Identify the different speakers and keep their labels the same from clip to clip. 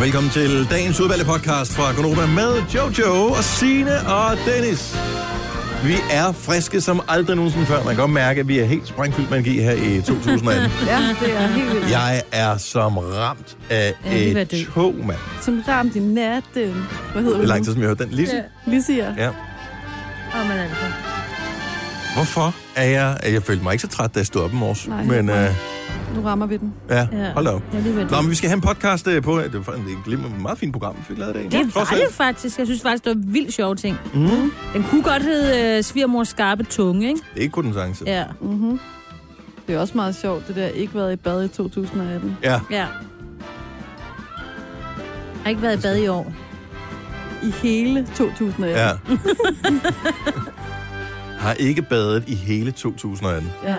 Speaker 1: Velkommen til dagens udvalgte podcast fra Konoba med Jojo og Sine og Dennis. Vi er friske som aldrig nogensinde før. Man kan godt mærke, at vi er helt sprængfyldt med energi her i 2018.
Speaker 2: Ja, det er helt vildt.
Speaker 1: Jeg er som ramt af
Speaker 3: Jeg er lige ved at
Speaker 1: et
Speaker 3: dø.
Speaker 1: tog, mand.
Speaker 2: Som ramt i natten. Hvad hedder
Speaker 1: Det er
Speaker 2: hun?
Speaker 1: lang tid, som jeg har hørt den. Lise?
Speaker 2: Lise, ja.
Speaker 1: Ja.
Speaker 3: Åh, men altså.
Speaker 1: Hvorfor er jeg... Jeg følte mig ikke så træt, da jeg stod op i morges.
Speaker 2: Nej,
Speaker 1: Men
Speaker 2: nej.
Speaker 1: øh,
Speaker 2: Nu rammer vi den.
Speaker 1: ja,
Speaker 3: Ja.
Speaker 1: hold da op.
Speaker 3: Jeg er lige ved at dø.
Speaker 1: Nå, men vi skal have en podcast øh, på... Det var faktisk et glimrende- meget fint program, vi fik lavet i dag.
Speaker 3: Det
Speaker 1: Trods
Speaker 3: var
Speaker 1: alt.
Speaker 3: det faktisk. Jeg synes faktisk, det var vildt sjove ting. Mm. Den kunne godt hedde øh, Svigermors skarpe tunge, ikke?
Speaker 1: Det er ikke kun en chance.
Speaker 3: Ja.
Speaker 2: Det er også meget sjovt, det der ikke været i bad i 2018.
Speaker 1: Ja.
Speaker 3: ja. Har ikke været i bad i år.
Speaker 2: I hele 2018.
Speaker 1: Ja. har ikke badet i hele 2018.
Speaker 2: ja.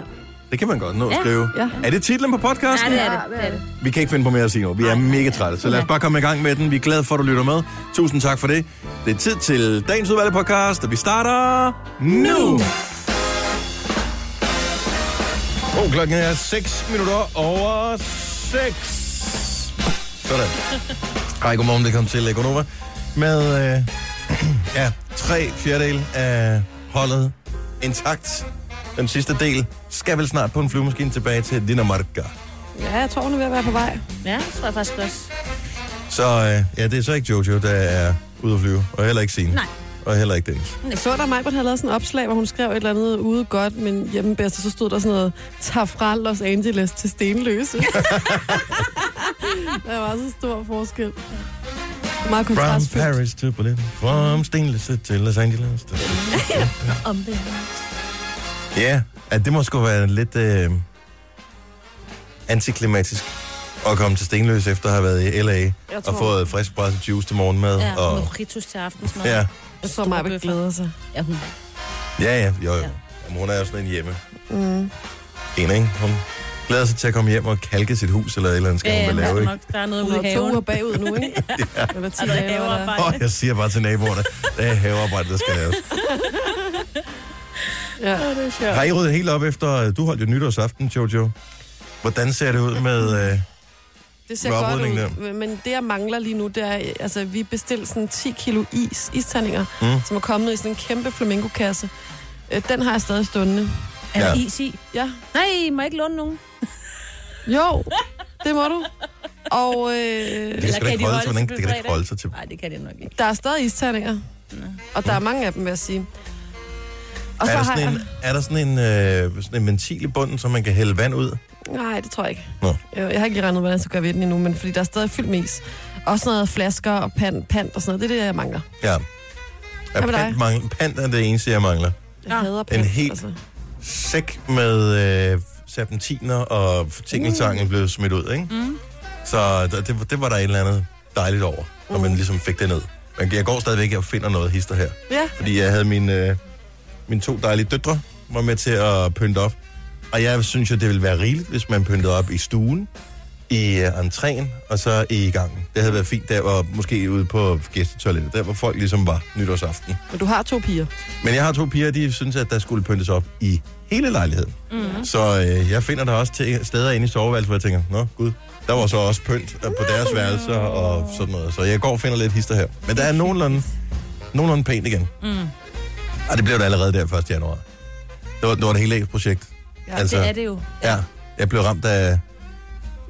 Speaker 1: Det kan man godt nå at
Speaker 3: Ja.
Speaker 1: skrive.
Speaker 2: Ja.
Speaker 1: Er det titlen på podcasten?
Speaker 3: Ja, det er det. det, er det.
Speaker 1: Vi kan ikke finde på mere at sige nu. Vi er mega trætte, så lad os bare komme i gang med den. Vi er glade for, at du lytter med. Tusind tak for det. Det er tid til dagens udvalgte podcast, og vi starter nu! Oh, klokken er 6 minutter over 6. Sådan. Hej, godmorgen. Velkommen til Econova. Med øh, ja, tre fjerdedel af holdet intakt. Den sidste del skal vel snart på en flyvemaskine tilbage til Dinamarca.
Speaker 2: ja, tårnet er ved at være på vej.
Speaker 3: Ja, det tror jeg faktisk også.
Speaker 1: Så øh, ja, det er så ikke Jojo, der er ude at flyve. Og heller ikke Signe.
Speaker 3: Nej.
Speaker 1: Og heller ikke Dennis.
Speaker 2: Jeg så, der Majbert havde lavet sådan en opslag, hvor hun skrev et eller andet ude godt, men hjemme bedst, og så stod der sådan noget, tag fra Los Angeles til Stenløse. der var så stor forskel.
Speaker 1: From
Speaker 2: Meget kontrastfyldt.
Speaker 1: Paris to Berlin. From Stenløse til Los Angeles.
Speaker 3: Om det.
Speaker 1: Ja, at det må sgu være lidt øh, antiklimatisk at komme til Stenløse efter at have været i L.A.
Speaker 2: Jeg tror,
Speaker 1: og fået frisk presset juice til morgenmad.
Speaker 3: Ja, og
Speaker 1: og,
Speaker 3: mojitos til aftensmad.
Speaker 1: ja,
Speaker 2: jeg tror, Majbert glæder sig.
Speaker 3: Ja, hun.
Speaker 1: ja, ja, jo, jo.
Speaker 3: Ja.
Speaker 1: Jamen, hun er jo sådan en hjemme.
Speaker 2: Mm.
Speaker 1: En, ikke? Hun glæder sig til at komme hjem og kalke sit hus, eller et eller andet skal hun vel lave, ikke?
Speaker 3: nok, Øh, der er noget
Speaker 2: Hun
Speaker 3: ude i
Speaker 2: er to uger
Speaker 3: haven. Altså,
Speaker 2: bagud nu, ikke? ja. Eller 10
Speaker 3: Og der er
Speaker 2: dage, eller hvad der er.
Speaker 1: Åh,
Speaker 3: havearbejde.
Speaker 1: jeg siger bare til naboerne, det er havearbejde, der skal laves.
Speaker 2: Ja.
Speaker 1: Har I ryddet helt op efter, øh, du holdt jo nytårsaften, Jojo? Hvordan ser det ud med... Øh,
Speaker 2: Det ser
Speaker 1: Med
Speaker 2: godt
Speaker 1: oprydningen
Speaker 2: ud, men det, jeg mangler lige nu, det er, øh, altså, vi bestilte sådan 10 kilo is, isterninger,
Speaker 1: Mm.
Speaker 2: mm. som er kommet i sådan en kæmpe flamingokasse. Øh, Den har jeg stadig stående.
Speaker 3: Er der
Speaker 1: Ja.
Speaker 3: is i?
Speaker 2: Ja,
Speaker 3: Nej, I må ikke låne nogen.
Speaker 2: jo, det må du. Og øh,
Speaker 1: det,
Speaker 3: Eller
Speaker 1: skal da
Speaker 3: kan
Speaker 1: ikke holde
Speaker 3: de
Speaker 1: sig,
Speaker 3: holde sig
Speaker 1: hvordan,
Speaker 3: til
Speaker 1: det kan da ikke
Speaker 3: fredag?
Speaker 1: holde sig til.
Speaker 3: Nej, det kan det nok ikke.
Speaker 2: der er stadig isterninger, og der er mange af dem, vil jeg sige. Og så
Speaker 1: Mm. Er der,
Speaker 2: har
Speaker 1: sådan
Speaker 2: jeg...
Speaker 1: en, er der sådan en, øh, sådan en ventil i bunden, så man kan hælde vand ud?
Speaker 2: Nej, det tror jeg ikke.
Speaker 1: Nå.
Speaker 2: Jo, Jeg har ikke lige regnet, ud, hvordan jeg skal gøre ved den endnu, men fordi der er stadig fyldt med is. Også noget flasker og pant, pant og sådan noget. Det er det, jeg mangler.
Speaker 1: Ja. Er pant,
Speaker 2: med dig?
Speaker 1: mangel, pant er det eneste, jeg mangler.
Speaker 2: Jeg ja, hader pant. altså.
Speaker 1: en helt- Sæk med øh, serpentiner og tingeltangen blev smidt ud, ikke?
Speaker 3: Mm.
Speaker 1: Så der, det, det var der et eller andet dejligt over, når man
Speaker 2: Mm.
Speaker 1: ligesom fik det ned. Men jeg går stadigvæk og finder noget hister her.
Speaker 2: Ja,
Speaker 1: Fordi jeg havde mine, øh, mine to dejlige døtre var med til at pynte op. Og jeg synes jo, det ville være rigeligt, hvis man pyntede op i stuen, i øh, entréen og så i gangen. Det havde været fint der, hvor måske ude på gæstetoilettet, der hvor folk ligesom var nytårsaften.
Speaker 2: men du har to piger.
Speaker 1: Men jeg har to piger, de synes, at der skulle pyntes op i hele lejligheden.
Speaker 3: Mm.
Speaker 1: Så øh, jeg finder der også til steder inde i soveværelset, hvor jeg tænker, nå gud, der var så også pynt øh, på deres værelser og sådan noget. Så jeg går og finder lidt hister her. Men der er nogenlunde, nogenlunde pænt igen.
Speaker 3: Mm.
Speaker 1: Og det blev det allerede der 1. januar. Det var, det var et helt eget projekt.
Speaker 2: Ja,
Speaker 1: Altså,
Speaker 3: Det er det jo.
Speaker 1: Ja, jeg blev ramt af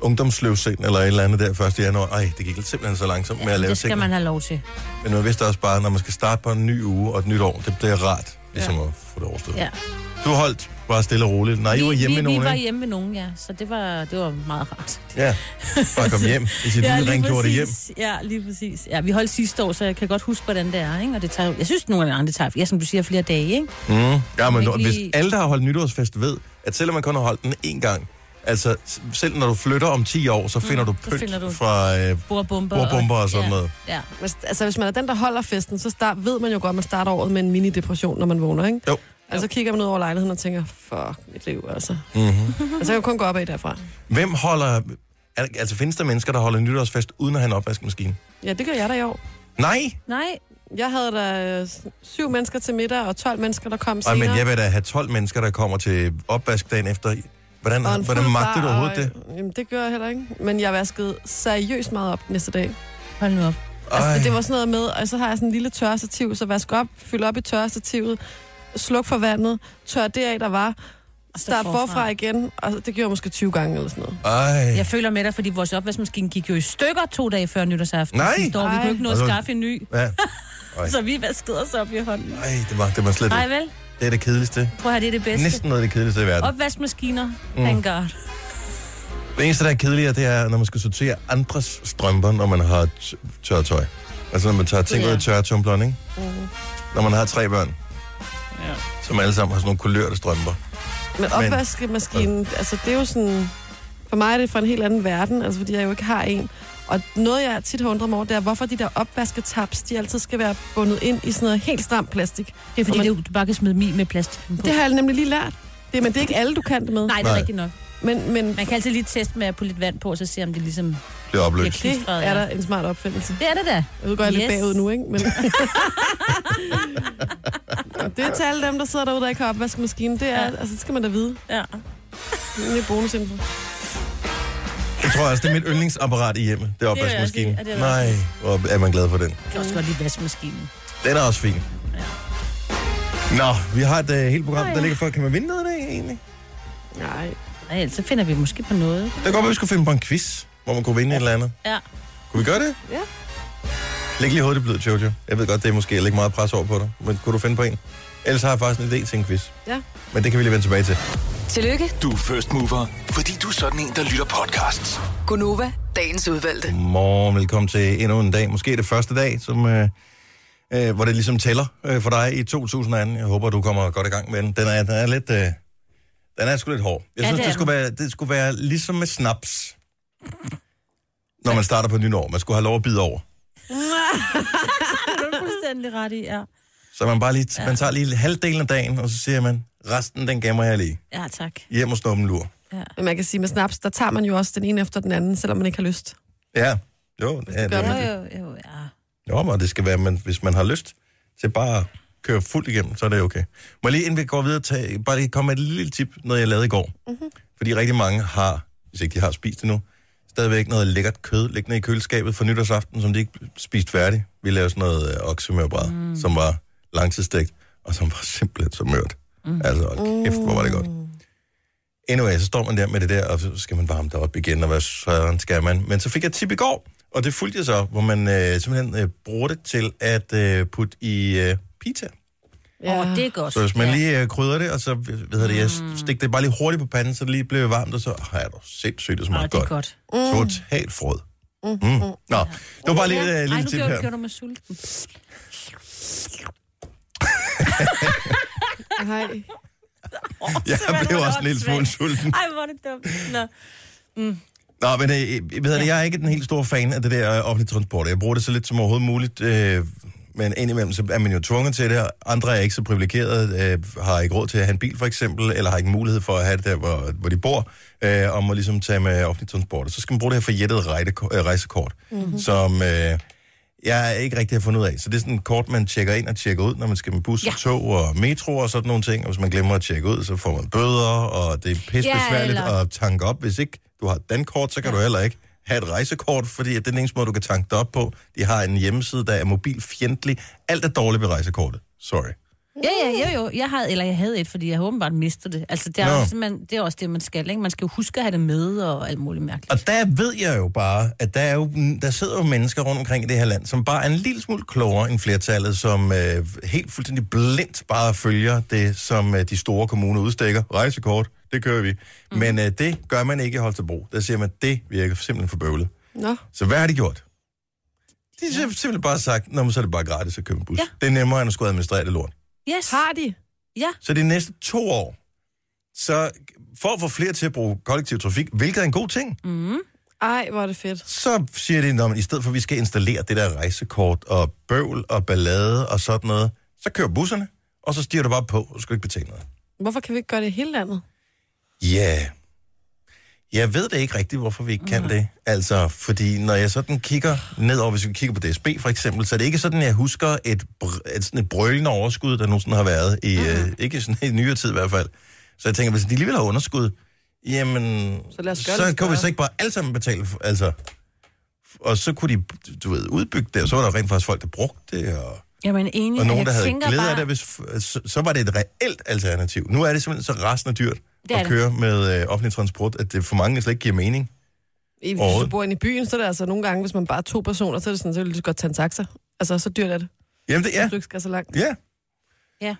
Speaker 1: ungdomsløvsind eller et eller andet der 1. januar. Ej, det gik simpelthen så langsomt med at lave
Speaker 3: det skal
Speaker 1: tingene.
Speaker 3: man have lov til.
Speaker 1: Men man vidste også bare, når man skal starte på en ny uge og et nyt år, det bliver rart ligesom at få det overstået.
Speaker 3: Ja.
Speaker 1: Du holdt bare stille og roligt. Nej, I var hjemme med
Speaker 3: vi,
Speaker 1: nogen,
Speaker 3: Vi var
Speaker 1: ikke?
Speaker 3: hjemme med nogen, ja. Så det var, det var meget rart.
Speaker 1: Ja, bare kom hjem i sit lille rengjorte hjem.
Speaker 3: præcis. Ja, lige præcis. Ja, vi holdt sidste år, så jeg kan godt huske, hvordan det er. Ikke? Og det tager, jo- jeg synes, nogle gange det tager, ja, som du siger, flere dage. Ikke?
Speaker 1: Mm. Ja, men
Speaker 3: ikke
Speaker 1: når, hvis
Speaker 3: lige-
Speaker 1: alle, der har holdt nytårsfest, ved, at selvom man kun har holdt den én gang, altså s- selv når du flytter om 10 år, så finder mm, du
Speaker 3: så
Speaker 1: pynt
Speaker 3: finder du-
Speaker 1: fra øh,
Speaker 3: Bordbomber,
Speaker 1: bordbomber og sådan
Speaker 3: ja,
Speaker 1: noget.
Speaker 3: Ja.
Speaker 2: Hvis- Altså, hvis man er den, der holder festen, så start, ved man jo godt, at man starter året med en mini-depression, når man vågner, ikke?
Speaker 1: Jo.
Speaker 2: Og så kigger man ud over lejligheden og tænker, fuck mit liv, altså.
Speaker 1: Mm-hmm.
Speaker 2: Altså, jeg kan kun gå op af derfra.
Speaker 1: Hvem holder... er- Altså, findes der mennesker, der holder nytårsfest uden at have en opvaskemaskine?
Speaker 2: Ja, det gør jeg da i år.
Speaker 1: Nej!
Speaker 3: Nej,
Speaker 2: Jeg havde da øh, s- syv mennesker til middag, og 12 mennesker, der kom
Speaker 1: Ej,
Speaker 2: senere.
Speaker 1: men jeg vil da have 12 mennesker, der kommer til opvask dagen efter. Hvordan,
Speaker 2: og en
Speaker 1: hvordan
Speaker 2: fuld
Speaker 1: magter du
Speaker 2: bar, øh.
Speaker 1: overhovedet det?
Speaker 2: og- Jamen, det gør jeg heller ikke. Men jeg vaskede seriøst meget op den næste dag.
Speaker 3: Hold nu op.
Speaker 1: Ej.
Speaker 2: Altså, det var sådan noget med, og så har jeg sådan en lille tørrestativ, så vask op, fyld op i tørrestativet, sluk for vandet, tør det af, der var,
Speaker 3: Og så
Speaker 2: start forfra igen, og det gjorde jeg måske 20 gange eller sådan noget.
Speaker 1: Ej.
Speaker 3: Jeg føler med dig, fordi vores opvaskemaskine gik jo i stykker to dage før nytårsaften.
Speaker 1: Nej.
Speaker 3: Sidste år, vi
Speaker 2: Ej.
Speaker 3: kunne ikke nå at
Speaker 1: Altså-
Speaker 3: skaffe en ny,
Speaker 1: Ja. Ej.
Speaker 3: så vi vaskede os op i hånden.
Speaker 1: Ej, det var, det var slet
Speaker 3: Nej
Speaker 1: ikke.
Speaker 3: vel?
Speaker 1: Det er det kedeligste.
Speaker 3: Prøv at have det er det bedste.
Speaker 1: Næsten noget af det kedeligste i verden.
Speaker 3: Opvaskemaskiner, mm. thank god.
Speaker 1: Det eneste, der er kedeligere, det er, når man skal sortere andres strømper, når man har t- tørt tøj. Altså, når man tager ting ud
Speaker 3: Ja.
Speaker 1: af tørretumbleren, ikke?
Speaker 3: Mm.
Speaker 1: Når man har tre børn,
Speaker 3: Ja.
Speaker 1: som alle sammen har sådan nogle kulørte strømper.
Speaker 2: Men opvaskemaskinen, altså det er jo sådan... For mig er det fra en helt anden verden, altså fordi jeg jo ikke har en. Og noget, jeg tit har undret mig over, det er, hvorfor de der opvasketaps, de altid skal være bundet ind i sådan noget helt stramt plastik.
Speaker 3: Det er fordi,
Speaker 2: Og
Speaker 3: det, er jo- du bare kan smide mi med plastikken på.
Speaker 2: Det har jeg nemlig lige lært. Det, men det er ikke alle, du kan det med.
Speaker 3: Nej, det er
Speaker 1: Nej.
Speaker 3: rigtigt nok.
Speaker 2: Men, men
Speaker 3: Man kan altid lige teste med at putte lidt vand på, og så se, om det ligesom
Speaker 1: Det er
Speaker 3: bliver
Speaker 1: opløst.
Speaker 2: det
Speaker 3: klistret.
Speaker 2: er der en smart opfindelse.
Speaker 3: Det er det da.
Speaker 2: Jeg ved godt, jeg er lidt
Speaker 3: Yes.
Speaker 2: bagud nu, ikke? Men... det er til alle dem, der sidder derude, der ikke har opvaskemaskinen. Det er,
Speaker 3: Ja.
Speaker 2: ja. altså, det skal man da vide.
Speaker 3: Ja.
Speaker 2: Det er en lille bonusinfo.
Speaker 1: Jeg tror også, det er mit yndlingsapparat i hjemme. Det er
Speaker 3: vil jeg
Speaker 1: opvaskemaskinen.
Speaker 3: sige, og det er der
Speaker 1: Nej, hvor er man glad for den.
Speaker 3: Jeg kan også godt lide vaskemaskinen.
Speaker 1: Den er også fin. Nå, vi har et uh, helt program, der ligger for. Kan man vinde noget i dag, egentlig?
Speaker 2: Nej.
Speaker 3: Nej, ellers så finder vi måske på noget.
Speaker 1: Det er godt, at vi skulle finde på en quiz, hvor man kunne vinde et eller andet.
Speaker 3: Ja.
Speaker 1: Kunne vi gøre det?
Speaker 2: Ja.
Speaker 1: Læg lige hovedet i blød, Jojo. Jeg ved godt, det er måske at lægge meget pres over på dig, men kunne du finde på en? Ellers har jeg faktisk en idé til en quiz.
Speaker 2: Ja.
Speaker 1: Men det kan vi lige vende tilbage til.
Speaker 4: Tillykke,
Speaker 5: Du er first mover, fordi du er sådan en, der lytter podcasts.
Speaker 4: Gunova, dagens udvalgte.
Speaker 1: Godmorgen, velkommen til endnu en dag. Måske det første dag, som, øh, øh, hvor det ligesom tæller øh, for dig i 2018. Jeg håber, du kommer godt i gang med den. Den er, den er lidt... Øh, den er sgu lidt hård. Jeg
Speaker 3: Ja,
Speaker 1: synes,
Speaker 3: det
Speaker 1: det,
Speaker 3: er
Speaker 1: det, skulle
Speaker 3: den.
Speaker 1: være, det skulle være ligesom med snaps, når man starter på nytår. Man skulle have lov at bide over.
Speaker 3: Det er du fuldstændig ret i, ja.
Speaker 1: Så man, bare lige, ja. man tager lige halvdelen af dagen, og så siger man, resten den gemmer jeg lige.
Speaker 3: Ja, tak.
Speaker 1: Hjem og snuppe en lur.
Speaker 2: Men man kan sige, med snaps, der tager man jo også den ene efter den anden, selvom man ikke har lyst.
Speaker 1: Ja, jo, ja, det,
Speaker 2: gør
Speaker 1: er
Speaker 3: Jo,
Speaker 2: man
Speaker 1: rigtigt.
Speaker 3: jo, jo, ja.
Speaker 1: jo, men det skal være, men hvis man har lyst til bare at køre fuldt igennem, så er det okay. Må jeg lige, inden vi går videre, tage, bare lige komme med et lille tip, noget jeg lavede i går. Mm-hmm. Fordi rigtig mange har, hvis ikke de har spist det nu, stadigvæk noget lækkert kød liggende i køleskabet for nytårsaften, som de ikke spiste færdig. Vi lavede sådan noget øh, oksemørbræd, mm. som var langtidsstegt, og som var simpelthen så mørt. Mm. Altså, hold kæft, hvor var det godt. Anyway, så står man der med det der, og så skal man varme det op igen, og hvad søren skal man. Men så fik jeg et tip i går, og det fulgte jeg så, hvor man øh, simpelthen øh, bruger det til at øh, putte i øh, pizza.
Speaker 3: Åh, oh, det er godt.
Speaker 1: Så hvis man
Speaker 3: ja. Mm.
Speaker 1: lige øh, krydder det, og så øh, hvad hedder det, jeg stik det bare lige hurtigt på panden, så det lige bliver varmt, og så har jeg da sindssygt, det
Speaker 3: Åh,
Speaker 1: smager
Speaker 3: det er godt.
Speaker 1: godt. Mm. Totalt frød. Mm. Mm. Nå, det var bare lige et øh,
Speaker 3: Ej,
Speaker 1: lille
Speaker 3: nu
Speaker 1: tip
Speaker 3: gjorde,
Speaker 1: her.
Speaker 3: gjorde du mig sulten.
Speaker 2: Nej.
Speaker 1: Jeg blev også en lille smule sulten.
Speaker 3: Ej, hvor er det dumt. Nå.
Speaker 1: Nå, men øh, øh, ved det, jeg er ikke den helt store fan af det der øh, offentlige transport. Jeg bruger det så lidt som overhovedet muligt, øh, men indimellem så er man jo tvunget til det. Andre er ikke så privilegerede, øh, har ikke råd til at have en bil for eksempel, eller har ikke mulighed for at have det der, hvor, hvor de bor, øh, og må ligesom tage med offentlig transport. Og så skal man bruge det her forjættede rejde- øh, rejsekort, mm-hmm. som øh, jeg ikke rigtig har fundet ud af. Så det er sådan et kort, man tjekker ind og tjekker ud, når man skal med bus, ja.
Speaker 3: Ja.
Speaker 1: tog og metro og sådan nogle ting. Og hvis man glemmer at tjekke ud, så får man bøder, og det er pissebesværligt
Speaker 3: eller-
Speaker 1: ja, at tanke op. Hvis ikke du har et dankort, så kan ja. du heller ikke have et rejsekort, fordi at det er den eneste måde, du kan tanke det op på. De har en hjemmeside, der er mobilfjendtlig. Alt er dårligt ved rejsekortet. Sorry.
Speaker 3: Ja, ja, jo, jo. Jeg havde, eller jeg havde et, fordi jeg havde åbenbart mistet det. Altså, det er,
Speaker 1: Nå.
Speaker 3: jo simpelthen- det er også det, man skal, ikke? Man skal jo huske at have det med og alt muligt mærkeligt.
Speaker 1: Og der ved jeg jo bare, at der, er jo, der sidder jo mennesker rundt omkring i det her land, som bare er en lille smule klogere end flertallet, som øh, helt fuldstændig blindt bare følger det, som øh, de store kommuner udstikker. Rejsekort, det kører vi. Mm. Men øh, det gør man ikke i Holstebro. Der siger man, det virker simpelthen for bøvlet.
Speaker 2: Nå.
Speaker 1: Så hvad har de gjort? De har simpelthen bare sagt, Nå, men så er det bare gratis at købe en bus. Ja.
Speaker 3: Ja.
Speaker 1: Det er nemmere, end at skulle administrere det lort.
Speaker 3: Yes.
Speaker 2: Har de?
Speaker 3: Ja.
Speaker 1: Så de næste to år, så for at få flere til at bruge kollektiv trafik, hvilket er en god ting, mm.
Speaker 2: Ej, hvor er det fedt.
Speaker 1: så siger de, at i stedet for at vi skal installere det der rejsekort og bøvl og ballade og sådan noget, så kører busserne, og så stiger du bare på, og så skal du ikke betale noget.
Speaker 2: Hvorfor kan vi ikke gøre det i hele landet?
Speaker 1: Ja. Yeah. Jeg ved det ikke rigtigt, hvorfor vi ikke kan det. Altså, fordi når jeg sådan kigger nedover, hvis vi kigger på DSB for eksempel, så er det ikke sådan, jeg husker et, br- et, sådan et brølende overskud, der nogensinde har været. I, øh,
Speaker 2: Mhm.
Speaker 1: ikke sådan i nyere tid i hvert fald. Så jeg tænker, hvis de alligevel har underskud, jamen,
Speaker 2: Så lad os gøre
Speaker 1: så
Speaker 2: det
Speaker 1: kan vi
Speaker 2: større.
Speaker 1: så ikke bare alle sammen betale, for, altså, og så kunne de, du ved, udbygge det, og så var der rent faktisk folk, der brugte det, og,
Speaker 3: Jamen enig,
Speaker 1: og
Speaker 3: og
Speaker 1: nogen,
Speaker 3: jeg
Speaker 1: der havde
Speaker 3: tænker
Speaker 1: glæde
Speaker 3: bare,
Speaker 1: af det, hvis, f- så, så var det et reelt alternativ. Nu er det simpelthen så rasende dyrt
Speaker 3: er
Speaker 1: at
Speaker 3: det.
Speaker 1: køre med øh, offentlig transport, at det for mange slet ikke giver mening.
Speaker 2: I- Hvis du
Speaker 1: Overhovedet.
Speaker 2: bor inde i byen, så er det altså nogle gange, hvis man bare er to personer, så er det sådan, så vil du godt tage en taxa. Altså, så dyrt er det,
Speaker 1: Jamen det
Speaker 2: ja.
Speaker 1: er,
Speaker 2: hvis du ikke skal så langt.
Speaker 1: ja.
Speaker 3: Ja.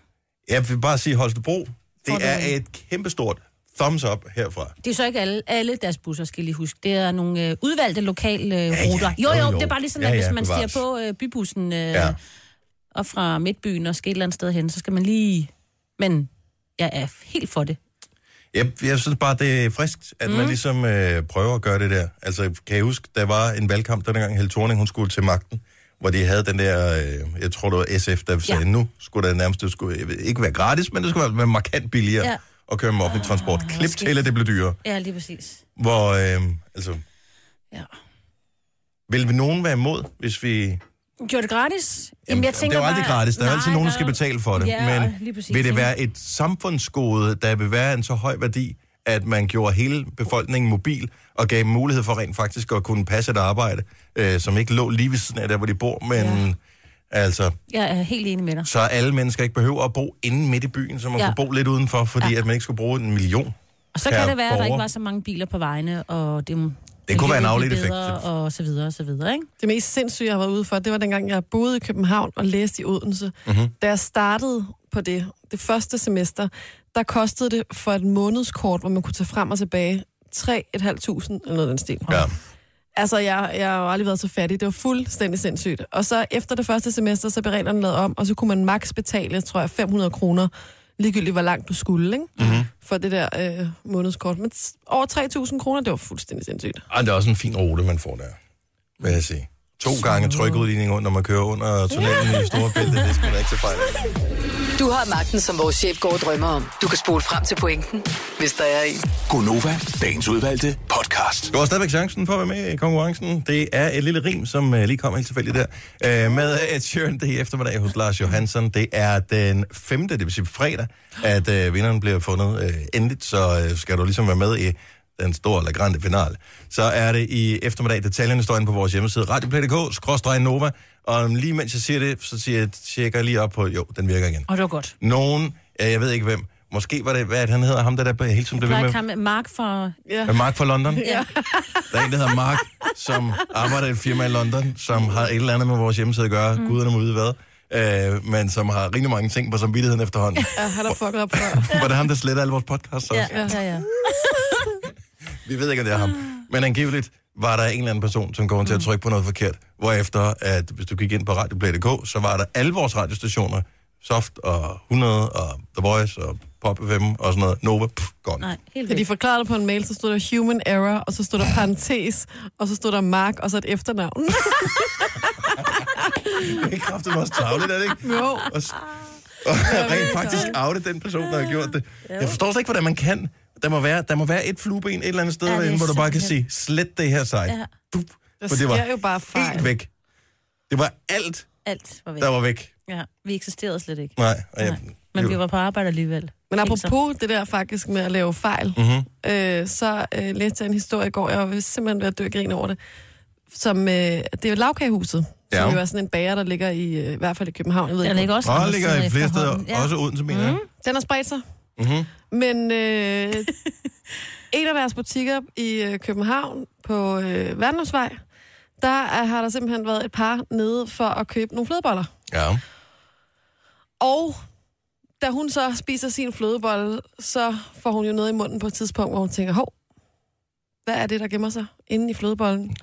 Speaker 1: Jeg vil bare sige, Holstebro, det
Speaker 3: Fordel.
Speaker 1: er et kæmpestort thumbs up herfra.
Speaker 3: Det er så ikke alle, alle deres busser, skal jeg lige huske. Det er nogle øh, udvalgte lokale øh,
Speaker 1: ja.
Speaker 3: ruter. Jo, jo,
Speaker 1: Jo,
Speaker 3: jo,
Speaker 1: jo.
Speaker 3: det er bare ligesom,
Speaker 1: Ja,
Speaker 3: at hvis
Speaker 1: ja,
Speaker 3: man
Speaker 1: bevares.
Speaker 3: stiger på øh, bybussen øh,
Speaker 1: Ja.
Speaker 3: ja. og fra midtbyen og skal et eller andet sted hen, så skal man lige... Men jeg er helt for det.
Speaker 1: Jeg, jeg synes bare, det er friskt, at mm. man ligesom øh, prøver at gøre det der. Altså, kan jeg huske, der var en valgkamp dengang, Helle Thorning, hun skulle til magten, hvor de havde den der, øh, jeg tror det var SF, der sagde, ja. nu skulle det nærmest, det skulle jeg ved- ikke være gratis, men det skulle i hvert fald være markant billigere ja. Ah,
Speaker 3: Ja.
Speaker 1: at køre med offentlig transport. Klip
Speaker 3: måske.
Speaker 1: til, at det blev dyrere.
Speaker 3: Ja, lige præcis.
Speaker 1: Hvor, øh, altså,
Speaker 3: Ja.
Speaker 1: vil vi nogen være imod, hvis vi...
Speaker 3: Gjorde det gratis?
Speaker 1: Jamen, det er jo aldrig
Speaker 3: bare-
Speaker 1: gratis. Der er jo
Speaker 3: Nej,
Speaker 1: altid nogen, der skal
Speaker 3: er jo-
Speaker 1: betale for det.
Speaker 3: Ja, og
Speaker 1: men
Speaker 3: lige præcis,
Speaker 1: vil det
Speaker 3: ikke?
Speaker 1: være et samfundsgode, der vil være en så høj værdi, at man gjorde hele befolkningen mobil og gav dem mulighed for rent faktisk at kunne passe et arbejde, øh, som ikke lå lige ved siden af der, hvor de bor, men ja. altså,
Speaker 3: Jeg er helt enig med dig.
Speaker 1: så alle mennesker ikke behøver at bo inde midt i byen, så man ja.
Speaker 3: Ja.
Speaker 1: kunne bo lidt udenfor, fordi ja. at man ikke skulle bruge en million.
Speaker 3: Og så
Speaker 1: per
Speaker 3: kan det være, at der
Speaker 1: borger.
Speaker 3: ikke var så mange biler på vejene, og det,
Speaker 1: Det kunne være en
Speaker 3: miljøet
Speaker 1: afledt
Speaker 3: blev
Speaker 1: effekt.
Speaker 3: bedre, Og så videre, og så videre, ikke?
Speaker 2: Det mest sindssyge, jeg har været ude for, det var dengang, jeg boede i København og læste i Odense. Mm-hmm. Da jeg startede på det, det første semester, der kostede det for et månedskort, hvor man kunne tage frem og tilbage 3.500 eller noget af den stil.
Speaker 1: Ja.
Speaker 2: Altså, jeg, jeg har jo aldrig været så fattig. Det var fuldstændig sindssygt. Og så efter det første semester, så blev reglerne lavet om, og så kunne man maks betale, tror jeg, 500 kroner, ligegyldigt hvor langt du skulle, ikke? Mm-hmm. For det der øh, månedskort. Men s- over 3.000 kroner, det var fuldstændig sindssygt.
Speaker 1: Og det er også en fin rute, man får der, vil jeg sige. To gange trykudligning, under, når man kører under tunnelen i store bælte, det skal man ikke tage fejl af.
Speaker 4: Du har magten, som vores chef går og drømmer om. Du kan spole frem til pointen, hvis der er en.
Speaker 5: Gonova, dagens udvalgte podcast.
Speaker 1: Du har stadigvæk chancen for at være med i konkurrencen. Det er et lille rim, som øh, lige kom helt tilfældigt der. Øh, Med Ed Sheeran, det er i eftermiddag hos Lars Johansson. Det er den 5. det vil sige fredag, at øh, vinderen bliver fundet øh, endeligt. Så øh, skal du ligesom være med i den store La Grande Finale. Så er det i eftermiddag. Detaljerne står inde på vores hjemmeside. Radioplay.dk, skråstreg Nova. Og lige mens jeg siger det, så siger jeg, tjekker jeg lige op på, jo, den virker igen.
Speaker 3: Og det var godt.
Speaker 1: Nogen, øh, jeg ved ikke hvem, måske var det, hvad er det, han hedder, ham der, der hele tiden blev ved
Speaker 3: Der
Speaker 1: med...
Speaker 3: er kamp med Mark fra...
Speaker 2: Ja.
Speaker 1: Med Mark fra London?
Speaker 2: Ja.
Speaker 1: Der er en, der hedder Mark, som arbejder i et firma i London, som har et eller andet med vores hjemmeside at gøre, mm. guderne må vide hvad, øh, men som har rigtig mange ting på samvittigheden efterhånden.
Speaker 2: Ja, han har fucket op før.
Speaker 1: Var det ham, der sletter alle vores podcasts også? Ja.
Speaker 3: ja, ja.
Speaker 1: Vi ved ikke, om det er ham. Men angiveligt var der en eller anden person, som kom til at trykke på noget forkert, hvorefter, at hvis du gik ind på radioplay.dk, så var der alle vores radiostationer, Soft og 100 og The Voice og Pop FM og sådan noget, Nova, pff, gone.
Speaker 3: Nej, helt
Speaker 2: Da de
Speaker 3: vildt.
Speaker 2: forklarede det på en mail, så stod der human error, og så stod der parentes, og så stod der Mark, og så et efternavn.
Speaker 1: Det er kraftigt også tavligt, er det ikke?
Speaker 2: Jo.
Speaker 1: Og, s- og rent faktisk oute den person, der har gjort det. Jeg forstår slet ikke, hvordan man kan. Der må være, der må være et flueben et eller andet sted,
Speaker 3: Ja, det er
Speaker 1: ja, hvor du bare kan
Speaker 3: simpelthen-
Speaker 1: sige, slet det her site.
Speaker 3: Ja.
Speaker 1: Pup.
Speaker 2: Der
Speaker 1: For det var
Speaker 2: sker jo bare fejl.
Speaker 1: helt væk. Det var alt,
Speaker 3: Alt var væk.
Speaker 1: der var væk.
Speaker 3: Ja, vi eksisterede slet ikke.
Speaker 1: Nej, og jeg,
Speaker 3: Nej. Men vi var på arbejde alligevel.
Speaker 2: Men
Speaker 3: Tænk så.
Speaker 2: apropos det der faktisk med at lave fejl, mm-hmm. øh, så øh, læste jeg en historie i går, jeg var vist simpelthen ved at dø af grin over det, som, øh, det er jo lavkagehuset, ja.
Speaker 1: Ja.
Speaker 2: som jo er sådan en bager, der ligger i, øh, i hvert fald i København, jeg ved
Speaker 3: Der
Speaker 2: ikke,
Speaker 3: ligger også
Speaker 1: og
Speaker 3: andre
Speaker 1: ligger
Speaker 3: steder
Speaker 1: i flere steder,
Speaker 3: efterhånden. Mhm.
Speaker 1: ja. også uden til mine. Mm.
Speaker 2: Den har spredt sig. Mm-hmm. Men øh, en af deres butikker i øh, København på øh, Verdendomsvej, der er, har der simpelthen været et par nede for at købe nogle flødeboller.
Speaker 1: Ja.
Speaker 2: Og da hun så spiser sin flødebolle, så får hun jo noget i munden på et tidspunkt, hvor hun tænker, hov, hvad er det, der gemmer sig inde i flødebollen?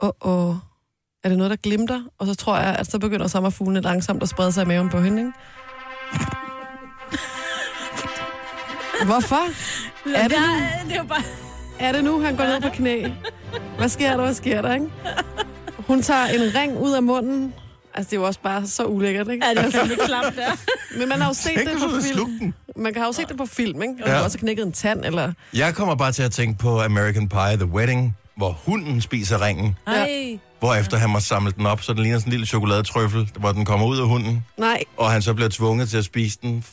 Speaker 2: Og, og er det noget, der glimter? Og så tror jeg, at så begynder sommerfuglene langsomt at sprede sig i maven på hende, ikke? Hvorfor? Er det, nu?
Speaker 3: Ja, det var bare...
Speaker 2: er det nu, han går ned på knæ? Hvad sker der? Hvad sker der, ikke? Hun tager en ring ud af munden. Altså, det er jo også bare så ulækkert, ikke?
Speaker 3: Ja, det var fandme klamt der.
Speaker 2: Men man har jo set
Speaker 1: Tænk,
Speaker 2: det
Speaker 1: hvis
Speaker 2: på
Speaker 1: du havde
Speaker 2: film.
Speaker 1: slugt den.
Speaker 2: Man kan have set det på film, ikke? Og
Speaker 1: Ja.
Speaker 2: ja. også knækket en tand, eller...
Speaker 1: Jeg kommer bare til at tænke på American Pie The Wedding, hvor hunden spiser ringen,
Speaker 3: Ej.
Speaker 1: hvorefter han må samle den op, så den ligner sådan en lille chokoladetrøffel, hvor den kommer ud af hunden.
Speaker 2: Nej,
Speaker 1: og han så bliver tvunget til at spise den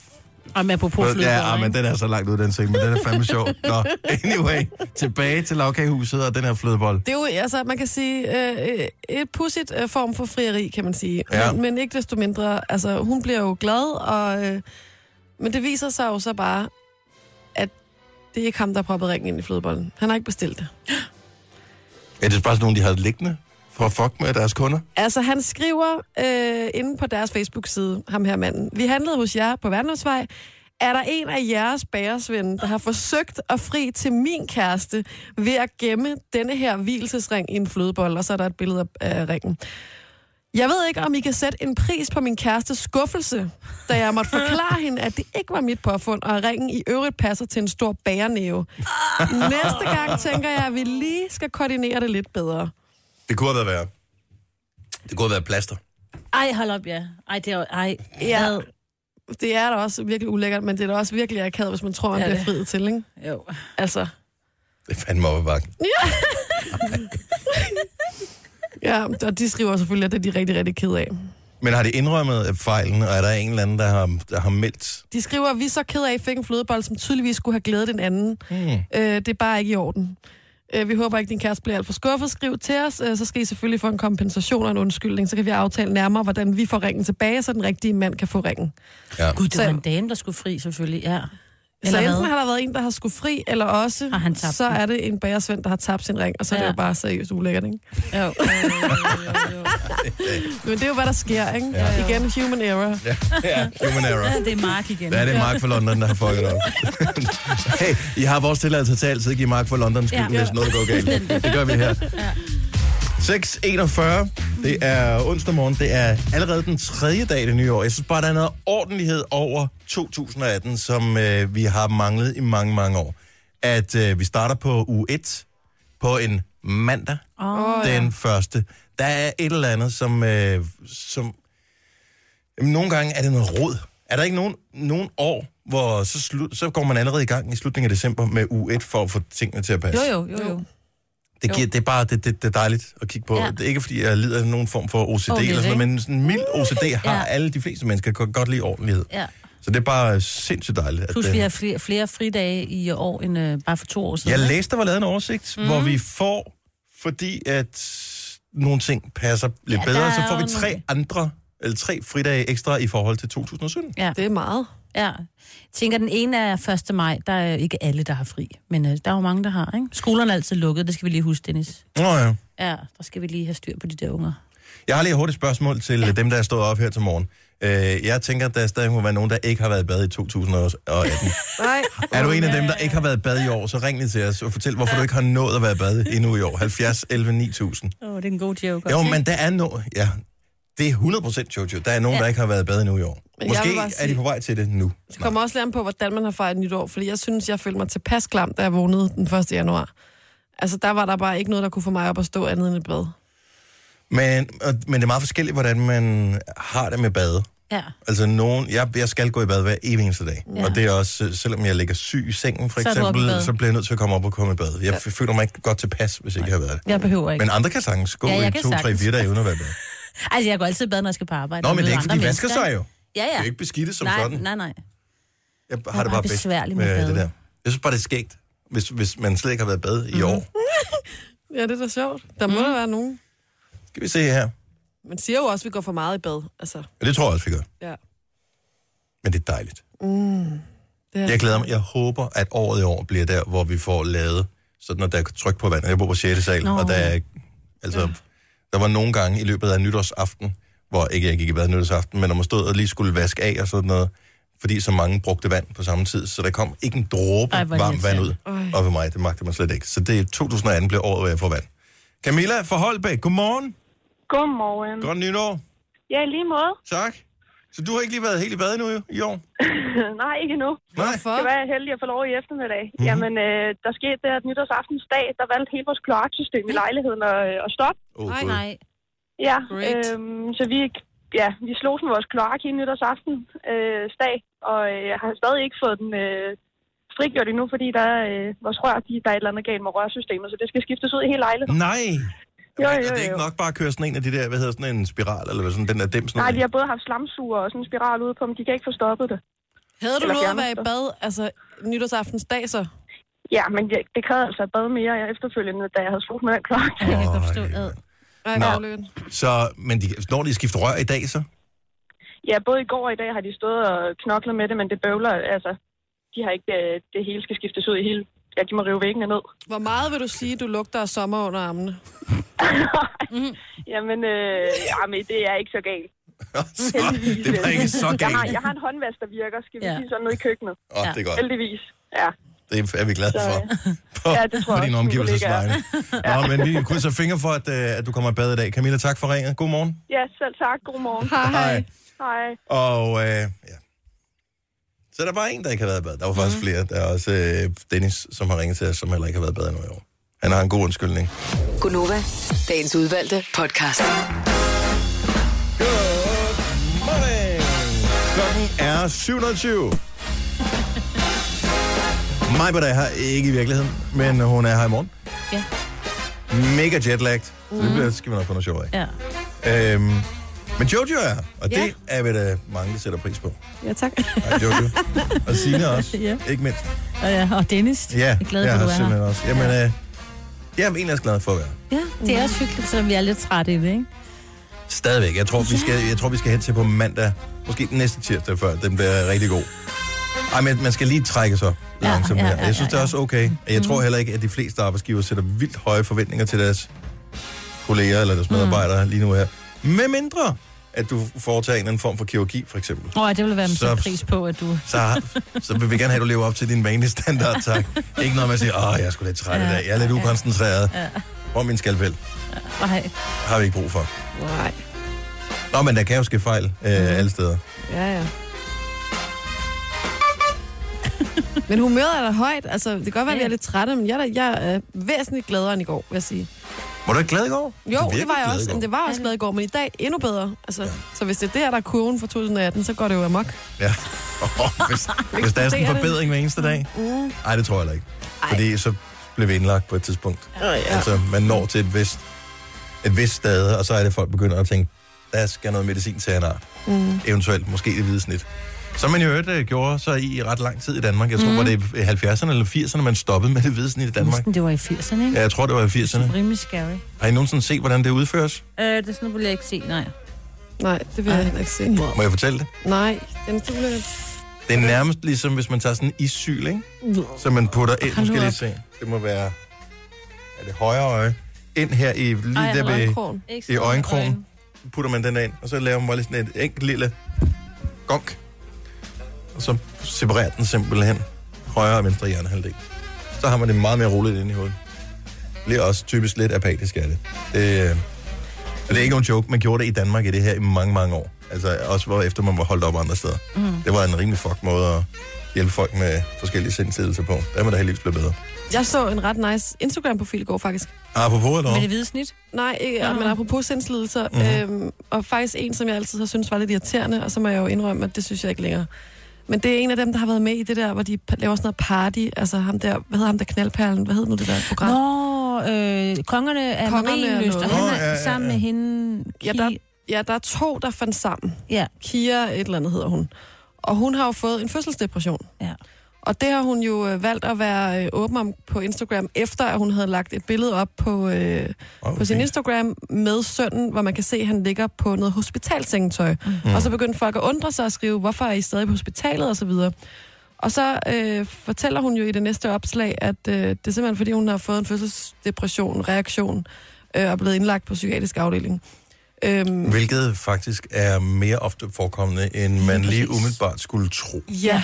Speaker 3: Og med apropos
Speaker 1: Nå,
Speaker 3: flødeboller,
Speaker 1: Ja, ah, men
Speaker 3: ikke?
Speaker 1: den er så langt ud, den ting, men den er fandme sjov. Nå, anyway, tilbage til lavkagehuset og den her flødebold.
Speaker 2: Det er jo, altså, man kan sige, øh, et pudsigt øh, form for frieri, kan man sige.
Speaker 1: Ja.
Speaker 2: Men, men ikke desto mindre, altså, hun bliver jo glad, og, øh, men det viser sig jo så bare, at det er ikke ham, der har proppet ringen ind i flødebollen. Han har ikke bestilt det.
Speaker 1: Er det bare sådan nogen, de havde liggende for at fuck med deres kunder?
Speaker 2: Altså, han skriver øh, inde på deres Facebook-side, ham her manden. Vi handlede hos jer på Værndomsvej. Er der en af jeres bagersvende, der har forsøgt at fri til min kæreste ved at gemme denne her hvilesesring i en flødebold? Og så er der et billede af af ringen. Jeg ved ikke, om I kan sætte en pris på min kærestes skuffelse, da jeg måtte forklare hende, at det ikke var mit påfund, og at ringen i øvrigt passer til en stor bærenæve. Næste gang tænker jeg, at vi lige skal koordinere det lidt bedre.
Speaker 1: Det kunne have været værre. Det kunne have været plaster.
Speaker 3: Ej, hold op, ja. Ej, det er jo... Ej,
Speaker 2: Ja.
Speaker 3: ad.
Speaker 2: Det er da også virkelig ulækkert, men det er da også virkelig akavet, hvis man tror, man
Speaker 3: Ja,
Speaker 2: ja, bliver
Speaker 3: det.
Speaker 2: friet til, ikke?
Speaker 3: Jo.
Speaker 2: Altså,
Speaker 1: Det er fandme op ad bakken.
Speaker 2: ja, og de skriver selvfølgelig, at det er de rigtig, rigtig ked af.
Speaker 1: Men har de indrømmet øh, fejlen, og er der en eller anden, der har, der har meldt?
Speaker 2: De skriver, at vi er så ked af, at I fik en flødebold, som tydeligvis skulle have glædet den anden. Mm. Øh, det er bare ikke i orden. Øh, vi håber ikke, din kæreste bliver alt for skuffet. Skriv til os, øh, så skal I selvfølgelig få en kompensation og en undskyldning. Så kan vi aftale nærmere, hvordan vi får ringen tilbage, så den rigtige mand kan få ringen.
Speaker 1: Ja.
Speaker 3: Gud, det var
Speaker 2: Så-
Speaker 3: en dame, der skulle fri, selvfølgelig, ja.
Speaker 2: så
Speaker 3: Eller
Speaker 2: enten
Speaker 3: hvad?
Speaker 2: har der været en, der har skulle fri, eller også,
Speaker 3: Har han tabt
Speaker 2: så
Speaker 3: den?
Speaker 2: er det en bagersvend, der har tabt sin ring, og så ja. er det
Speaker 3: Ja.
Speaker 2: jo bare seriøst ulækkert, ikke?
Speaker 3: Øh, Jo.
Speaker 2: Men det er jo, hvad der sker, ikke? Ja. Igen, human error.
Speaker 1: Ja, ja. Human error.
Speaker 3: det er Mark igen.
Speaker 1: Ja, det er Mark fra London, der har fucket op. hey, I har vores tilladelse til altid at give Mark fra London skylden, ja.
Speaker 3: Ja.
Speaker 1: hvis noget går galt. Det gør vi her. 6.41. Det er onsdag morgen. Det er allerede den tredje dag i det nye år. Jeg synes bare, der er noget ordentlighed over 2018, som øh, vi har manglet i mange, mange år. At øh, vi starter på uge 1 på en mandag
Speaker 2: Åh, ja.
Speaker 1: den første. Der er et eller andet, som... Øh, som jamen, nogle gange er det noget rod. Er der ikke nogen, nogen år, hvor så, slu, så går man allerede i gang i slutningen af december med u 1 for at få tingene til at passe?
Speaker 3: Jo, jo, jo, jo.
Speaker 1: Det, giver, det er bare det, det, det er dejligt at kigge på. Ja.
Speaker 3: Ja.
Speaker 1: Det er ikke, fordi jeg lider af nogen form for OCD
Speaker 3: Åh,
Speaker 1: oh,
Speaker 3: lidt,
Speaker 1: eller sådan noget,
Speaker 3: ikke?
Speaker 1: men sådan en mild OCD har ja.
Speaker 3: Ja.
Speaker 1: alle de fleste mennesker kan godt lide ordentlighed.
Speaker 3: Ja.
Speaker 1: Så det er bare sindssygt dejligt. at øh,
Speaker 3: Plus,
Speaker 1: den-
Speaker 3: vi har flere, flere fridage i år, end øh, bare for to år siden.
Speaker 1: Jeg
Speaker 3: ikke?
Speaker 1: læste, der var lavet en oversigt, mm.
Speaker 3: Mhm.
Speaker 1: hvor vi får, fordi at nogle ting passer lidt ja,
Speaker 3: Ja,
Speaker 1: bedre,
Speaker 3: der
Speaker 1: så
Speaker 3: er
Speaker 1: får vi
Speaker 3: jo
Speaker 1: tre
Speaker 3: nogle-
Speaker 1: andre, eller tre fridage ekstra i forhold til 2017.
Speaker 3: Ja.
Speaker 2: Det er meget.
Speaker 3: Ja. Jeg tænker, den ene er 1. maj. Der er ikke alle, der har fri. Men øh, der er jo mange, der har, ikke? Skolerne er altid lukket. Det skal vi lige huske, Dennis.
Speaker 1: Nå ja.
Speaker 3: Ja, der skal vi lige have styr på de der unger.
Speaker 1: Jeg har lige et hurtigt spørgsmål til ja. dem, der er stået op her til morgen. Øh, jeg tænker, at der stadig må være nogen, der ikke har været i bad i 2018.
Speaker 2: Nej.
Speaker 1: er du en af dem, der ikke har været i bad i år, så ring lige til os og fortæl, hvorfor du ikke har nået at være i bad endnu i år. 70 11 9000.
Speaker 3: Åh, oh, det er en god joke.
Speaker 1: Jo, men der er no... Ja, det er 100% Jojo. Der er nogen, ja.
Speaker 3: Ja.
Speaker 1: der ikke har været i bad endnu i år.
Speaker 2: Men jeg
Speaker 1: Måske
Speaker 2: vil bare
Speaker 1: er de
Speaker 2: sige-
Speaker 1: på vej til det nu.
Speaker 2: Det kommer også lidt an på, hvordan man har fejret nytår, fordi jeg synes, jeg følte mig tilpas klam, da jeg vågnede den 1. januar. Altså, der var der bare ikke noget, der kunne få mig op at stå andet end et bad.
Speaker 1: Men, og, men det er meget forskelligt, hvordan man har det med bade.
Speaker 3: Ja.
Speaker 1: Altså nogen, jeg, jeg skal gå i bad hver evig eneste dag. Ja.
Speaker 3: Ja.
Speaker 1: Og det er også, øh, selvom jeg ligger syg i sengen for
Speaker 3: Så er du oppe i
Speaker 1: eksempel,
Speaker 3: bad.
Speaker 1: så bliver jeg nødt til at komme op og komme i bad. Jeg ja. føler mig ikke godt tilpas, hvis ikke jeg har været det.
Speaker 3: Jeg behøver ikke.
Speaker 1: Men andre kan sagtens gå
Speaker 3: Ja,
Speaker 1: ja,
Speaker 3: jeg
Speaker 1: i
Speaker 3: kan
Speaker 1: to, tre,
Speaker 3: sagtens.
Speaker 1: fire dage uden at være i bad.
Speaker 3: Altså, jeg går altid i bad, når jeg skal på arbejde.
Speaker 1: Nå,
Speaker 3: og
Speaker 1: men det er ikke,
Speaker 3: møder
Speaker 1: fordi
Speaker 3: andre
Speaker 1: de vasker
Speaker 3: mennesker.
Speaker 1: sig jo.
Speaker 3: Ja,
Speaker 1: Det
Speaker 3: ja.
Speaker 1: er jo ikke beskidte som
Speaker 3: nej,
Speaker 1: sådan.
Speaker 3: nej, nej.
Speaker 1: Jeg har
Speaker 3: er
Speaker 1: det bare
Speaker 3: bare
Speaker 1: bedst
Speaker 3: besværligt med
Speaker 1: med det
Speaker 3: bade.
Speaker 1: der. Jeg synes bare, det er skægt, hvis, hvis man slet ikke har været i bad
Speaker 3: Mhm.
Speaker 1: i år.
Speaker 2: Ja, det er da sjovt. Der må mm. der være nogen.
Speaker 1: Skal vi se her.
Speaker 2: Man siger jo også, at vi går for meget i bad. Altså,
Speaker 1: Ja, det tror jeg også, vi gør.
Speaker 2: ja.
Speaker 1: Men det er dejligt.
Speaker 2: Det er,
Speaker 1: Jeg glæder mig. Jeg håber, at året i år bliver der, hvor vi får lavet, sådan at der er tryk på vandet. Jeg bor på 6. sal,
Speaker 3: Nå.
Speaker 1: og der er, altså, ja. der var nogle gange i løbet af nytårsaften, hvor ikke jeg gik i bad nytårsaften, men når man stod og lige skulle vaske af og sådan noget, fordi så mange brugte vand på samme tid, så der kom ikke en dråbe
Speaker 3: Ej, hvor er det
Speaker 1: varmt vand ud
Speaker 2: irriterende.
Speaker 1: op ved mig. Det magte man slet ikke. Så det er 2018 blev året, hvor jeg får vand. Camilla fra Holbæk, godmorgen.
Speaker 6: Godmorgen.
Speaker 1: Godt nytår.
Speaker 6: Ja, i lige måde.
Speaker 1: Tak. Så du har ikke lige været helt i bad endnu jo, i år?
Speaker 6: Nej, ikke endnu.
Speaker 1: Nej.
Speaker 6: Det
Speaker 2: Hvorfor?
Speaker 6: var jeg heldig at få lov i eftermiddag. Mm-hmm. Jamen, øh, der skete det, at nytårsaftensdag, der valgte hele vores kloaksystem i lejligheden at, øh, at stoppe.
Speaker 1: Oh,
Speaker 3: Nej,
Speaker 1: Gud.
Speaker 3: nej.
Speaker 6: Ja,
Speaker 2: Great.
Speaker 6: øhm, så vi, ja, vi slog med vores kloak i nytårsaftensdag, øh, dag, og øh, jeg har stadig ikke fået den øh, frigjort endnu, fordi der, er, øh, vores rør, de, der er et eller andet galt med rørsystemet, så det skal skiftes ud i hele lejligheden.
Speaker 1: Nej.
Speaker 6: Jo,
Speaker 1: Men,
Speaker 6: jo,
Speaker 1: og det er ikke
Speaker 6: jo.
Speaker 1: nok bare at køre sådan en af de der, hvad hedder sådan en spiral, eller hvad sådan den der dem sådan
Speaker 6: Nej,
Speaker 1: en-
Speaker 6: de har både haft slamsuger og sådan en spiral ude på dem. De kan ikke få stoppet det.
Speaker 2: Havde du
Speaker 6: Eller
Speaker 2: noget at være i
Speaker 6: fjernelse.
Speaker 2: bad, altså nytårsaftens dag så?
Speaker 6: Ja, men jeg, det krævede altså et bad mere jeg efterfølgende, da jeg havde slået med den klokke.
Speaker 3: Jeg kan godt forstå,
Speaker 1: Øj,
Speaker 3: ad.
Speaker 2: Ej,
Speaker 1: Nå.
Speaker 2: hvor ulykken.
Speaker 1: Så, men de, når de skifter rør i dag, så?
Speaker 6: Ja, både i går og i dag har de stået og knoklet med det, men det bøvler, altså, de har ikke, øh, det hele skal skiftes ud i hele, ja, de må rive væggene ned.
Speaker 2: Hvor meget vil du sige, du lugter af sommer under armene?
Speaker 6: Jamen, øh, jamen, det er ikke så galt.
Speaker 1: så det var ikke så
Speaker 6: Jeg har,
Speaker 1: galt.
Speaker 6: jeg har en håndvask, der virker, skal vi
Speaker 3: Ja.
Speaker 6: ja. sige sådan noget i køkkenet.
Speaker 1: Åh, oh, det er godt.
Speaker 6: Heldigvis. Ja,
Speaker 1: Det er vi glade
Speaker 6: så,
Speaker 1: for.
Speaker 6: øh,
Speaker 1: På,
Speaker 6: Ja, det tror
Speaker 1: på din
Speaker 6: jeg også, mine
Speaker 1: omgivelses vegne.
Speaker 6: kollegaer.
Speaker 1: Nå, men vi krydser fingre for, at, øh, at du kommer i bad i dag. Camilla, tak for ringet. God morgen.
Speaker 6: ja, selv tak. God morgen.
Speaker 2: Hej.
Speaker 6: Hej.
Speaker 1: Og øh, ja. Så der var en, der ikke har været i bad. Der var
Speaker 6: Mhm.
Speaker 1: faktisk flere. Der er også øh, Dennis, som har ringet til os, som heller ikke har været i bad endnu i år. Han har en god undskyldning.
Speaker 4: Gunova, dagens udvalgte podcast.
Speaker 1: Good morning. Klokken er 720. Mig på dag her, ikke i virkeligheden, men hun er her i morgen.
Speaker 3: Ja. Mhm.
Speaker 1: Mega jetlagt. Mm. Det bliver, skal vi nok få noget sjov af.
Speaker 3: Ja.
Speaker 1: Øhm, men Jojo er her, og
Speaker 2: Ja.
Speaker 1: det er vi da mange, der sætter pris på.
Speaker 2: Ja, tak.
Speaker 1: Ej, Jojo. og Signe også,
Speaker 3: Ja.
Speaker 1: ikke mindst.
Speaker 3: Og, ja, og Dennis,
Speaker 1: Ja,
Speaker 3: jeg er glad
Speaker 1: jeg
Speaker 3: for,
Speaker 1: har
Speaker 3: du er her.
Speaker 1: simpelthen også. Jamen, øh, jeg er egentlig også glad for at være her.
Speaker 3: Ja, det er også hyggeligt, selvom vi er lidt trætte i det, ikke?
Speaker 1: Stadigvæk. Jeg tror, vi skal, jeg tror, vi skal hen til på mandag. Måske den næste tirsdag før. Den bliver rigtig god. Ej, men man skal lige trække sig
Speaker 3: Ja,
Speaker 1: langsomt
Speaker 3: ja,
Speaker 1: her.
Speaker 3: ja,
Speaker 1: Jeg synes,
Speaker 3: ja, Mhm.
Speaker 1: det er også okay. Og Jeg tror heller ikke, at de fleste arbejdsgiver sætter vildt høje forventninger til deres kolleger eller
Speaker 3: Mhm.
Speaker 1: deres medarbejdere lige nu her. Med mindre, at du foretager en eller anden form for kirurgi, for eksempel.
Speaker 3: Åh, det ville være min
Speaker 1: Så-
Speaker 3: så... pris på, at du...
Speaker 1: Så, så vil vi gerne have, at du lever op til din vanlige standard, tak. Ikke noget med at sige, åh, jeg er sgu lidt træt i dag. Jeg er lidt ukoncentreret. Hvor er min skalpel?
Speaker 3: Nej,
Speaker 1: Har vi ikke brug for.
Speaker 2: Nej.
Speaker 1: Nå, men der kan jo ske fejl øh,
Speaker 3: Mhm.
Speaker 1: alle steder.
Speaker 2: Ja, ja. Men humøret er da højt. Altså, det kan godt være, at vi er lidt trætte, men jeg er, da, jeg er øh, væsentligt gladere end i går, vil jeg sige.
Speaker 1: Var du ikke glad i går?
Speaker 2: Jo,
Speaker 1: Du virkede
Speaker 2: det, var jeg
Speaker 1: glad i
Speaker 2: også.
Speaker 1: går.
Speaker 2: Jamen, det var jeg også glad i går, men i dag endnu bedre. Altså, ja. Så hvis det er der, der er kurven for 2018, så går det jo amok.
Speaker 1: Ja. hvis, hvis der er sådan en
Speaker 2: Det er det.
Speaker 1: forbedring hver eneste dag.
Speaker 2: Mm.
Speaker 1: Nej, det tror jeg heller ikke. Fordi så blev vi indlagt på et tidspunkt.
Speaker 2: Ja. Ja.
Speaker 1: Altså, man når til et vist, et vist stade, og så er det, folk begynder at tænke, der skal noget medicin til, han har. Mm. Eventuelt, måske det hvide snit. Som man jo øvrigt øh, gjorde så i ret lang tid i Danmark. Jeg tror, mm. var det i 70'erne eller 80'erne, man stoppede med det hvide snit i Danmark.
Speaker 3: næsten, det var i 80'erne, ikke?
Speaker 1: Ja, jeg tror, det var i 80'erne.
Speaker 3: Rimelig scary.
Speaker 1: Har I nogensinde set, hvordan det udføres?
Speaker 3: Øh, det er sådan, vil jeg ikke se, nej.
Speaker 2: Nej, det vil jeg heller ikke se.
Speaker 1: Må jeg fortælle det?
Speaker 2: Nej, den stod lidt...
Speaker 1: Det er nærmest ligesom, hvis man tager sådan en issyl, ikke? Så man putter ind, nu skal jeg lige se. Det må være, er det højre øje? Ind her i, lige
Speaker 3: Ej,
Speaker 1: Ej, der ved,
Speaker 2: Øjenkrogen.
Speaker 3: Ikke
Speaker 1: i
Speaker 3: sådan,
Speaker 1: øjenkrogen, putter man den ind, og så laver man bare lige sådan et enkelt lille gong. Og så separerer den simpelthen højre og venstre hjernehalvdel. Så har man det meget mere roligt inde i hovedet. Bliver også typisk lidt apatisk af det. det øh, og det er ikke nogen joke, man gjorde det i Danmark i det her i mange, mange år. Altså også hvor efter man var holdt op andre steder.
Speaker 2: Mhm.
Speaker 1: Mm. Det var en rimelig fuck måde at hjælpe folk med forskellige sindslidelser på. Der er man da heldigvis blevet bedre.
Speaker 2: Jeg så en ret nice Instagram-profil i går, faktisk.
Speaker 1: Apropos eller
Speaker 3: Med
Speaker 1: hvad?
Speaker 3: det hvide snit?
Speaker 2: Nej, ikke, ja. men apropos sindslidelser, mm-hmm. øhm, og faktisk en, som jeg altid har syntes var lidt irriterende, og så må jeg jo indrømme, at det synes jeg ikke længere. Men det er en af dem, der har været med i det der, hvor de pa- laver sådan noget party, altså ham der, hvad hedder ham der, knaldperlen, hvad hedder nu det der program?
Speaker 3: Nå, øh, kongerne af
Speaker 2: Kongerne er
Speaker 3: Marienlyst, og
Speaker 2: noget.
Speaker 1: Nå,
Speaker 3: han er
Speaker 1: ja, ja, ja.
Speaker 3: sammen med hende...
Speaker 2: Ja,
Speaker 3: Ki-
Speaker 2: der, ja, der er to, der fandt sammen.
Speaker 3: ja,
Speaker 2: Kia et eller andet hedder hun. Og hun har jo fået en fødselsdepression.
Speaker 3: ja.
Speaker 2: Og det har hun jo øh, valgt at være øh, åben om på Instagram, efter at hun havde lagt et billede op på, øh,
Speaker 1: Åh,
Speaker 2: på sin
Speaker 1: fint.
Speaker 2: Instagram med sønnen, hvor man kan se, at han ligger på noget hospitalsengetøj. Mm. Og så begyndte folk at undre sig og skrive, hvorfor er I stadig på hospitalet osv. Og så øh, fortæller hun jo i det næste opslag, at øh, det er simpelthen fordi, hun har fået en fødselsdepression, reaktion, øh, og er blevet indlagt på psykiatrisk afdeling. Øhm,
Speaker 1: Hvilket faktisk er mere ofte forekommende, end man lige umiddelbart skulle tro.
Speaker 2: Ja.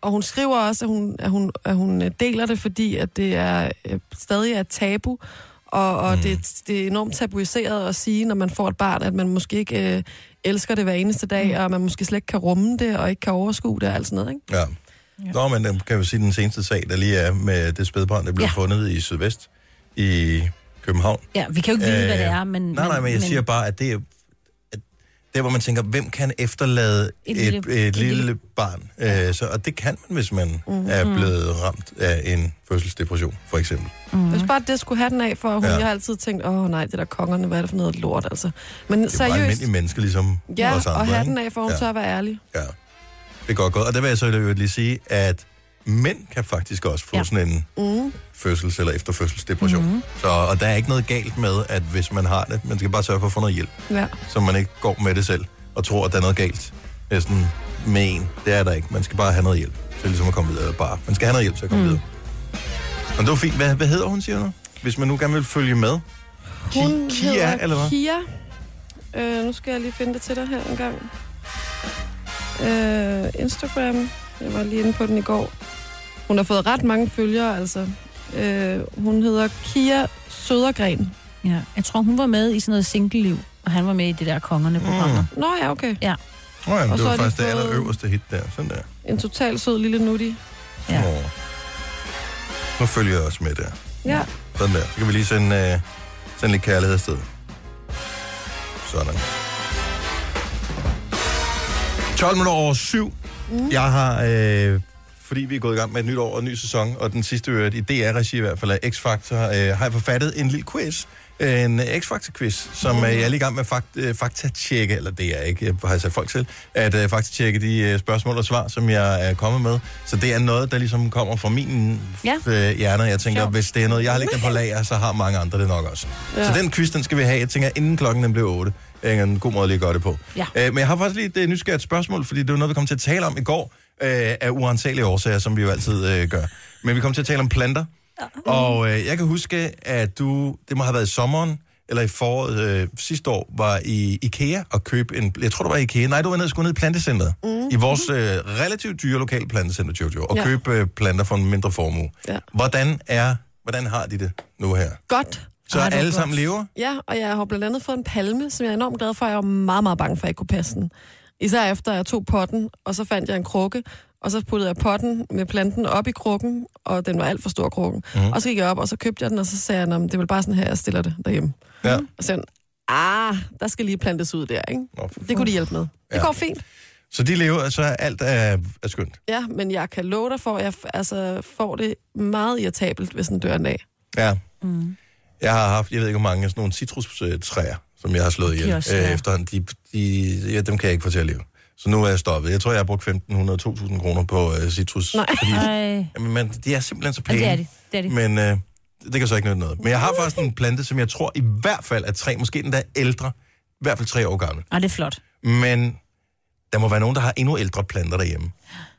Speaker 2: Og hun skriver også, at hun, at hun, at hun øh, deler det, fordi at det er øh, stadig er et tabu, og, og mm. det, det er enormt tabuiseret at sige, når man får et barn, at man måske ikke øh, elsker det hver eneste dag, mm. og man måske slet ikke kan rumme det, og ikke kan overskue det og alt sådan noget. Ikke?
Speaker 1: Ja. Nå, men øh, kan vi sige, den seneste sag, der lige er med det spædbarn, der blev ja.
Speaker 3: Ja.
Speaker 1: fundet i Sydvest i København. Øh,
Speaker 3: ja, vi kan jo ikke vide, hvad det er, men...
Speaker 1: Nej, nej, men jeg siger bare, at det er... at Der, hvor man tænker, hvem kan efterlade et,
Speaker 3: Et
Speaker 1: et,
Speaker 3: lille-
Speaker 1: lille, et
Speaker 3: et
Speaker 1: lille
Speaker 3: lille-
Speaker 1: barn? Øh, så, og det kan man, hvis man mm. er blevet ramt af en fødselsdepression, for eksempel.
Speaker 2: Mm. Hvis bare det skulle have den af, for hun,
Speaker 1: Ja.
Speaker 2: ja. jeg har altid tænkt, åh nej, det der kongerne, hvad er det for noget lort, altså. Men
Speaker 1: Det er bare
Speaker 2: seriøst,
Speaker 1: almindelige mennesker, ligesom
Speaker 2: ja,
Speaker 1: os andre.
Speaker 2: og have
Speaker 1: ikke?
Speaker 2: den af, for hun
Speaker 1: ja,
Speaker 2: ja. tør at være ærlig.
Speaker 1: ja. Det er godt gået. Og der vil jeg så i øvrigt lige sige, at mænd kan faktisk også få ja.
Speaker 3: Ja.
Speaker 1: sådan en
Speaker 2: Mm.
Speaker 1: fødsels- eller efterfødselsdepression. Mm-hmm. Så, og der er ikke noget galt med, at hvis man har det, man skal bare sørge for at få noget hjælp,
Speaker 2: Ja.
Speaker 1: så man ikke går med det selv og tror, at der er noget galt næsten med en. Det er der ikke. Man skal bare have noget hjælp til ligesom at komme videre. Bare. Man skal have noget hjælp til at komme mm. videre. Men det var fint. Hvad, hvad hedder hun, siger du? nu? Hvis man nu gerne vil følge med. Ki-
Speaker 2: Hun
Speaker 1: Kia,
Speaker 2: hedder
Speaker 1: eller hvad?
Speaker 2: Kia. Øh, nu skal jeg lige finde det til dig her en gang. Øh, Instagram. Jeg var lige inde på den i går. Hun har fået ret mange følgere, altså. Øh, hun hedder Kia Sødergren.
Speaker 3: Ja. Jeg tror, hun var med i sådan noget single-liv, og han var med i det der kongerne-programmer. Mm.
Speaker 2: Nå ja, okay.
Speaker 1: Nå ja, men det
Speaker 2: Og så
Speaker 1: var
Speaker 2: har de
Speaker 1: faktisk det
Speaker 2: fået-
Speaker 1: allerøverste hit der. Sådan der.
Speaker 2: En total sød lille nutti.
Speaker 3: Ja.
Speaker 1: Nå. Nu følger jeg også med der.
Speaker 2: Ja.
Speaker 1: Sådan der. Så kan vi lige sende, øh, sende lidt kærlighed afsted. Sådan. 12 minutter over syv. Mm. Jeg har, øh, fordi vi er gået i gang med et nyt år og en ny sæson, og den sidste øvrigt i DR-regi i hvert fald af X-Factor, øh, har jeg forfattet en lille quiz. En øh, X-Factor-quiz, som øh, jeg er lige i gang med fakt, øh, faktatjekke, eller det er ikke, jeg har sat folk til, at øh, faktatjekke de øh, spørgsmål og svar, som jeg er kommet med. Så det er noget, der ligesom kommer fra min
Speaker 3: Ja.
Speaker 1: øh, hjerne, og jeg tænker,
Speaker 3: Sjovt.
Speaker 1: hvis det er noget, jeg har liggende på lager, så har mange andre det nok også. Ja.
Speaker 2: Ja.
Speaker 1: Så den quiz, den skal vi have, jeg tænker, inden klokken den bliver 8. Det er en god måde lige at gøre det på.
Speaker 3: Ja.
Speaker 1: Øh, men jeg har faktisk lige et øh, nysgerrigt spørgsmål, fordi det var noget, vi kom til at tale om i går, øh, af uansagelige årsager, som vi jo altid øh, gør. Men vi kom til at tale om planter. Og øh, jeg kan huske, at du, det må have været i sommeren, eller i foråret øh, sidste år, var i IKEA og købte en... Jeg tror, det var i IKEA. Nej, du var nede og skulle ned i plantecenteret. Mm. I vores øh,
Speaker 3: Mm-hmm.
Speaker 1: relativt dyre lokale plantecenter, Jojo. Og ja.
Speaker 2: Ja.
Speaker 1: købe øh, planter for en mindre formue.
Speaker 2: Ja.
Speaker 1: Hvordan er... Hvordan har de det nu her?
Speaker 2: Godt.
Speaker 1: Så
Speaker 3: Ej, det er
Speaker 1: alle
Speaker 3: godt.
Speaker 1: sammen lever?
Speaker 2: Ja, og jeg har blandt andet fået en palme, som jeg er enormt glad for. Jeg var meget, meget bange for, at jeg ikke kunne passe den. Især efter, jeg tog potten, og så fandt jeg en krukke, og så puttede jeg potten med planten op i krukken, og den var alt for stor krukken.
Speaker 1: Mhm.
Speaker 2: Mm. Og så gik jeg op, og så købte jeg den, og så sagde jeg, "Nå, men det er vel bare sådan her, jeg stiller det derhjemme.
Speaker 3: Mm-hmm.
Speaker 1: Ja.
Speaker 2: Og så sagde hun, ah, der skal lige plantes ud der, ikke?
Speaker 1: Nå, for
Speaker 2: Det kunne de hjælpe med. Det
Speaker 1: Ja.
Speaker 2: går fint.
Speaker 1: Så de lever, så alt øh, er, er skønt.
Speaker 2: Ja, men jeg kan love dig for, at jeg f- altså, får det meget irritabelt, hvis den dør en dag.
Speaker 1: Ja. Mm. Jeg har haft, jeg ved ikke hvor mange, af sådan nogle citrustræer, som jeg har slået ihjel
Speaker 3: De er også svære.
Speaker 1: øh, efterhånden. De, de, ja, dem kan jeg ikke få til at leve. Så nu er jeg stoppet. Jeg tror, jeg har brugt 1.500-2.000 kroner på øh, citrus.
Speaker 2: Nej.
Speaker 1: Fordi,
Speaker 3: Ej.
Speaker 1: jamen, man, de er simpelthen så
Speaker 3: Ja,
Speaker 1: pæne.
Speaker 3: det er det. Det er det.
Speaker 1: Men øh, det kan så ikke nytte noget. Men jeg har faktisk en plante, som jeg tror i hvert fald er tre, måske den der er ældre, i hvert fald tre år gammel.
Speaker 3: Ej, det er flot.
Speaker 1: Men der må være nogen, der har endnu ældre planter derhjemme.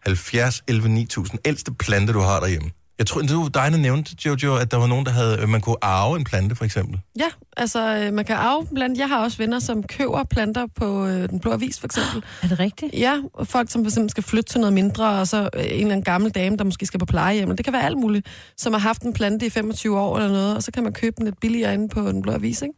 Speaker 1: 70, 11, 9000. Ældste plante, du har derhjemme. Jeg tror, det var dig, der nævnte, Jojo, at der var nogen, der havde... øh, Man kunne arve en plante, for eksempel.
Speaker 2: Ja, altså øh, man kan afblande. Jeg har også venner, som køber planter på øh, Den Blå Avis for eksempel.
Speaker 3: Er det rigtigt?
Speaker 2: Ja, og folk som for eksempel skal flytte til noget mindre, og så øh, en eller anden gammel dame, der måske skal på plejehjem. Det kan være alt muligt, som har haft en plante i 25 år eller noget, og så kan man købe den lidt billigere inde på Den Blå Avis, ikke?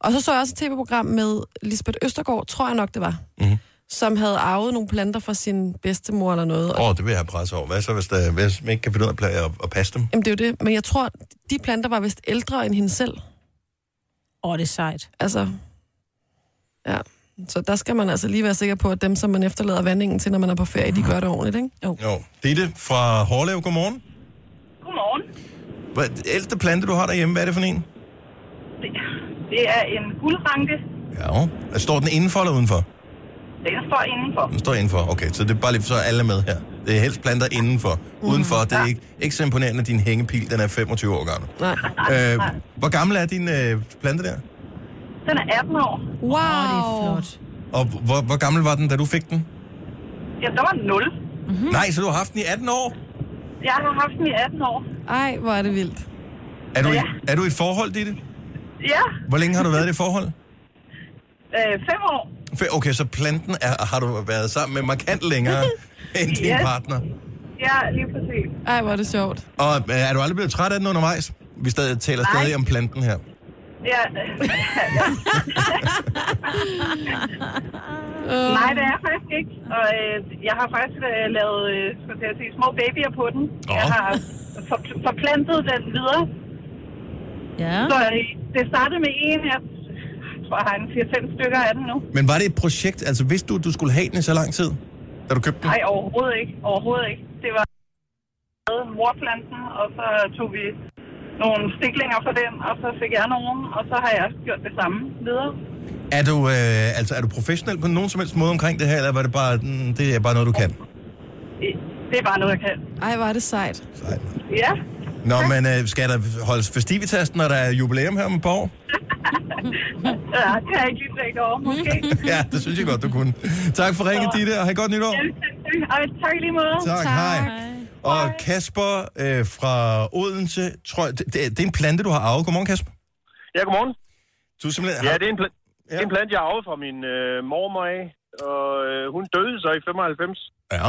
Speaker 2: Og så så jeg også et tv-program med Lisbeth Østergaard, tror jeg nok det var, mm-hmm. som havde arvet nogle planter fra sin bedstemor eller noget. Og,
Speaker 1: Åh, oh, det vil jeg have pres over. Hvad så, hvis, der, hvis man ikke kan finde ud af at, pla- at, at passe dem?
Speaker 2: jamen det er jo det, men jeg tror, de planter var vist ældre end hende selv.
Speaker 3: Åh, det er sejt.
Speaker 2: Altså, ja. Så der skal man altså lige være sikker på, at dem, som man efterlader vandingen til, når man er på ferie, de gør det ordentligt, ikke? Jo.
Speaker 1: Jo. Ditte fra Hårlev, godmorgen.
Speaker 7: Godmorgen.
Speaker 1: Hvad, ældste plante, du har derhjemme, hvad er det for en?
Speaker 7: Det, det er en guldranke.
Speaker 1: Ja. Står den indenfor eller udenfor?
Speaker 7: Den står indenfor.
Speaker 1: Den står indenfor. Okay, så det er bare lige så er alle med her. Det er helst planter indenfor. Udenfor, det er ikke, ikke så imponerende, at din hængepil, den er 25 år gammel.
Speaker 2: Nej.
Speaker 1: Øh, hvor gammel er din øh, plante der?
Speaker 7: Den er 18 år.
Speaker 2: Wow!
Speaker 3: Åh, det er flot.
Speaker 1: Og hvor, hvor gammel var den, da du fik den?
Speaker 7: Mhm. Ja, der var 0.
Speaker 1: Mm. Nej, så du har haft den i 18 år?
Speaker 7: Jeg har haft den i 18 år.
Speaker 2: Ej, hvor er det vildt.
Speaker 1: Er du, i,
Speaker 7: Ja.
Speaker 1: er du i et forhold, Ditte?
Speaker 7: Ja,
Speaker 1: Hvor længe har du været i det forhold?
Speaker 7: øh, 5 år.
Speaker 1: Fe- Okay, så planten er, har du været sammen med markant længere end din
Speaker 7: Yes.
Speaker 1: partner.
Speaker 7: Ja, lige præcis.
Speaker 2: Ej, hvor er det sjovt.
Speaker 1: Og øh, er du aldrig blevet træt af den undervejs? Vi stadig, taler
Speaker 7: Nej.
Speaker 1: stadig om planten her.
Speaker 7: Ja.
Speaker 3: Øh.
Speaker 7: Nej, det er jeg faktisk ikke. Og øh, jeg har faktisk øh, lavet øh, skulle jeg til at sige, små babyer på den.
Speaker 1: Nå.
Speaker 7: Jeg har for, forplantet den videre.
Speaker 3: Ja.
Speaker 7: Så øh, det startede med en, jeg tror, jeg har en 4-5 stykker af den nu.
Speaker 1: Men var det et projekt? Altså, vidste du, at du skulle have den i så lang tid, da du købte den?
Speaker 7: Nej, overhovedet ikke. Overhovedet ikke. Det var morplanten, og så tog vi nogle stiklinger fra den, og så fik jeg nogen, og så har jeg også gjort det samme videre.
Speaker 1: Er du, øh, altså, er du professionel på nogen som helst måde omkring det her, eller var det bare, mm, det er bare noget, du kan?
Speaker 7: Det er bare noget, jeg kan.
Speaker 2: Ej, var det sejt.
Speaker 1: Sejt.
Speaker 7: Ja,
Speaker 1: Nå, men øh, skal der holdes festivitas, når der er jubilæum her om et par år?
Speaker 7: ja det har jeg ikke lige tænkt over, måske.
Speaker 1: Ja, det synes jeg godt, du kunne. Tak for ringet, Ditte, og have et godt nytår.
Speaker 7: Ej, tak i lige måde.
Speaker 1: Tak, hej. Og Kasper øh, fra Odense, tror jeg, det, det, er- det er en plante, du har arvet. Godmorgen, Kasper.
Speaker 8: Ja, godmorgen.
Speaker 1: Du er simpelthen...
Speaker 8: Ja,
Speaker 1: har-
Speaker 8: det er en, pla- ja. Det er en plante, jeg arvede fra min øh, mormor af, og øh, hun døde så i 95,
Speaker 1: Ja.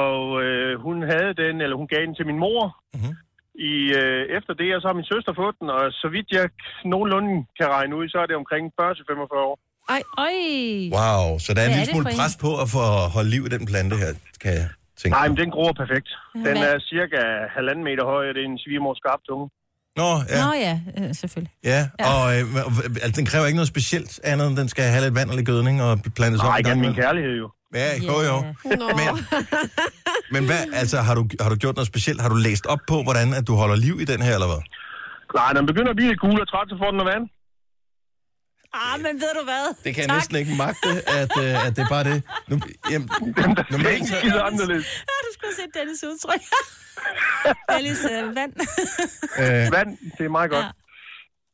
Speaker 8: og øh, hun havde den, eller hun gav den til min mor.
Speaker 1: Mhm.
Speaker 8: Mm-hmm. I, øh, efter det, og så har min søster fået den, og så vidt jeg nogenlunde kan regne ud, så er det omkring 40-45 år.
Speaker 2: Ej,
Speaker 3: Øj.
Speaker 1: Wow, så der er en lille
Speaker 3: Hvad er det
Speaker 1: smule
Speaker 3: for en?
Speaker 1: pres på at få holde liv i den plante her, kan jeg tænke.
Speaker 8: Nej, men den gror perfekt. Den
Speaker 3: Hvad?
Speaker 8: er cirka halvanden meter høj, og det er en svigermors skarp tunge.
Speaker 1: Nå,
Speaker 3: Ja.
Speaker 1: ja.
Speaker 3: Nå ja, øh, selvfølgelig.
Speaker 1: Ja, og øh, hva- altså, den kræver ikke noget specielt andet, end den skal have lidt vand og lidt gødning og plantes op.
Speaker 8: Nej,
Speaker 1: en
Speaker 8: ikke
Speaker 1: gang
Speaker 8: af min
Speaker 1: imellem.
Speaker 8: kærlighed jo.
Speaker 1: Ja, jo, jo.
Speaker 3: Ja.
Speaker 2: nå.
Speaker 1: Men- Men hvad, altså, har du, har du gjort noget specielt? Har du læst op på, hvordan at du holder liv i den her, eller hvad?
Speaker 8: Nej, når den begynder at blive lidt gul og træt, så får den noget vand.
Speaker 3: Ah, men ved du hvad?
Speaker 1: Det kan
Speaker 3: tak.
Speaker 1: jeg næsten ikke magte, at, øh, at det er bare det. Nu, jamen,
Speaker 8: Det er
Speaker 1: normalt,
Speaker 8: ikke
Speaker 1: så,
Speaker 8: skide anderledes.
Speaker 3: Ja, du skulle have set Dennis udtryk. Dennis øh, vand.
Speaker 1: øh,
Speaker 8: Vand, det er meget godt.
Speaker 3: Ja.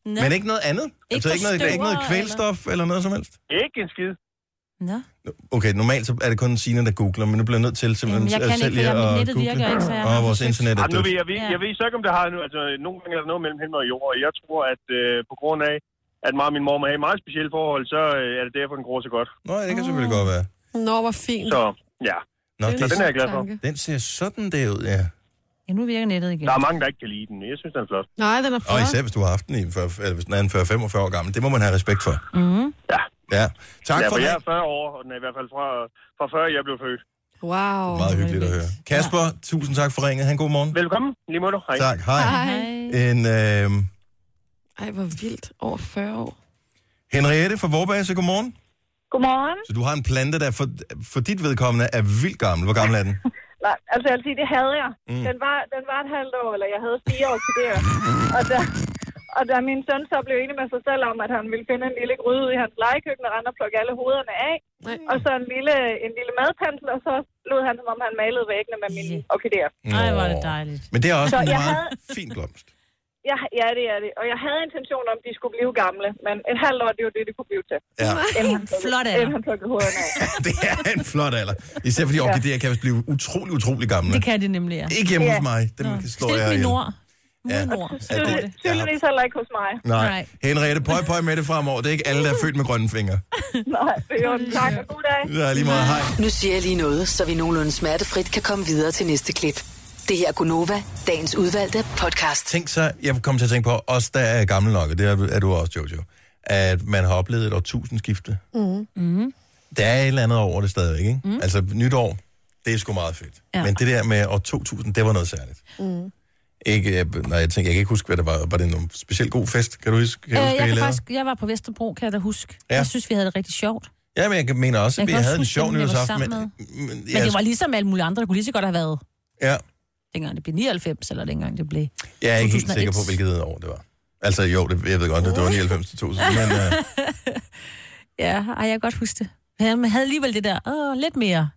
Speaker 8: Ja.
Speaker 3: Nå.
Speaker 1: men ikke noget andet? Altså, ikke noget, ikke noget
Speaker 3: forstøver,
Speaker 1: kvælstof eller? eller noget som helst?
Speaker 8: Ikke en skid.
Speaker 3: Nå.
Speaker 1: Okay, normalt så er det kun Sina, der googler, men nu bliver jeg nødt til simpelthen
Speaker 3: Jamen, jeg
Speaker 1: øh,
Speaker 3: kan
Speaker 1: selv
Speaker 3: ikke,
Speaker 1: lige
Speaker 3: for
Speaker 1: at
Speaker 3: jeg- mit nettet virker ikke, så jeg
Speaker 1: Åh,
Speaker 3: har
Speaker 1: vores
Speaker 3: forsøgt.
Speaker 1: internet er
Speaker 8: Jamen, nu ved
Speaker 1: dødt.
Speaker 8: jeg, ved,
Speaker 3: Ja.
Speaker 8: jeg ved så ikke, om det har nu. Altså, nogle gange er der noget mellem himmel og jord, og jeg tror, at øh, på grund af, at mig og min mor har et meget specielt forhold, så øh, er det derfor, den gror så godt.
Speaker 1: Nå, ja, det kan selvfølgelig godt være.
Speaker 2: Nå, hvor fint.
Speaker 8: Så ja,
Speaker 1: Nå, det,
Speaker 2: Det
Speaker 8: så den er
Speaker 1: er-
Speaker 8: jeg glad for.
Speaker 2: tanke.
Speaker 1: den ser sådan der ud, ja.
Speaker 3: Ja, nu virker nettet igen.
Speaker 8: Der er mange, der ikke kan lide den. Jeg synes, den er flot.
Speaker 2: Nej, den er
Speaker 1: Og
Speaker 2: flot.
Speaker 1: især hvis du har haft den i 40, eller hvis den er en 40-45 år gammel. Det må man have respekt for.
Speaker 3: Mm.
Speaker 8: Ja,
Speaker 1: Ja. Tak
Speaker 8: ja
Speaker 1: for
Speaker 8: for jeg
Speaker 1: det.
Speaker 8: er 40 år, og den er i hvert fald fra, fra før jeg blev født.
Speaker 2: Wow.
Speaker 1: Meget hyggeligt at
Speaker 3: det er
Speaker 1: høre.
Speaker 3: vildt.
Speaker 1: Kasper, tusind tak for ringet. Han god morgen.
Speaker 8: Velkommen, lige måde. Hej.
Speaker 1: Tak. Hej.
Speaker 2: Hej.
Speaker 1: En, øh,
Speaker 2: Ej, hvor vildt. Over 40 år.
Speaker 1: Henriette fra Vorbase, godmorgen.
Speaker 6: Godmorgen.
Speaker 1: Så du har en plante, der for, for dit vedkommende er vildt gammel. Hvor gammel er den?
Speaker 6: Nej, altså jeg vil sige, det havde jeg.
Speaker 1: Mm.
Speaker 6: Mm. Den, var, den var et halvt år, eller jeg havde fire orkideer. og, da, og da min søn så blev enig med sig selv om, at han ville finde en lille gryde ude i hans legekøkken og rende og plukke alle hovederne af,
Speaker 2: Nej.
Speaker 6: og så en lille, en lille madpensel, og så lod han, som om han malede væggene med mine
Speaker 3: Yeah.
Speaker 6: orkideer.
Speaker 3: Ej, hvor er det
Speaker 1: Nå.
Speaker 3: dejligt.
Speaker 1: Men det er også
Speaker 6: Så
Speaker 1: en
Speaker 6: jeg
Speaker 1: meget
Speaker 6: havde-
Speaker 1: fin blomst.
Speaker 6: Ja, ja, det er det. Og jeg havde intention om, at de skulle blive gamle, men et halvt år, det var det, de kunne blive til.
Speaker 1: Ja,
Speaker 6: Inden han plukkede-
Speaker 3: Flot alder.
Speaker 6: Inden han plukkede hovederne af.
Speaker 1: det er en flot alder. Især fordi orkideer kan vist blive utrolig, utrolig gamle.
Speaker 3: Det kan det nemlig, ja.
Speaker 1: Ikke hjemme
Speaker 6: Ja.
Speaker 1: hos mig. Dem
Speaker 3: Nå.
Speaker 1: slår
Speaker 3: Stil
Speaker 1: jeg ihjel.
Speaker 3: min nord. Mor
Speaker 1: Ja.
Speaker 3: nord.
Speaker 1: Ja, det-
Speaker 6: Tydeligvis-
Speaker 1: jeg har-
Speaker 6: Tydeligvis heller ikke hos mig.
Speaker 1: Nej.
Speaker 3: Nej.
Speaker 1: Henriette, pøj, pøj med det fremover. Det er ikke alle, der er født med grønne fingre.
Speaker 6: Nej, det er jo en tak og god dag.
Speaker 1: Ja, lige meget. Hej.
Speaker 4: Nu siger jeg lige noget, så vi nogenlunde smertefrit kan komme videre til næste klip. Det her er Gunova, dagens udvalgte podcast.
Speaker 1: Tænk så, jeg kom til at tænke på, os der er gamle nok, og det er, er du også, Jojo, at man har oplevet et årtusindskifte. Mm. Mm.
Speaker 3: Mhm.
Speaker 1: Der er et eller andet over det stadigvæk, ikke? Mm. Altså nytår, det er sgu meget fedt. Ja.
Speaker 3: Ja. Mhm.
Speaker 1: Men det der med år 2000, det var noget særligt. Mm. Ikke, jeg, nej, jeg tænker, jeg kan ikke huske, hvad det var. Var det en specielt god fest? Kan du huske? Kan du
Speaker 3: Øh,
Speaker 1: huske,
Speaker 3: jeg,
Speaker 1: hvad I
Speaker 3: kan
Speaker 1: lavede?
Speaker 3: faktisk, jeg var på Vesterbro, kan jeg da huske.
Speaker 1: Ja.
Speaker 3: Ja. Jeg synes, vi havde det rigtig sjovt.
Speaker 1: Ja, men jeg mener også, at
Speaker 3: Jeg
Speaker 1: vi
Speaker 3: kan også
Speaker 1: havde en
Speaker 3: huske,
Speaker 1: sjov
Speaker 3: hvem jeg var
Speaker 1: nytårsaften. Men,
Speaker 3: sammen
Speaker 1: men,
Speaker 3: Men
Speaker 1: jeg-
Speaker 3: det var ligesom alle mulige andre, der kunne lige så godt have været,
Speaker 1: ja,
Speaker 3: dengang det blev 99, eller dengang det blev...
Speaker 1: jeg er ikke helt
Speaker 3: 2001.
Speaker 1: sikker på, hvilket år det var. Altså jo, det, jeg ved godt, at det var 99 til 2000, men øh,
Speaker 3: Ja, ej, jeg kan godt huske det. Ja, man havde alligevel det der, åh, lidt mere,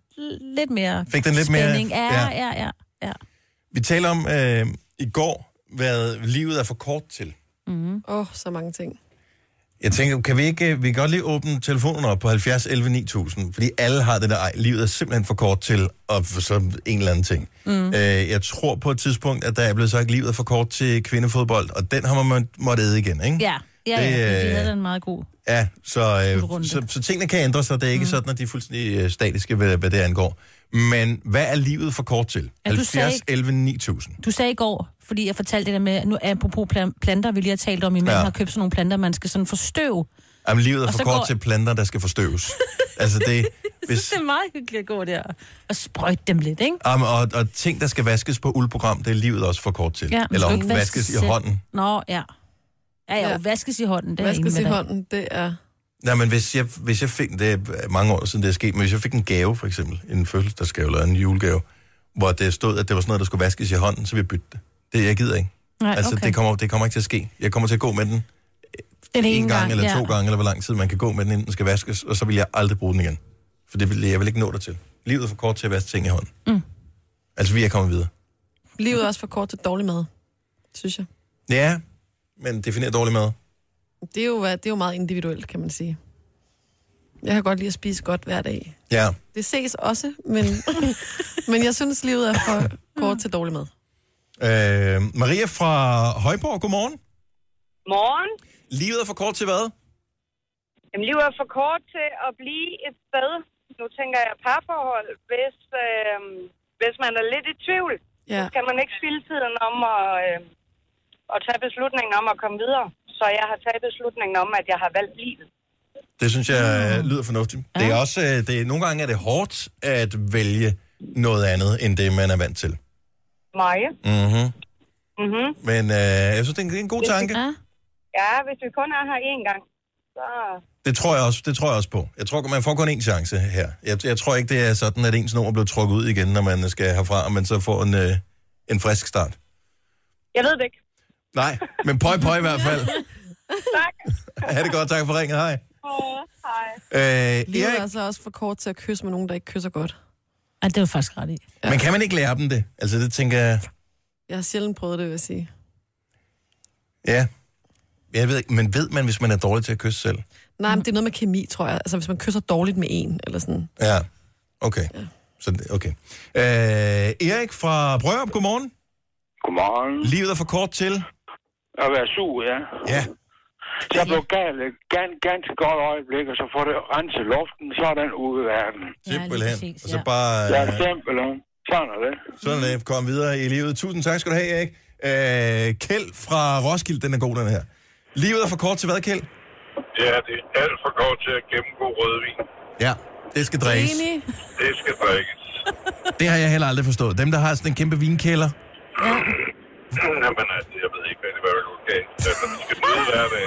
Speaker 3: lidt mere
Speaker 1: Fik den lidt mere-
Speaker 3: spænding.
Speaker 1: ja.
Speaker 3: Ja, ja, ja, ja.
Speaker 1: vi taler om øh, i går, hvad livet er for kort til.
Speaker 3: Mm.
Speaker 2: Åh, oh, så mange ting.
Speaker 1: Jeg tænker, kan vi ikke, øh, vi kan godt lige åbne telefonen op på 70 11 9000, fordi alle har det der, ej, livet er simpelthen for kort til, og for så en eller anden ting. Mm. Øh, jeg tror på et tidspunkt, at der er blevet sagt, livet er for kort til kvindefodbold, og den har man må- måttet æde igen, ikke?
Speaker 3: Ja, ja,
Speaker 1: Det,
Speaker 3: ja, det,
Speaker 1: øh,
Speaker 3: vi havde da en meget god.
Speaker 1: Ja, så, øh,
Speaker 3: Runde.
Speaker 1: så, så tingene kan ændre sig. Det er ikke mm. sådan, at de er fuldstændig øh, statiske, hvad, hvad det angår. Men hvad er livet for kort til?
Speaker 3: Ja, du sagde-
Speaker 1: 70, 11, 9000.
Speaker 3: Du sagde i går, fordi jeg fortalte det der med, nu apropos plan- planter, vi lige har talt om, min mand
Speaker 1: Ja.
Speaker 3: ja. har købt sådan nogle planter, man skal sådan forstøve.
Speaker 1: Jamen, livet er
Speaker 3: Og
Speaker 1: for
Speaker 3: så
Speaker 1: kort går...
Speaker 3: går-
Speaker 1: til planter, der skal forstøves. altså, det... Hvis,
Speaker 3: Det er meget hyggeligt at gå der og sprøjte dem lidt, ikke?
Speaker 1: um, og, og ting, der skal vaskes på uldprogram, det er livet også for kort til.
Speaker 3: Ja, man
Speaker 1: Eller om
Speaker 3: skal ikke vaske
Speaker 1: vaskes i
Speaker 3: selv.
Speaker 1: hånden.
Speaker 3: Nå, ja. Ja, ja,
Speaker 2: Ja.
Speaker 3: ja. vaskes i hånden, det er
Speaker 2: Hvad skal
Speaker 3: jeg enig
Speaker 2: sige
Speaker 3: med dig.
Speaker 2: hånden? Det er...
Speaker 1: Nej, men hvis jeg, hvis jeg fik... Det er mange år siden, det er sket, men hvis jeg fik en gave, for eksempel, en fødselsdagsgave eller en julegave, hvor det stod, at det var sådan noget, der skulle vaskes i hånden, så ville jeg bytte det. Det jeg gider ikke.
Speaker 3: Nej,
Speaker 1: Altså, okay. det, kommer, det kommer ikke til at ske. Jeg kommer til at gå med den
Speaker 3: Den
Speaker 1: en
Speaker 3: ene
Speaker 1: gang, eller
Speaker 3: ja.
Speaker 1: to gange, eller hvor lang tid man kan gå med den, inden den skal vaskes, og så vil jeg aldrig bruge den igen. For det vil, jeg vil ikke nå dig til. Livet er for kort til at vaske ting i hånden. Mm. Altså, vi er kommet videre.
Speaker 2: Livet er også for kort til dårlig mad, synes jeg.
Speaker 1: Ja, men definér dårlig mad.
Speaker 2: Det er jo, hvad- det er jo meget individuelt, kan man sige. Jeg kan godt lide at spise godt hver dag.
Speaker 1: Ja.
Speaker 2: Det ses også, men, men jeg synes, livet er for kort til dårlig mad.
Speaker 1: Øh, Maria fra Højborg, godmorgen.
Speaker 9: Morgen.
Speaker 1: Livet er for kort til hvad?
Speaker 9: Jamen, livet er for kort til at blive et sted. Nu tænker jeg parforhold. Hvis, øh, hvis man er lidt i tvivl,
Speaker 2: Ja.
Speaker 9: kan man ikke spilde tiden om at, øh, at tage beslutningen om at komme videre. Så jeg har taget beslutningen om, at jeg har valgt livet.
Speaker 1: Det synes jeg øh, lyder fornuftigt. Ja. Det er også, øh, det, er- nogle gange er det hårdt at vælge noget andet, end det, man er vant til.
Speaker 9: Maja.
Speaker 1: Mm-hmm.
Speaker 9: Mm-hmm.
Speaker 1: Men øh, jeg synes, det er en, det er en god tanke.
Speaker 3: Ja.
Speaker 9: Ja, hvis vi kun er her én gang, så...
Speaker 1: Det tror jeg også, det tror jeg også på. Jeg tror, man får kun én chance her. Jeg, jeg tror ikke, det er sådan, at ens nummer bliver trukket ud igen, når man skal herfra, og man så får en, øh, en frisk start.
Speaker 9: Jeg ved det ikke.
Speaker 1: Nej, men pøj pøj i hvert fald.
Speaker 9: Tak.
Speaker 1: Ha' det godt, tak for ringet, hej.
Speaker 9: Oh, hej.
Speaker 1: Øh,
Speaker 2: Livet er
Speaker 1: Erik,
Speaker 2: altså også for kort til at kysse med nogen, der ikke kysser godt.
Speaker 3: Ej, det var faktisk ret i.
Speaker 1: men kan man ikke lære dem det? Altså, det tænker jeg,
Speaker 2: Jeg har sjældent prøvet det, vil jeg sige.
Speaker 1: ja. Jeg ved ikke, men ved man, hvis man er dårlig til at kysse selv?
Speaker 2: Nej, men det er noget med kemi, tror jeg. Altså, hvis man kysser dårligt med en, eller sådan.
Speaker 1: Ja, okay. Så, det- okay. Øh, Erik fra Brørup, godmorgen.
Speaker 10: Godmorgen.
Speaker 1: Livet er for kort til.
Speaker 10: At være sur, ja.
Speaker 1: Ja,
Speaker 10: Så blev gal, gan, ganske godt øjeblik, og så får det renset luften, så er den ude i verden.
Speaker 1: simpelthen. Ja,
Speaker 3: præcis,
Speaker 1: og så
Speaker 3: ja.
Speaker 1: bare... øh,
Speaker 10: Ja, simpelthen. Sådan er det.
Speaker 1: Sådan er det. Kom videre i livet. Tusind tak skal du have, Erik. Øh, Kjeld fra Roskilde, den er god, den her. Livet er for kort til hvad, Kjeld?
Speaker 8: Ja, det er alt for godt til at gennemgå rødvin.
Speaker 1: Ja, det skal drikkes.
Speaker 2: Enig?
Speaker 8: Det skal drikkes.
Speaker 1: Det har jeg heller aldrig forstået. Dem, der har sådan en kæmpe vinkælder.
Speaker 8: Jamen, altså, jeg ved ikke rigtig, hvad der er galt. Altså, vi skal møde hver dag.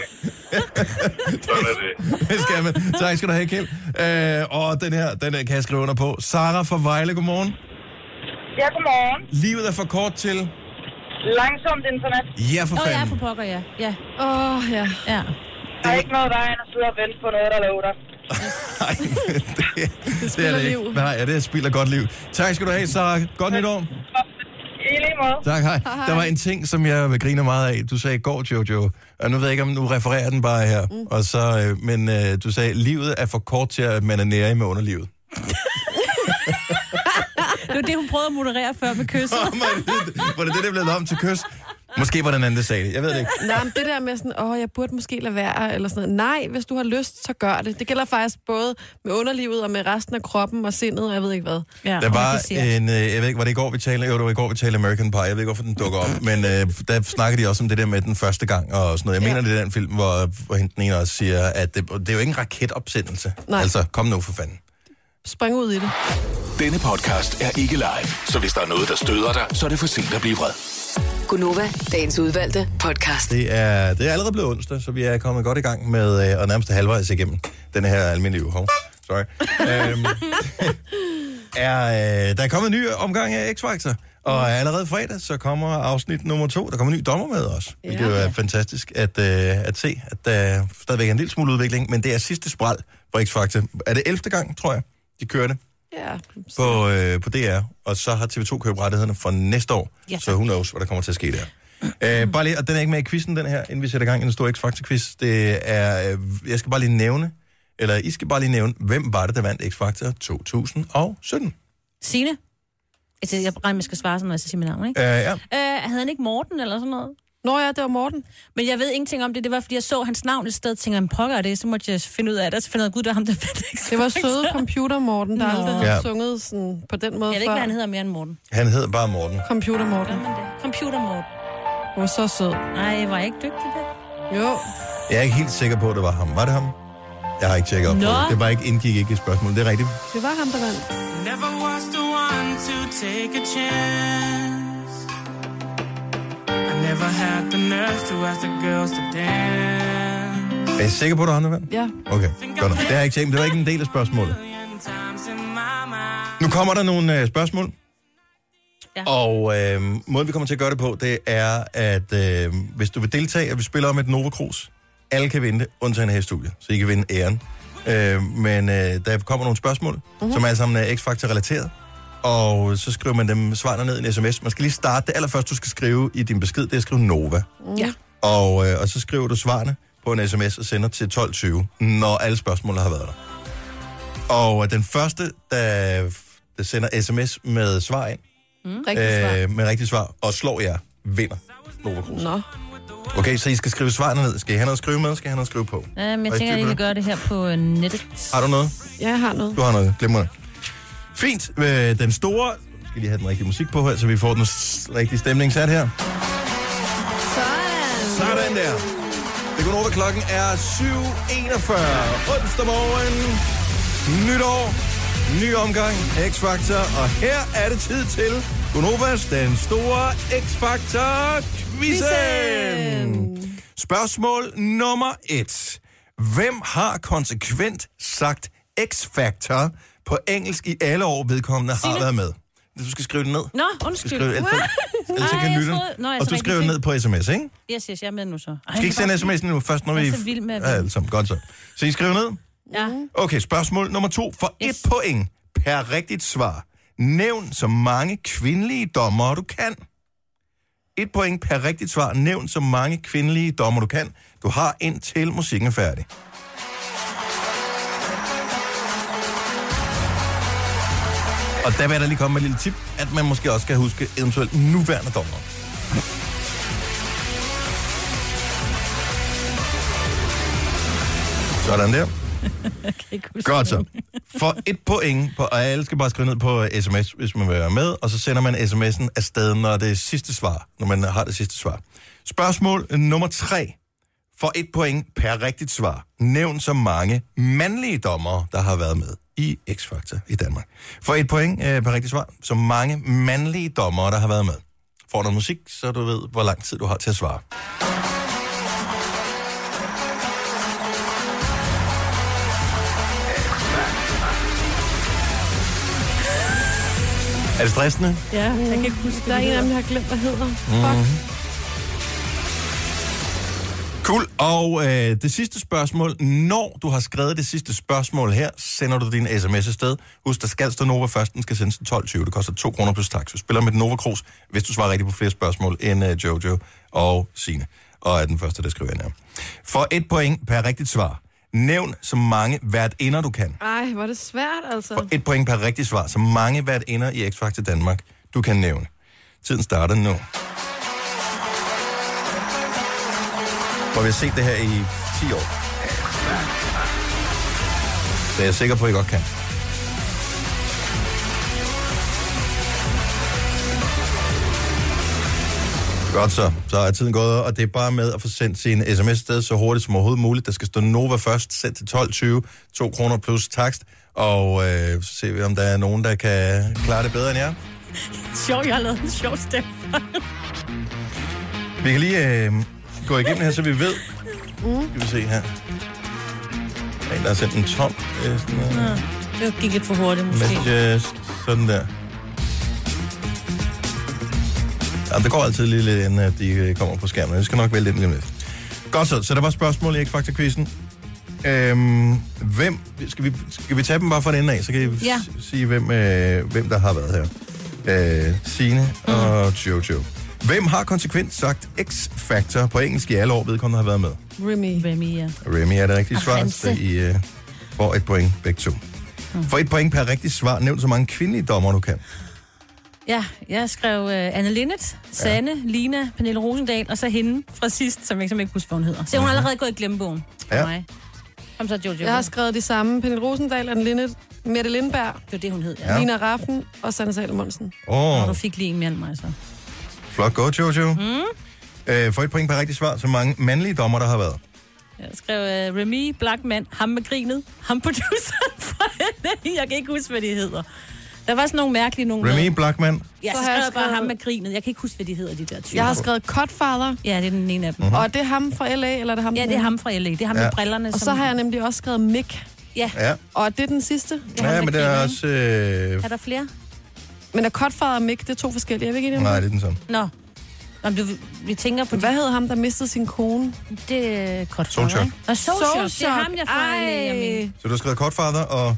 Speaker 8: Sådan er det.
Speaker 1: Det skal man. Tak skal du have, Kjeld. Øh, og den her, den her kan jeg skrive under på. Sara fra Vejle, godmorgen.
Speaker 9: Ja, godmorgen.
Speaker 1: Livet er for kort til...
Speaker 9: Langsomt internet.
Speaker 1: Ja, for
Speaker 3: Åh, oh, ja, for
Speaker 1: fanden.
Speaker 3: pokker, ja. Ja,
Speaker 2: Åh, oh, ja.
Speaker 3: ja.
Speaker 9: Der er ikke noget vej, end at sidde og vente på noget, der lover dig.
Speaker 1: Nej, det, det, det, er
Speaker 2: spilder
Speaker 1: det
Speaker 2: liv.
Speaker 1: ikke. Nej, ja, det spilder godt liv. Tak skal du have, Sara. Godt nytår.
Speaker 9: I lige måde.
Speaker 1: Tak, hej. Der var en ting, som jeg griner meget af. Du sagde i går, Jojo, og nu ved jeg ikke, om nu refererer den bare her. Mm. Og så, øh, men øh, du sagde, livet er for kort til, at man er nære med underlivet.
Speaker 3: Det var det, hun prøvede at moderere før med kysset.
Speaker 1: Oh my, var det det, der blev lavet om til kys? Måske var den anden, der sagde det. Jeg ved det ikke.
Speaker 2: Nej, men det der med sådan, åh, jeg burde måske lade være, eller sådan noget. Nej, hvis du har lyst, så gør det. Det gælder faktisk både med underlivet og med resten af kroppen og sindet, og jeg ved ikke hvad.
Speaker 3: Ja,
Speaker 1: Der
Speaker 3: og
Speaker 1: var
Speaker 3: det ser-
Speaker 1: en, øh, jeg ved ikke, var det i går, vi talte, jo, det var i går, vi talte American Pie, jeg ved ikke, hvorfor den dukker op, men øh, der snakkede de også om det der med den første gang og sådan noget. Jeg mener, det er den film, hvor, hvor hende den ene også siger, at det, det er jo ikke en raketopsendelse.
Speaker 2: Nej.
Speaker 1: Altså, kom nu for fanden.
Speaker 2: Spring ud i det.
Speaker 5: Denne podcast er ikke live, så hvis der er noget, der støder dig, så er det for sent at blive vred.
Speaker 4: Gunova, dagens udvalgte podcast.
Speaker 1: Det er, det er allerede blevet onsdag, så vi er kommet godt i gang med øh, og nærmest halvvejs igennem den her almindelige uge. Hov, Sorry. øhm, er, øh, der er kommet en ny omgang af X-Factor, og allerede fredag, så kommer afsnit nummer to. Der kommer en ny dommer med os, ja, hvilket jo er fantastisk at, øh, at se, at der stadigvæk er en lille smule udvikling, men det er sidste spral for X-Factor. Er det 11. gang, tror jeg, de kører det
Speaker 2: Ja.
Speaker 1: på, øh, på DR, og så har TV2 købt rettighederne for næste år,
Speaker 3: Ja, Mm.
Speaker 1: så who knows, hvad der kommer til at ske der. Øh, bare lige, og den er ikke med i quizzen, den her, inden vi sætter i gang i en stor X-Factor-quiz. Det er, øh, jeg skal bare lige nævne, eller I skal bare lige nævne, hvem var det, der vandt X-Factor 2017?
Speaker 3: Signe? Altså, jeg regner, med, jeg skal svare sådan, når jeg så siger mit navn, ikke?
Speaker 1: Øh, ja,
Speaker 3: Øh, havde han ikke Morten eller sådan noget?
Speaker 2: Nå ja, det var Morten.
Speaker 3: Men jeg ved ingenting om det. Det var, fordi jeg så hans navn et sted og tænkte, "Jamen, pokker er det, så måtte jeg finde ud af det. Og Så finder jeg ud af, gud, der er ham, der fandt ikke.
Speaker 2: Det var søde computer Morten, der aldrig havde
Speaker 1: Ja.
Speaker 2: ja. sunget sådan, på den måde
Speaker 3: Jeg ved
Speaker 2: før.
Speaker 3: ikke, hvad han hedder mere end Morten.
Speaker 1: han hedder bare Morten.
Speaker 2: Computer Morten.
Speaker 3: Computer Morten.
Speaker 2: Hun var så sød.
Speaker 3: Nej, var jeg ikke dygtig der? Øhm,
Speaker 2: Jo.
Speaker 1: Jeg er ikke helt sikker på, at det var ham. Var det ham? Jeg har ikke tjekket op på
Speaker 3: Nå.
Speaker 1: det. Det var ikke, indgik ikke i spørgsmålet. Det er rigtigt.
Speaker 2: Det var ham, der vandt.
Speaker 11: Never was the one to take a chance. I never had the nerve to ask the girls to dance.
Speaker 1: Er I sikker på, at det var ham, der vandt?
Speaker 2: Ja.
Speaker 1: Okay, godt nok. Det har jeg ikke tjekket, men det var ikke en del af spørgsmålet.
Speaker 11: Million times in my mind.
Speaker 1: Nu kommer der nogle øh, spørgsmål.
Speaker 3: Ja.
Speaker 1: Og øh, måden, vi kommer til at gøre det på, det er, at øh, hvis du vil deltage, og vi spiller om et Nova Cruz, alle kan vinde det, undtagen her i studiet, så I kan vinde æren. Øh, men øh, der kommer nogle spørgsmål, uh-huh. som alle sammen er X-Factor-relateret. og så skriver man dem svarene ned i en sms. Man skal lige starte. Det allerførste, du skal skrive i din besked, det er at skrive Nova.
Speaker 2: Ja.
Speaker 1: Og, øh, og så skriver du svarene på en sms og sender til 12.20, når alle spørgsmålene har været der. Og øh, den første, der, der sender sms med svar ind,
Speaker 2: Mm. Rigtig svar.
Speaker 1: øh, med rigtigt svar, og slår jer, vinder Nova Cruz.
Speaker 2: Nå.
Speaker 1: Okay, så I skal skrive svarene ned. Skal I have noget at skrive med, skal I have noget at skrive på?
Speaker 3: Ja, men jeg
Speaker 1: Har I
Speaker 3: tænker,
Speaker 1: styr
Speaker 3: at I
Speaker 1: på
Speaker 3: kan gøre det her på øh, nettet.
Speaker 1: Har du noget?
Speaker 2: Ja, jeg har noget.
Speaker 1: Du har noget. Glimrende. Fint. Øh, Den store... Jeg skal lige have den rigtige musik på her, så vi får den s- rigtige stemning sat her.
Speaker 2: Sådan.
Speaker 1: Sådan der. Det går over klokken er 7.41. Onsdag morgen. Nytår. Ny omgang. X-Factor. Og her er det tid til Gunovas, den store X-Factor quizzen. Spørgsmål nummer et. Hvem har konsekvent sagt X-Factor på engelsk i alle år, vedkommende har været med? Du skal skrive det ned. Du
Speaker 3: Nå,
Speaker 1: skal
Speaker 3: undskyld.
Speaker 1: skrive, ellers, ellers så
Speaker 3: Ej,
Speaker 1: kan
Speaker 3: jeg
Speaker 1: lytte.
Speaker 3: troede- Nå, jeg
Speaker 1: Og
Speaker 3: så
Speaker 1: du
Speaker 3: rigtig
Speaker 1: skriver det ned
Speaker 3: fint.
Speaker 1: på sms, ikke?
Speaker 3: Yes, yes, jeg er med nu så. Ej,
Speaker 1: Du skal ikke
Speaker 3: det
Speaker 1: sende
Speaker 3: var-
Speaker 1: sms'en nu, først når vi...
Speaker 3: Jeg er så vild med at
Speaker 1: ja,
Speaker 3: vinde.
Speaker 1: alle sammen. Godt så. Så I skriver ned?
Speaker 3: Ja.
Speaker 1: Okay, spørgsmål nummer to. For yes. et point per rigtigt svar, nævn så mange kvindelige dommer, du kan. Et point per rigtigt svar, nævn så mange kvindelige dommer, du kan. Du har indtil musikken er færdig. Og der vil jeg da lige komme med et lille tip, at man måske også skal huske eventuelt nuværende dommer. Sådan der. Godt så. For et point, på, og alle skal bare skrive ned på øh, sms, hvis man vil være med, og så sender man sms'en afsted, når det er sidste svar, når man har det sidste svar. Spørgsmål nummer tre. For et point per rigtigt svar. Nævn så mange mandlige dommere, der har været med i X-Factor i Danmark. For et point øh, per rigtigt svar. Så mange mandlige dommere, der har været med. Får noget musik, så du ved, hvor lang tid du har til at svare. Er det stressende?
Speaker 2: Ja, jeg kan ikke huske, Der er en af dem, jeg har glemt, hvad hedder.
Speaker 1: Mm. Cool. Og øh, det sidste spørgsmål. Når du har skrevet det sidste spørgsmål her, sender du din sms afsted. Husk, der skal stå Nova først. Den skal sendes til 12.20. Det koster 2 kroner plus tax. Du spiller med den Nova Cruz, hvis du svarer rigtigt på flere spørgsmål end øh, Jojo og Sine. Og er den første, der skriver ind her. For et point per rigtigt svar. Nævn så mange hvert ender, du kan.
Speaker 2: Ej, hvor er det svært, altså.
Speaker 1: For et point per rigtigt svar. Så mange hvert ender i X-Factor Danmark, du kan nævne. Tiden starter nu. Og vi har set det her i 10 år. Det er jeg sikker på, at I godt kan. Godt så. Så er tiden gået, og det er bare med at få sendt sin sms sted så hurtigt som overhovedet muligt. Der skal stå Nova først, sendt til 12.20, 2 kroner plus takst. Og øh, så ser vi, om der er nogen, der kan klare det bedre end jer.
Speaker 3: Sjov, jeg har lavet en sjov stemme.
Speaker 1: Vi kan lige øh, gå igennem her, så vi ved.
Speaker 3: Mm.
Speaker 1: Skal vi se her. Der er en, der har sendt en tom. Øh, sådan, øh,
Speaker 3: Nå, Det gik lidt for hurtigt, måske.
Speaker 1: Messages, sådan der. Ja, det går altid lige lidt, inden at de øh, kommer på skærmen. Det skal nok vælge ind lige om lidt. Godt så, så der var spørgsmål i X-Factor-quizzen. Øhm, hvem, skal vi, skal vi tage dem bare fra den ende af, så kan I
Speaker 3: Ja.
Speaker 1: ja. sige, hvem, øh, hvem der har været her. Øh, Signe og Jojo. Hvem har konsekvent sagt X-Factor på engelsk i alle år, vedkommende har været med?
Speaker 2: Remy.
Speaker 3: Remy, ja.
Speaker 1: Remy er det rigtige
Speaker 3: Og
Speaker 1: svar,
Speaker 3: Hanse.
Speaker 1: så I øh, får et point begge to. For et point per rigtigt svar, nævn så mange kvindelige dommer, du kan.
Speaker 3: Ja, jeg skrev uh, Anne Linnet, Sanne, ja. Lina, Pernille Rosendal, og så hende fra sidst, som jeg simpelthen ikke husker, hvad hun hedder. Så hun har allerede gået i glemmebogen for
Speaker 1: Mhm. Ja.
Speaker 3: ja. mig. Kom så, Jojo.
Speaker 2: Jeg har skrevet de samme. Pernille Rosendal, Anne Lindet, Mette Lindberg.
Speaker 3: Det var det, hun hed,
Speaker 1: ja.
Speaker 2: Lina Raffen og Sanne Salomonsen.
Speaker 1: Åh,
Speaker 3: Og du
Speaker 1: oh,
Speaker 3: fik lige en mere end mig, så.
Speaker 1: flot gået, Jojo.
Speaker 3: Mm.
Speaker 1: Øh, for et point per rigtigt svar, så mange mandlige dommer, der har været.
Speaker 3: Jeg skrev uh, Remy, Blackman, ham med grinet, ham produceren fra LA. Jeg kan ikke huske, hvad de hedder. Der var sådan nogle mærkelige nogle...
Speaker 1: Remy Blackman.
Speaker 3: Ja, så,
Speaker 2: Så har
Speaker 3: så skrev
Speaker 2: jeg
Speaker 3: jeg bare
Speaker 2: skrevet-
Speaker 3: ham med grinet. Jeg kan ikke huske, hvad de hedder, de der typer.
Speaker 2: Jeg har skrevet Godfather.
Speaker 3: Ja, det er den ene af dem.
Speaker 2: Mm-hmm. Og er det er ham fra LA, eller er det ham?
Speaker 3: Ja, det er ham fra LA. Det er ham
Speaker 1: Ja.
Speaker 3: med brillerne.
Speaker 2: Og så
Speaker 3: som-
Speaker 2: har jeg nemlig også skrevet Mick.
Speaker 3: Ja.
Speaker 1: Ja,
Speaker 2: Og er det den sidste?
Speaker 1: ja men det er også... Øh,
Speaker 3: Er der flere?
Speaker 2: Men er Godfather og Mick, det er to forskellige. Jeg ved ikke,
Speaker 1: øh, nej, det er den samme.
Speaker 3: Nå. Nå men du, vi tænker på... øh,
Speaker 2: Hvad hedder ham, der mistede sin kone?
Speaker 3: Det er godt
Speaker 1: Solskjaer.
Speaker 3: Og Soulshock, det er
Speaker 2: Soulshock.
Speaker 3: ham, jeg
Speaker 2: Ej.
Speaker 3: får af
Speaker 1: Så du har skrevet Godfather og...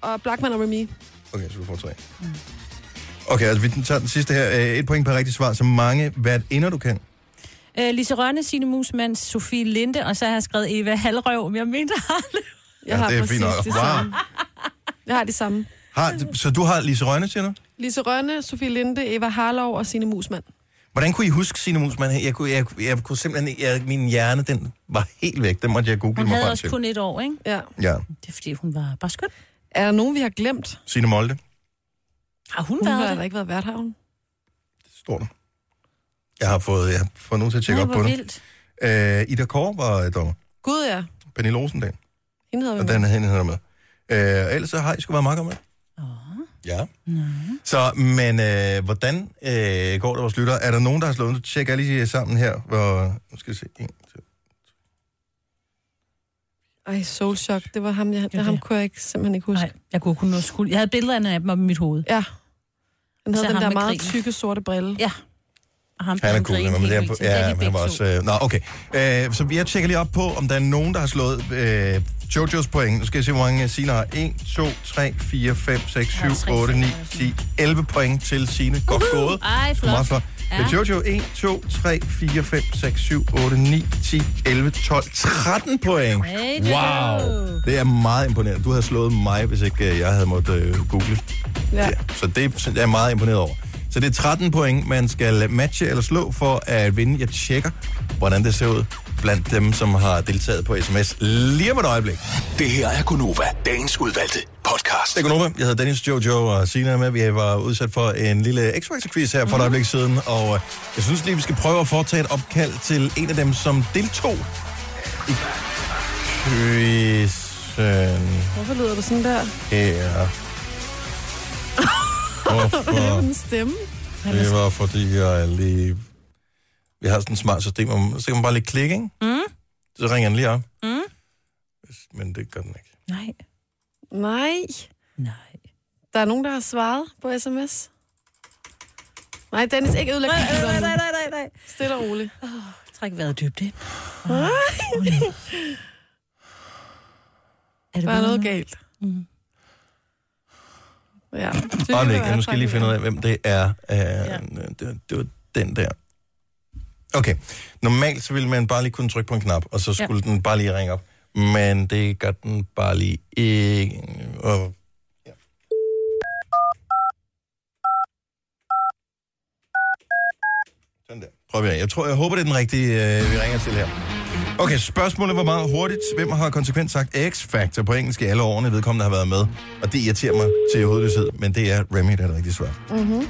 Speaker 2: Og Blackman og Remy.
Speaker 1: Okay, så du får tre. Okay, altså vi tager den sidste her. Øh, Et point per rigtigt svar, så mange hvert ender du kan.
Speaker 3: Øh, Lise Rønne, Signe Musmann, Sofie Linde, og så har jeg skrevet Eva Halrøv, men jeg mente Harlev.
Speaker 1: Ja, det er fint nok. Wow.
Speaker 2: Jeg har de samme.
Speaker 1: Har, så du har Lise Rønne, siger du?
Speaker 2: Lise Rønne, Sofie Linde, Eva Harlov og Signe Musmann.
Speaker 1: Hvordan kunne I huske Signe Musmann? her? Jeg kunne, jeg, jeg kunne simpelthen ikke- jeg, min hjerne, den var helt væk. Den måtte jeg google
Speaker 3: Hun
Speaker 1: mig
Speaker 3: havde
Speaker 1: frem
Speaker 3: også
Speaker 1: til.
Speaker 3: kun et år, ikke?
Speaker 2: Ja.
Speaker 1: Ja,
Speaker 3: Det er fordi, hun var bare skøn.
Speaker 2: Er der nogen, vi har glemt?
Speaker 1: Signe Molde,
Speaker 3: Har Ah, hun,
Speaker 2: Hun
Speaker 3: været
Speaker 2: har
Speaker 3: det?
Speaker 2: da ikke været vært, har hun?
Speaker 1: står der. Jeg har fået, jeg har fået nogen til at tjekke
Speaker 2: Nej,
Speaker 1: op
Speaker 2: hvor
Speaker 1: på
Speaker 2: vildt.
Speaker 1: det. Øh, Ida Kåre var øh, dommer.
Speaker 2: Gud, ja.
Speaker 1: Pernille Rosendal.
Speaker 2: Hende havde vi
Speaker 1: Og
Speaker 2: med.
Speaker 1: den hende hedder med. Øh, ellers så har I sgu været makker med. Ja. Så, men øh, hvordan øh, går det vores lytter? Er der nogen, der har slået? Nu tjekker jeg lige sammen her. Hvor, nu skal vi se. En, to.
Speaker 2: Ej, Soul Shock, det var ham, jeg, det, ham kunne jeg ikke, simpelthen ikke huske. Nej,
Speaker 3: jeg kunne kun huske. Jeg havde billederne af dem op i mit hoved.
Speaker 2: Ja. Han
Speaker 3: Og så
Speaker 2: havde den
Speaker 3: ham
Speaker 2: der
Speaker 3: med
Speaker 2: meget
Speaker 3: krigen.
Speaker 2: tykke sorte brille.
Speaker 3: Ja. Og ham,
Speaker 1: Han er
Speaker 3: han
Speaker 1: cool,
Speaker 3: griner
Speaker 1: men det
Speaker 3: helt
Speaker 1: er,
Speaker 3: vildt. Det er
Speaker 1: ja,
Speaker 3: de
Speaker 1: men han
Speaker 3: begge
Speaker 1: var
Speaker 3: to.
Speaker 1: også... Øh, nå, okay. Øh, så jeg tjekker lige op på, om der er nogen, der har slået øh, Jojos point. Nu skal jeg se, hvor mange Sina har. 1, 2, 3, 4, 5, 6, 7, 8, 9, 10, 11 point til Sine. Godt gået.
Speaker 3: Ej, flot.
Speaker 1: Meget flot.
Speaker 3: Ja.
Speaker 1: Ja. Jojo, 1, 2, 3, 4, 5, 6, 7, 8, 9, 10, 11, 12, 13 point.
Speaker 3: Hey, Jojo.
Speaker 1: Wow. Det er meget imponerende. Du havde slået mig, hvis ikke øh, jeg havde måttet øh, google.
Speaker 2: Ja.
Speaker 1: Så det er jeg meget imponeret over. Så det er 13 point, man skal matche eller slå for at vinde. Jeg tjekker, hvordan det ser ud blandt dem, som har deltaget på sms. Lige om et øjeblik.
Speaker 5: Det her er Gunova, dagens udvalgte podcast.
Speaker 1: Det er Gunova. Jeg hedder Dennis, Jojo og Sina med. Vi var udsat for en lille x factor quiz her for et øjeblik siden. Og øh, jeg synes lige, vi skal prøve at foretage et opkald til en af dem, som deltog i quizzen
Speaker 2: Hvorfor lyder du sådan der?
Speaker 1: her. Hvorfor?
Speaker 2: Den stemme.
Speaker 1: Det var fordi, jeg lige... Vi har sådan et smart system, hvor man- så kan man bare lige klikke, ikke?
Speaker 3: Mm,
Speaker 1: Så ringer den lige op,
Speaker 3: mm.
Speaker 1: men det gør den ikke.
Speaker 3: Nej.
Speaker 2: Nej.
Speaker 3: Nej.
Speaker 2: Der er nogen, der har svaret på sms. Nej, Dennis, ikke ødelæg computeren.
Speaker 3: nej, nej, nej, nej.
Speaker 2: Stille og roligt.
Speaker 3: Træk vejret dybt ind.
Speaker 2: Nej.
Speaker 3: Er det
Speaker 2: der er noget galt.
Speaker 3: Mm.
Speaker 2: Ja.
Speaker 1: Åh, oh, jeg måske lige finde ud af, hvem det er. Uh, ja. det, det var den der. Okay. Normalt så ville man bare lige kunne trykke på en knap, og så
Speaker 12: Ja.
Speaker 1: skulle ja. den bare lige ringe op. Men det gør den bare lige ikke. Og Prøv at høre. Jeg tror, jeg håber, det er den rigtige, øh, vi ringer til her. Okay, spørgsmålet var meget hurtigt. Hvem har konsekvent sagt X-Factor på engelsk i alle årene, vedkommende har været med? Og det irriterer mig til hovedløshed, men det er Remy, der er det rigtige svar.
Speaker 2: Mm-hmm.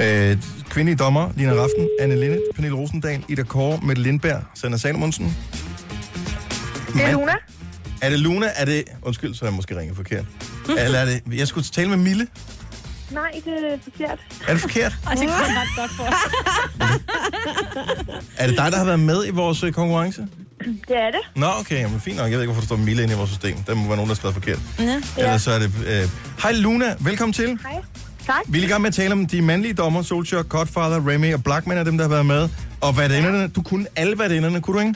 Speaker 1: Øh, kvindelige dommer, Lina Raften, Anne Linnet, Pernille Rosendal, Ida Kåre, Mette Lindberg, Sander Salomonsen.
Speaker 6: Det er
Speaker 1: Mand-
Speaker 6: Luna.
Speaker 1: Er det Luna? Er det... Undskyld, så har jeg måske ringet forkert. Eller er det... Jeg skulle tale med Mille.
Speaker 6: Nej, det er forkert. Ah,
Speaker 1: Er det forkert?
Speaker 3: Ej, det kom ret godt for.
Speaker 1: Er det dig, der har været med i vores øh, konkurrence?
Speaker 6: det er det.
Speaker 1: Nå, okay, jamen fint nok. Jeg ved ikke, hvorfor der står Mille inde i vores system. Der må være nogen, der har skrevet forkert.
Speaker 3: Ja.
Speaker 1: Ellers så er det... Øh... Hej Luna, velkommen til.
Speaker 6: Hej. Tak.
Speaker 1: Vi er i gang med at tale om de mandlige dommer, Solskjaer, Godfather, Remy og Blackman er dem, der har været med. Og værtinderne, du kunne alle værtinderne, kunne du ikke?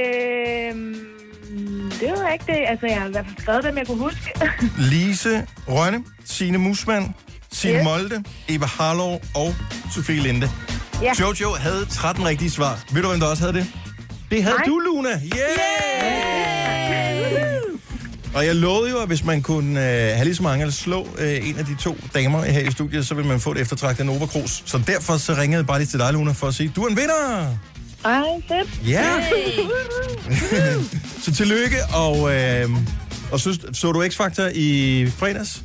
Speaker 6: Øhm, det var ikke det. Altså, jeg har i hvert fald skrevet dem, jeg kunne huske.
Speaker 1: Lise Rønne, Signe Musmann, Signe
Speaker 6: Yes.
Speaker 1: Molde, Eva Harlov og Sofie Linde.
Speaker 6: Ja.
Speaker 1: Jojo havde 13 rigtige svar. Ved du, hvem der også havde det? Det havde du, Luna. Yeah! Og jeg lovede jo, at hvis man kunne øh, have lige så mange, eller slå øh, en af de to damer her i studiet, så ville man få et eftertragtet Nova Cruz. Så derfor så ringede jeg bare lige til dig, Luna, for at sige, du er en vinder!
Speaker 6: Ej, fedt.
Speaker 1: Ja. så tillykke, og, øh, og så, så du X-Factor i fredags?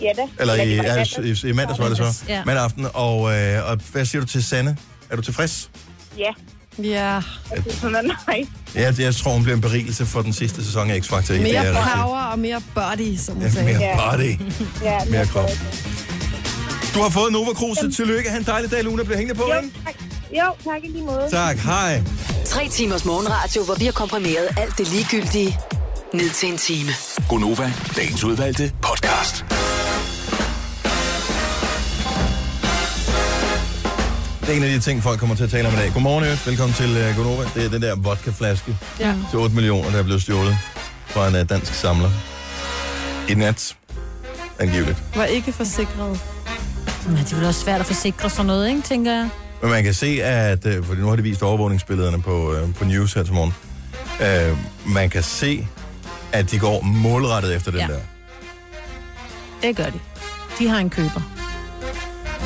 Speaker 6: ja da.
Speaker 1: Eller i,
Speaker 6: det var
Speaker 1: ja,
Speaker 6: mandag.
Speaker 1: i, i mandags var det så.
Speaker 6: Ja.
Speaker 1: Mandag aften. Og, øh, og hvad siger du til Sanne? Er du tilfreds?
Speaker 6: Ja.
Speaker 2: Ja.
Speaker 6: Hun er nice.
Speaker 1: Ja, det, jeg tror, hun bliver en berigelse for den sidste sæson af X-Factor. i det
Speaker 2: Mere
Speaker 1: er rigtigt.
Speaker 2: power og mere body, som hun
Speaker 1: Ja,
Speaker 2: sagde.
Speaker 1: mere body.
Speaker 6: ja,
Speaker 1: Mere krop. Du har fået Nova Cruz. så Tillykke. Ha' en dejlig dag, Luna. Bliv hængende på, ikke?
Speaker 6: Jo, tak i lige måde.
Speaker 1: Tak. Hej.
Speaker 4: Tre timers morgenradio, hvor vi har komprimeret alt det ligegyldige ned til en time.
Speaker 5: Gunova, dagens udvalgte podcast.
Speaker 1: Det er en af de ting, folk kommer til at tale om i dag. Godmorgen, Øvrigt. Velkommen til uh, Gonova. Det er den der vodkaflaske
Speaker 2: Ja.
Speaker 1: til øh, 8 millioner, der er blevet stjålet fra en uh, dansk samler. I nat. angiveligt.
Speaker 2: Var ikke forsikret.
Speaker 3: Men det er vel også svært at forsikre sådan noget, ikke, tænker jeg.
Speaker 1: Men man kan se, at... øh, Fordi nu har de vist overvågningsbillederne på, øh, på News her til morgen. Øh, man kan se, at de går målrettet efter den
Speaker 3: Ja.
Speaker 1: der.
Speaker 3: Det gør de. De har en køber.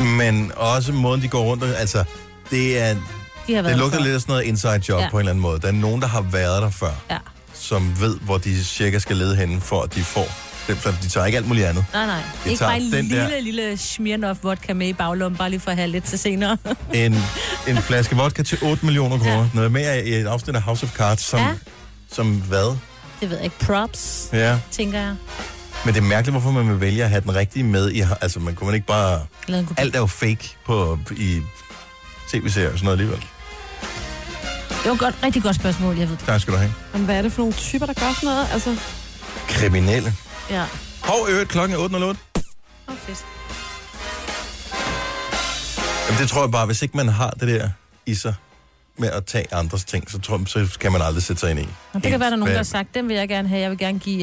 Speaker 1: Men også måden, de går rundt... og- Altså, det er...
Speaker 3: De har været
Speaker 1: det
Speaker 3: der
Speaker 1: lugter
Speaker 3: før.
Speaker 1: lidt af sådan noget inside job
Speaker 3: Ja.
Speaker 1: ja. på en eller anden måde. Der er nogen, der har været der før,
Speaker 3: Ja.
Speaker 1: som ved, hvor de cirka skal lede henne, for at de får... Det, for de tager ikke alt muligt andet.
Speaker 3: Nej, nej.
Speaker 1: De
Speaker 3: ikke
Speaker 1: tager
Speaker 3: bare en
Speaker 1: den
Speaker 3: lille,
Speaker 1: der-
Speaker 3: lille Smirnoff vodka med i baglommen, bare lige for at have lidt til senere.
Speaker 1: En, en flaske vodka til 8 millioner kroner. Ja. Noget mere i et afsnit af House of Cards, som,
Speaker 3: Ja.
Speaker 1: ja. som hvad?
Speaker 3: det ved jeg ikke. Props,
Speaker 1: Ja.
Speaker 3: tænker jeg.
Speaker 1: Men det er mærkeligt, hvorfor man vil vælge at have den rigtige med. I, altså, man kunne man ikke bare...
Speaker 3: Lad en kopi.
Speaker 1: Alt er jo fake på, i tv-serier og sådan noget alligevel.
Speaker 3: Det var et godt, rigtig godt spørgsmål, jeg ved.
Speaker 1: Tak skal du have.
Speaker 2: Men hvad er det for nogle typer, der gør sådan noget? Altså,
Speaker 1: Kriminelle.
Speaker 3: ja.
Speaker 1: Hov, i øvrigt, klokken er 8.08.
Speaker 3: Åh, oh, fedt.
Speaker 1: Jamen, det tror jeg bare, hvis ikke man har det der i sig med at tage andres ting, så, tror, så kan man aldrig sætte sig ind i.
Speaker 3: Og det kan være, der er nogen, der har
Speaker 1: Hvad-
Speaker 3: sagt, den vil jeg gerne have. Jeg vil gerne give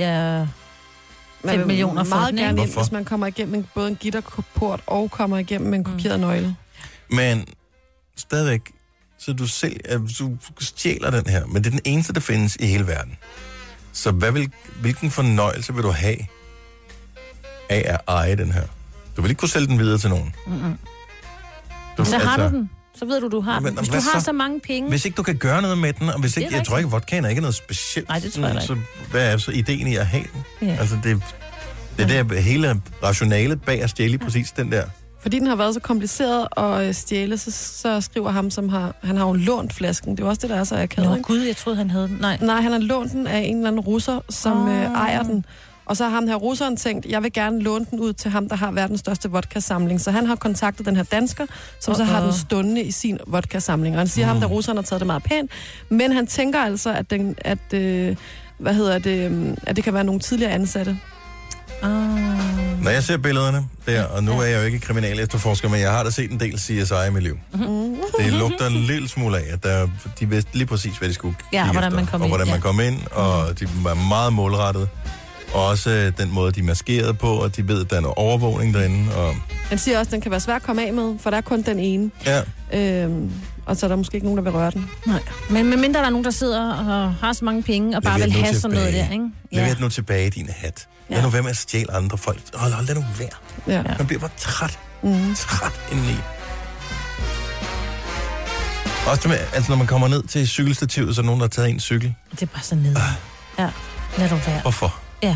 Speaker 3: uh, 5 millioner for
Speaker 2: meget
Speaker 3: den,
Speaker 2: gerne
Speaker 3: ikke?
Speaker 2: ind, hvis man kommer igennem en, både en gitterport og kommer igennem
Speaker 3: Mm.
Speaker 2: en kopieret nøgle.
Speaker 1: Men stadigvæk, så du, selv, øh, du stjæler den her, men det er den eneste, der findes i hele verden. Så hvad vil, hvilken fornøjelse vil du have af at eje den her? Du vil ikke kunne sælge den videre til nogen.
Speaker 3: Mm-mm.
Speaker 1: Du, altså-
Speaker 3: Så har du den. Så ved du, du har
Speaker 1: Men
Speaker 3: den. Hvis du
Speaker 1: hvad
Speaker 3: har
Speaker 1: så?
Speaker 3: så mange penge...
Speaker 1: Hvis ikke du kan gøre noget med den, og hvis
Speaker 3: Det er
Speaker 1: ikke, jeg tror
Speaker 3: rigtigt.
Speaker 1: ikke, vodkaen er ikke noget specielt.
Speaker 3: Nej, det tror jeg da
Speaker 1: Så hvad er så ideen i at have den?
Speaker 2: Ja.
Speaker 1: Altså, det, det er der hele rationalet bag at stjæle lige præcis den der.
Speaker 2: Fordi den har været så kompliceret at øh, stjæle, så, så skriver ham, som har, han har jo lånt flasken. Det er jo også det, der er så akavet.
Speaker 3: Nå,
Speaker 2: ikke?
Speaker 3: gud, jeg troede, han havde den. Nej.
Speaker 2: Nej, han har lånt den af en eller anden russer, som
Speaker 3: Ah.
Speaker 2: øh, ejer den. Og så har ham her russeren tænkt, jeg vil gerne låne den ud til ham, der har verdens største vodka-samling. Så han har kontaktet den her dansker, som så har
Speaker 3: Uh-oh.
Speaker 2: den stående i sin vodka-samling. Og han siger ham, der russeren har taget det meget pænt. Men han tænker altså, at, den, at, øh, hvad hedder det, øh, at det kan være nogle tidligere ansatte.
Speaker 1: Når jeg ser billederne der, og nu er jeg jo ikke kriminal efterforsker, men jeg har da set en del CSI i mit liv.
Speaker 3: Mm-hmm.
Speaker 2: Mm.
Speaker 1: Det lugter en lille smule af, at der, de vidste lige præcis, hvad de skulle
Speaker 3: Ja,
Speaker 1: kigge
Speaker 3: hvordan
Speaker 1: efter,
Speaker 3: man kom
Speaker 1: og
Speaker 3: ind,
Speaker 1: hvordan man
Speaker 3: ja.
Speaker 1: kom ind, og de var meget målrettet. Og også øh, den måde, de maskerede på, og de ved, at der er noget overvågning derinde. Og,
Speaker 2: Han siger også, at den kan være svær at komme af med, for der er kun den ene.
Speaker 1: ja.
Speaker 2: Øhm, og så er der måske ikke nogen, der vil røre den.
Speaker 3: Nej. Men medmindre der er nogen, der sidder og har så mange penge, og bare
Speaker 1: Lever
Speaker 3: vil
Speaker 1: den nu
Speaker 3: have sådan noget
Speaker 1: tilbage.
Speaker 3: der, ikke?
Speaker 1: Lever den nu tilbage i din hat. Lad nu være med at stjæle andre folk. Hold, hold, lad nu være.
Speaker 2: Ja.
Speaker 1: Man bliver bare træt.
Speaker 3: Mm-hmm.
Speaker 2: Mm.
Speaker 1: Træt indeni. Også det med, altså når man kommer ned til cykelstativet, så er der nogen, der har taget en cykel.
Speaker 3: Det er bare sådan nede.
Speaker 1: Ah.
Speaker 3: Ja, lad du være.
Speaker 1: Hvorfor?
Speaker 3: Ja.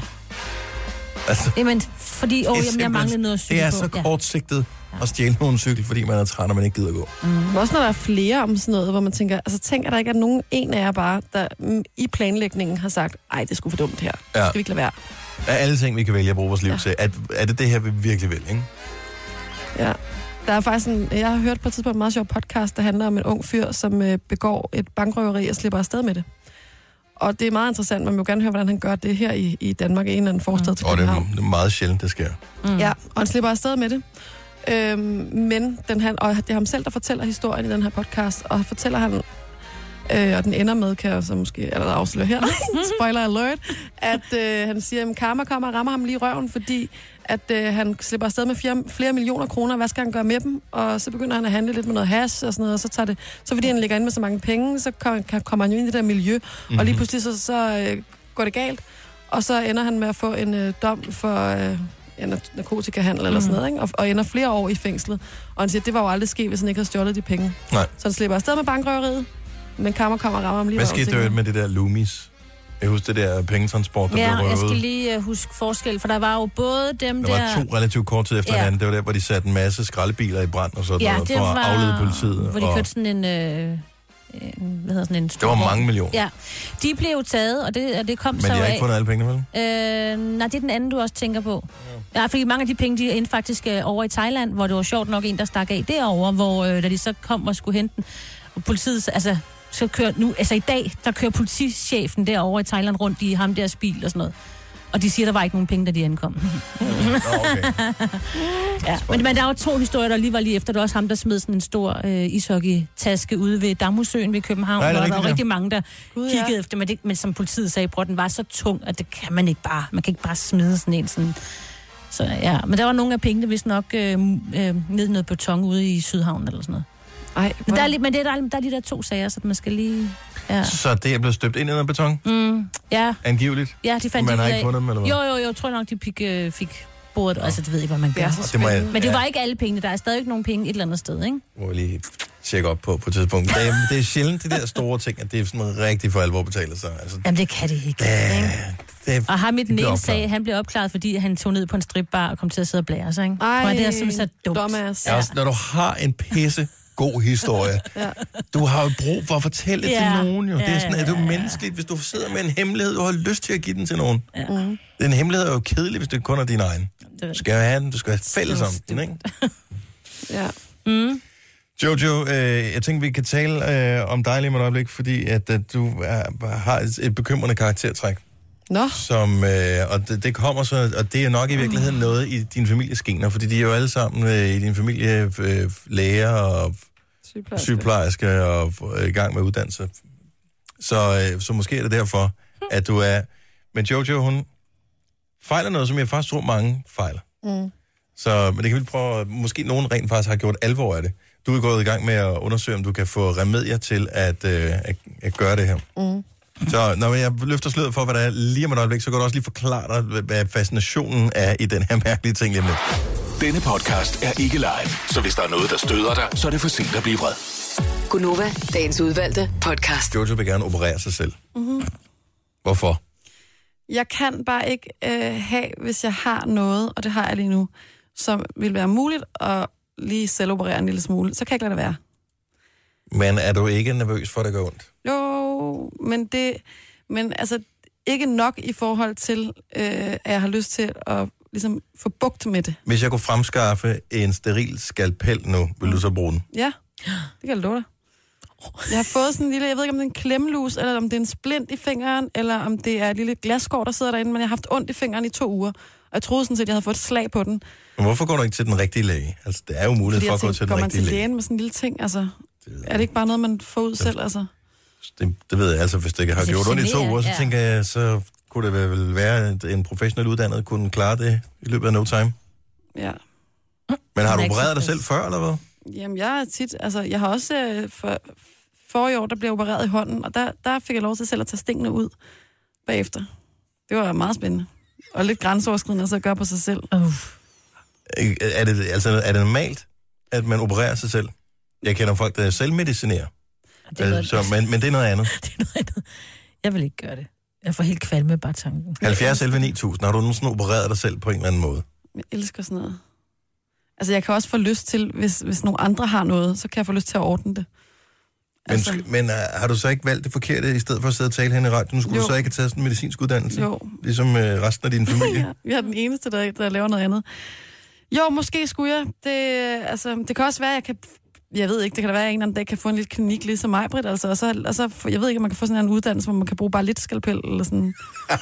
Speaker 1: Altså,
Speaker 3: Jamen, fordi
Speaker 1: det
Speaker 3: åh,
Speaker 1: er
Speaker 3: jamen, jeg
Speaker 1: simpelthen-
Speaker 3: manglede noget at syge
Speaker 1: Det er
Speaker 3: på.
Speaker 1: så kortsigtet at stjæle nogen cykel, fordi man er træt, og man ikke gider gå.
Speaker 2: Mm. Også når der er flere om sådan noget, hvor man tænker, altså tænk, at der ikke er nogen en af jer bare, der mm, i planlægningen har sagt, ej, det skulle for dumt her.
Speaker 1: Ja.
Speaker 2: Ja. Skal vi ikke lade være?
Speaker 1: Af alle ting, vi kan vælge at bruge vores liv ja. til, er, er det det her, vi virkelig vil, ikke?
Speaker 2: Ja. Der er faktisk en, jeg har hørt på et tidspunkt en meget sjov podcast, der handler om en ung fyr, som øh, begår et bankrøveri og slipper afsted med det. Og det er meget interessant, man vil jo gerne høre, hvordan han gør det her i, i Danmark, i en eller anden forstad til
Speaker 1: Og Mm. det er,
Speaker 2: København.
Speaker 1: det er meget sjældent, det sker.
Speaker 2: Mm. Ja, og han slipper afsted med det. Øhm, men den han, og det er ham selv, der fortæller historien i den her podcast, og fortæller han, øh, og den ender med, kan jeg så måske allerede afsløre her, spoiler alert, at øh, han siger, at karma kommer og rammer ham lige i røven, fordi at øh, han slipper afsted med flere, flere millioner kroner, hvad skal han gøre med dem? Og så begynder han at handle lidt med noget hash og sådan noget, og så tager det, så fordi han ligger inde med så mange penge, så kom, kan, kommer han jo ind i det der miljø, mm-hmm. og lige
Speaker 1: Mhm.
Speaker 2: pludselig så, så øh, går det galt, og så ender han med at få en øh, dom for... Øh, ja, nar- narkotikahandel eller sådan
Speaker 3: Mhm.
Speaker 2: noget, ikke? Og, og ender flere år i fængslet. Og han siger, at det var jo aldrig sket, hvis han ikke havde stjålet de penge.
Speaker 1: Nej.
Speaker 2: Så han slipper afsted med bankrøveriet, men kammer kommer og rammer ham lige
Speaker 1: Hvad
Speaker 2: i røven,
Speaker 1: skete der
Speaker 2: tænker
Speaker 1: jo med det der Loomis? Jeg husker det der pengetransport, der
Speaker 3: Ja,
Speaker 1: blev
Speaker 3: jeg
Speaker 1: røvet.
Speaker 3: skal lige uh, huske forskel, for der var jo både dem
Speaker 1: Der var to relativt kort tid efter
Speaker 3: Ja.
Speaker 1: ja. hinanden. Det var der, hvor de satte en masse skraldebiler i brand og sådan
Speaker 3: ja,
Speaker 1: noget,
Speaker 3: det
Speaker 1: for
Speaker 3: var,
Speaker 1: at aflede politiet.
Speaker 3: Hvor de
Speaker 1: og-
Speaker 3: kørte sådan en... Øh, en- hvad hedder sådan en stor
Speaker 1: var
Speaker 3: vogn.
Speaker 1: mange millioner.
Speaker 3: Ja. De blev jo taget, og det, og det kom
Speaker 1: Men
Speaker 3: så
Speaker 1: de har
Speaker 3: af...
Speaker 1: ikke fundet alle pengene, vel?
Speaker 3: Øh, nej, det er den anden, du også tænker på. Ja, fordi mange af de penge, de endte faktisk øh, over i Thailand, hvor det var sjovt nok en, der stak af derovre, hvor øh, da de så kom og skulle hente den, og politiet, altså, så kører nu, altså i dag, der kører politichefen derovre i Thailand rundt i ham deres bil og sådan noget. Og de siger, der var ikke nogen penge, da de ankom. ja, men, men der er jo to historier, der lige var lige efter. Der var også ham, der smed sådan en stor øh, ishockey-taske ude ved Damhusøen ved København.
Speaker 1: Nej, det er
Speaker 3: hvor der
Speaker 1: rigtigt,
Speaker 3: var
Speaker 1: ja.
Speaker 3: rigtig mange, der
Speaker 2: Gud,
Speaker 3: kiggede
Speaker 2: ja.
Speaker 3: efter, men, det, men som politiet sagde, bror, den var så tung, at det kan man ikke bare. Man kan ikke bare smide sådan en sådan Så ja, men der var nogle af pengene vist nok øh, øh, ned i noget beton ude i Sydhavn eller sådan noget.
Speaker 2: Ej,
Speaker 3: men der er, lige- men det er, der, er, der er de der to sager, så man skal lige... Ja.
Speaker 1: Så det er blevet støbt ind i noget beton,
Speaker 3: Mm, ja.
Speaker 1: angiveligt.
Speaker 3: Ja, de fandt
Speaker 1: Man
Speaker 3: de
Speaker 1: har
Speaker 3: ud
Speaker 1: ikke
Speaker 3: af.
Speaker 1: fundet dem, eller hvad?
Speaker 3: Jo, jo, jo, tror jeg nok, de fik, øh, fik bordet. Altså, det ved jeg, hvad man
Speaker 1: Det er
Speaker 3: gør.
Speaker 1: så Og det må jeg- spændende.
Speaker 3: Men det
Speaker 1: ja.
Speaker 3: var ikke alle pengene. Der er stadig nogen penge et eller andet sted, ikke?
Speaker 1: må jeg lige tjekke op på på et tidspunkt. Det er, det er sjældent, de der store ting, at det er sådan rigtig for alvor betaler sig. Altså,
Speaker 3: Jamen, det kan det ikke.
Speaker 1: Ja,
Speaker 3: ikke?
Speaker 1: det er,
Speaker 3: Og ham i
Speaker 1: det
Speaker 3: den
Speaker 1: bliver
Speaker 3: ene
Speaker 1: opklaret.
Speaker 3: sag, han blev opklaret, fordi han tog ned på en stripbar og kom til at sidde og blære sig, ikke?
Speaker 2: Ej,
Speaker 3: og det er simpelthen så dumt.
Speaker 2: dumbass.
Speaker 1: Ja. Også, når du har en pisse god historie.
Speaker 2: Ja.
Speaker 1: Du har jo brug for at fortælle det
Speaker 2: Ja.
Speaker 1: til nogen. Jo. Det
Speaker 2: Ja,
Speaker 1: er sådan,
Speaker 2: ja,
Speaker 1: at du er menneskeligt, hvis du sidder med en hemmelighed, du har lyst til at give den til nogen.
Speaker 3: Ja.
Speaker 2: Mm.
Speaker 1: Den hemmelighed er jo kedelig, hvis det kun er din egen.
Speaker 3: Du
Speaker 1: skal jo have den, du skal have fælles om den, ikke?
Speaker 2: Ja.
Speaker 3: Mm.
Speaker 1: Jojo, øh, jeg tænker, vi kan tale øh, om dig lige om et øjeblik, fordi at, at du er, har et, et bekymrende karaktertræk.
Speaker 2: Nå.
Speaker 1: Som, øh, og det, det kommer så, og det er nok i virkeligheden noget i din families gener, fordi de er jo alle sammen øh, i din familie øh, læger og
Speaker 2: Sygeplejerske.
Speaker 1: sygeplejerske og øh, i gang med uddannelse. Så, øh, så måske er det derfor,
Speaker 2: Hm.
Speaker 1: at du er... Men Jojo, hun fejler noget, som jeg faktisk tror, mange fejler.
Speaker 2: Mm.
Speaker 1: Så, men det kan vi prøve, måske nogen rent faktisk har gjort alvor af det. Du er gået i gang med at undersøge, om du kan få remedier til at, øh, at, at gøre det her.
Speaker 2: Mm.
Speaker 1: Så når jeg løfter sløret for, hvad der er lige om et øjeblik, så kan du også lige forklare dig, hvad- hvad fascinationen er i den her mærkelige ting lige om lidt.
Speaker 5: Denne podcast er ikke live, så hvis der er noget, der støder dig, så er det for sent at blive vred.
Speaker 4: Gunova, dagens udvalgte podcast.
Speaker 1: Jojo vil gerne operere sig selv.
Speaker 2: Mm-hmm.
Speaker 1: Hvorfor?
Speaker 2: Jeg kan bare ikke øh, have, hvis jeg har noget, og det har jeg lige nu, som vil være muligt at lige selv operere en lille smule, så kan jeg ikke lade det være.
Speaker 1: Men er du ikke nervøs for, at det gør ondt?
Speaker 2: Jo, men det... Men altså, ikke nok i forhold til, øh, at jeg har lyst til at ligesom få bugt med det.
Speaker 1: Hvis jeg kunne fremskaffe en steril skalpel nu, vil du så bruge den?
Speaker 2: Ja, det kan jeg love dig. Jeg har fået sådan en lille, jeg ved ikke om det er en klemlus, eller om det er en splint i fingeren, eller om det er et lille glaskår, der sidder derinde, men jeg har haft ondt i fingeren i to uger. Og jeg troede sådan set, at jeg havde fået et slag på den.
Speaker 1: Men hvorfor går du ikke til den rigtige læge? Altså, der er jo mulighed
Speaker 2: Fordi
Speaker 1: for
Speaker 2: jeg
Speaker 1: at gå
Speaker 2: tænkte,
Speaker 1: til
Speaker 2: går
Speaker 1: den
Speaker 2: man
Speaker 1: rigtige
Speaker 2: til
Speaker 1: læge.
Speaker 2: lægen med sådan en lille ting? Altså, er det ikke bare noget, man får ud selv? Altså?
Speaker 1: Det, det ved jeg altså, hvis det ikke har
Speaker 2: Hvis det
Speaker 1: gjort ondt i to
Speaker 2: generer,
Speaker 1: uger, så
Speaker 2: ja.
Speaker 1: tænker jeg, så kunne det vel være, at en professionel uddannet kunne klare det i løbet af no time.
Speaker 2: Ja.
Speaker 1: Men har du
Speaker 2: Ikke
Speaker 1: opereret dig
Speaker 2: stress.
Speaker 1: selv før, eller hvad?
Speaker 2: Jamen, jeg er tit... Altså, jeg har også... Øh, for, for i år, der blev jeg opereret i hånden, og der, der fik jeg lov til selv at tage stingene ud bagefter. Det var meget spændende. Og lidt grænseoverskridende at så gøre på sig selv.
Speaker 3: Uh.
Speaker 1: Øh, Er det, altså, er det normalt, at man opererer sig selv? Jeg kender folk, der selvmedicinerer.
Speaker 3: er
Speaker 1: Øh,
Speaker 3: noget-
Speaker 1: så, men, men det er noget andet.
Speaker 3: Jeg vil ikke gøre det. Jeg får helt kvalme bare tanken.
Speaker 1: 70 11 9000. Har du nogensinde opereret dig selv på en eller anden måde?
Speaker 2: Jeg elsker sådan noget. Altså, jeg kan også få lyst til, hvis, hvis nogle andre har noget, så kan jeg få lyst til at ordne det.
Speaker 1: Men,
Speaker 2: Altså-
Speaker 1: altså... men øh, har du så ikke valgt det forkerte, i stedet for at sidde og tale henne i radioen? Skulle jo.
Speaker 2: Jo.
Speaker 1: du så ikke have taget sådan en medicinsk uddannelse?
Speaker 2: Jo.
Speaker 1: Ligesom øh, resten af din familie?
Speaker 2: Ja, jeg er den eneste, der, der laver noget andet. Jo, måske skulle jeg. Det, øh, altså, det kan også være, at jeg kan... Jeg ved ikke, det kan da være, at jeg en eller anden dag kan få en lille klinik, ligesom mig, Britt, altså, og så, og så, få- jeg ved ikke, om man kan få sådan en uddannelse, hvor man kan bruge bare lidt skalpel, eller sådan.
Speaker 1: Ja,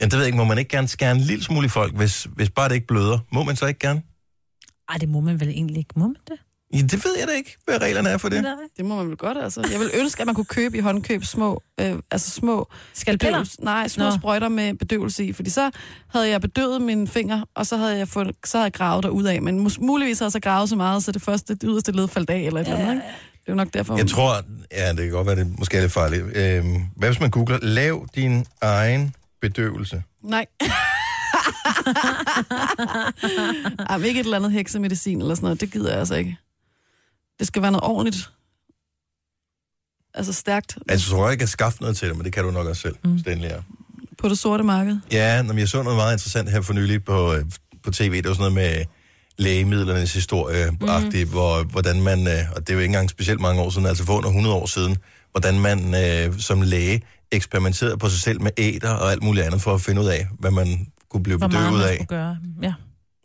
Speaker 1: det ved jeg ikke. Må man ikke gerne skære en lille smule i folk, hvis, hvis bare det ikke bløder? Må man så ikke gerne?
Speaker 3: Ej, det må man vel egentlig ikke. Må man det?
Speaker 1: Ja, det ved jeg da ikke, hvad reglerne er for det.
Speaker 3: Nej.
Speaker 2: Det må man vel godt, altså. Jeg vil ønske, at man kunne købe i håndkøb små, øh, altså små
Speaker 3: Skalpeller?
Speaker 2: bedøvelse- Nej, små
Speaker 3: Nå.
Speaker 2: Nå. sprøjter med bedøvelse i, fordi så havde jeg bedøvet mine fingre, og så havde jeg, fundet, så havde jeg gravet derud af, men mus- muligvis havde jeg så gravet så meget, så det første, det yderste led faldt af, eller et ja, eller andet, ikke? Det er jo nok derfor.
Speaker 1: Jeg tror, ja, det kan godt være, det måske er lidt farligt. Øhm, hvad hvis man googler, lav din egen bedøvelse?
Speaker 2: Nej. Jamen, ikke et eller andet heksemedicin eller sådan noget. Det gider jeg altså ikke. Det skal være noget ordentligt. Altså stærkt
Speaker 1: Altså, så tror jeg, jeg kan skaffe noget til dig, men det kan du nok også selv, mm. Stanley. er.
Speaker 2: på det sorte marked.
Speaker 1: Ja, når jeg så noget meget interessant her for nylig på, øh, på tv, det var sådan noget med lægemidlernes historie,
Speaker 3: Mhm.
Speaker 1: mm. hvor, hvordan man, øh, og det er jo ikke engang specielt mange år siden, altså for under 100 år siden, hvordan man øh, som læge eksperimenterede på sig selv med æder og alt muligt andet for at finde ud af, hvad man kunne blive
Speaker 3: Hvor meget
Speaker 1: bedøvet
Speaker 3: man
Speaker 1: af.
Speaker 3: skulle gøre. Ja.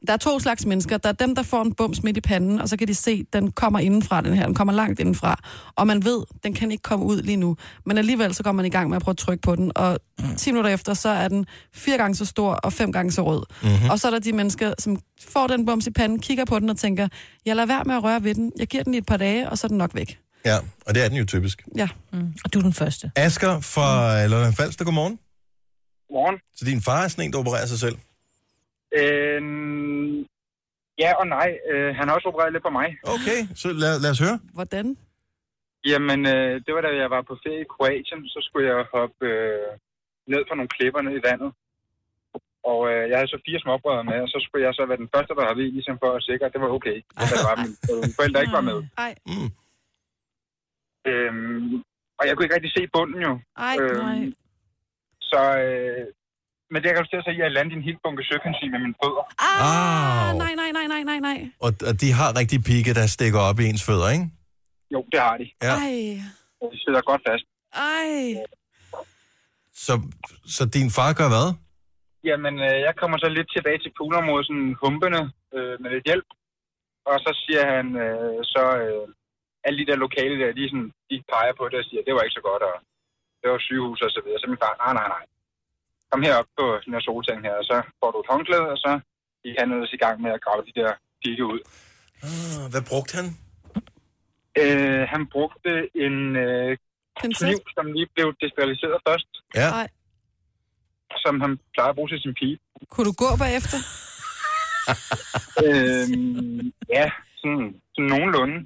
Speaker 2: Der er to slags mennesker. Der er dem, der får en bums midt i panden, og så kan de se, at den kommer indenfra, den her. Den kommer langt indenfra. Og man ved, den kan ikke komme ud lige nu. Men alligevel, så går man i gang med at prøve at trykke på den. Og 10 minutter efter, så er den fire gange så stor og fem gange så rød.
Speaker 12: Mhm.
Speaker 2: Mm-hmm. Og så er der de mennesker, som får den bums i panden, kigger på den og tænker, jeg lader være med at røre ved den. Jeg giver den i et par dage, og så er den nok væk.
Speaker 1: Ja, og det er den jo typisk.
Speaker 2: Ja.
Speaker 3: Mm. Og du er den første.
Speaker 1: Asger fra mm. Lolland Falster, godmorgen.
Speaker 13: Morgen.
Speaker 1: Så din far er sådan en, der opererer sig selv?
Speaker 12: Øhm, ja og nej. Øh, han har også opereret lidt på mig.
Speaker 1: Okay, så lad, lad os høre.
Speaker 2: Hvordan?
Speaker 12: Jamen, øh, det var da jeg var på ferie i Kroatien, så skulle jeg hoppe øh, ned på nogle klipper ned i vandet. Og øh, jeg havde så fire småbrødre med, og så skulle jeg så være den første, der var ved, ligesom for at sikre, at det var okay. At der var mine øh, forældre ikke var med.
Speaker 2: Ej.
Speaker 1: Mm.
Speaker 12: Øhm, og jeg kunne ikke rigtig se bunden jo.
Speaker 2: Ej, nej.
Speaker 12: Så, øh, men det resulterede så i, at jeg landede i en helt bunke søkkensi med mine fødder.
Speaker 1: Ah,
Speaker 2: Nej, nej, nej, nej, nej, nej.
Speaker 1: og, og de har rigtig pigge, der stikker op i ens fødder, ikke?
Speaker 12: Jo, det har de.
Speaker 1: Ja.
Speaker 2: Ej.
Speaker 12: De sidder godt fast.
Speaker 2: Ej.
Speaker 1: Så, så din far gør hvad?
Speaker 12: Jamen, øh, jeg kommer så lidt tilbage til poolområdet, sådan humpende, øh, med lidt hjælp. Og så siger han øh, så, øh, alle de der lokale der, de, sådan, de peger på det og siger, det var ikke så godt, og det var sygehus og så videre. Så min far, nej, nej, nej. Kom herop på den her soltang her, og så får du et håndklæde, og så gik han ellers i gang med at grave de der pigge ud.
Speaker 1: Ah, hvad brugte han?
Speaker 12: Øh, han brugte en øh, kniv, som lige blev desteriliseret først,
Speaker 1: Ja.
Speaker 2: Ej.
Speaker 12: som han plejer at bruge til sin pige.
Speaker 2: Kunne du gå bagefter?
Speaker 12: øhm, ja, sådan, sådan nogenlunde.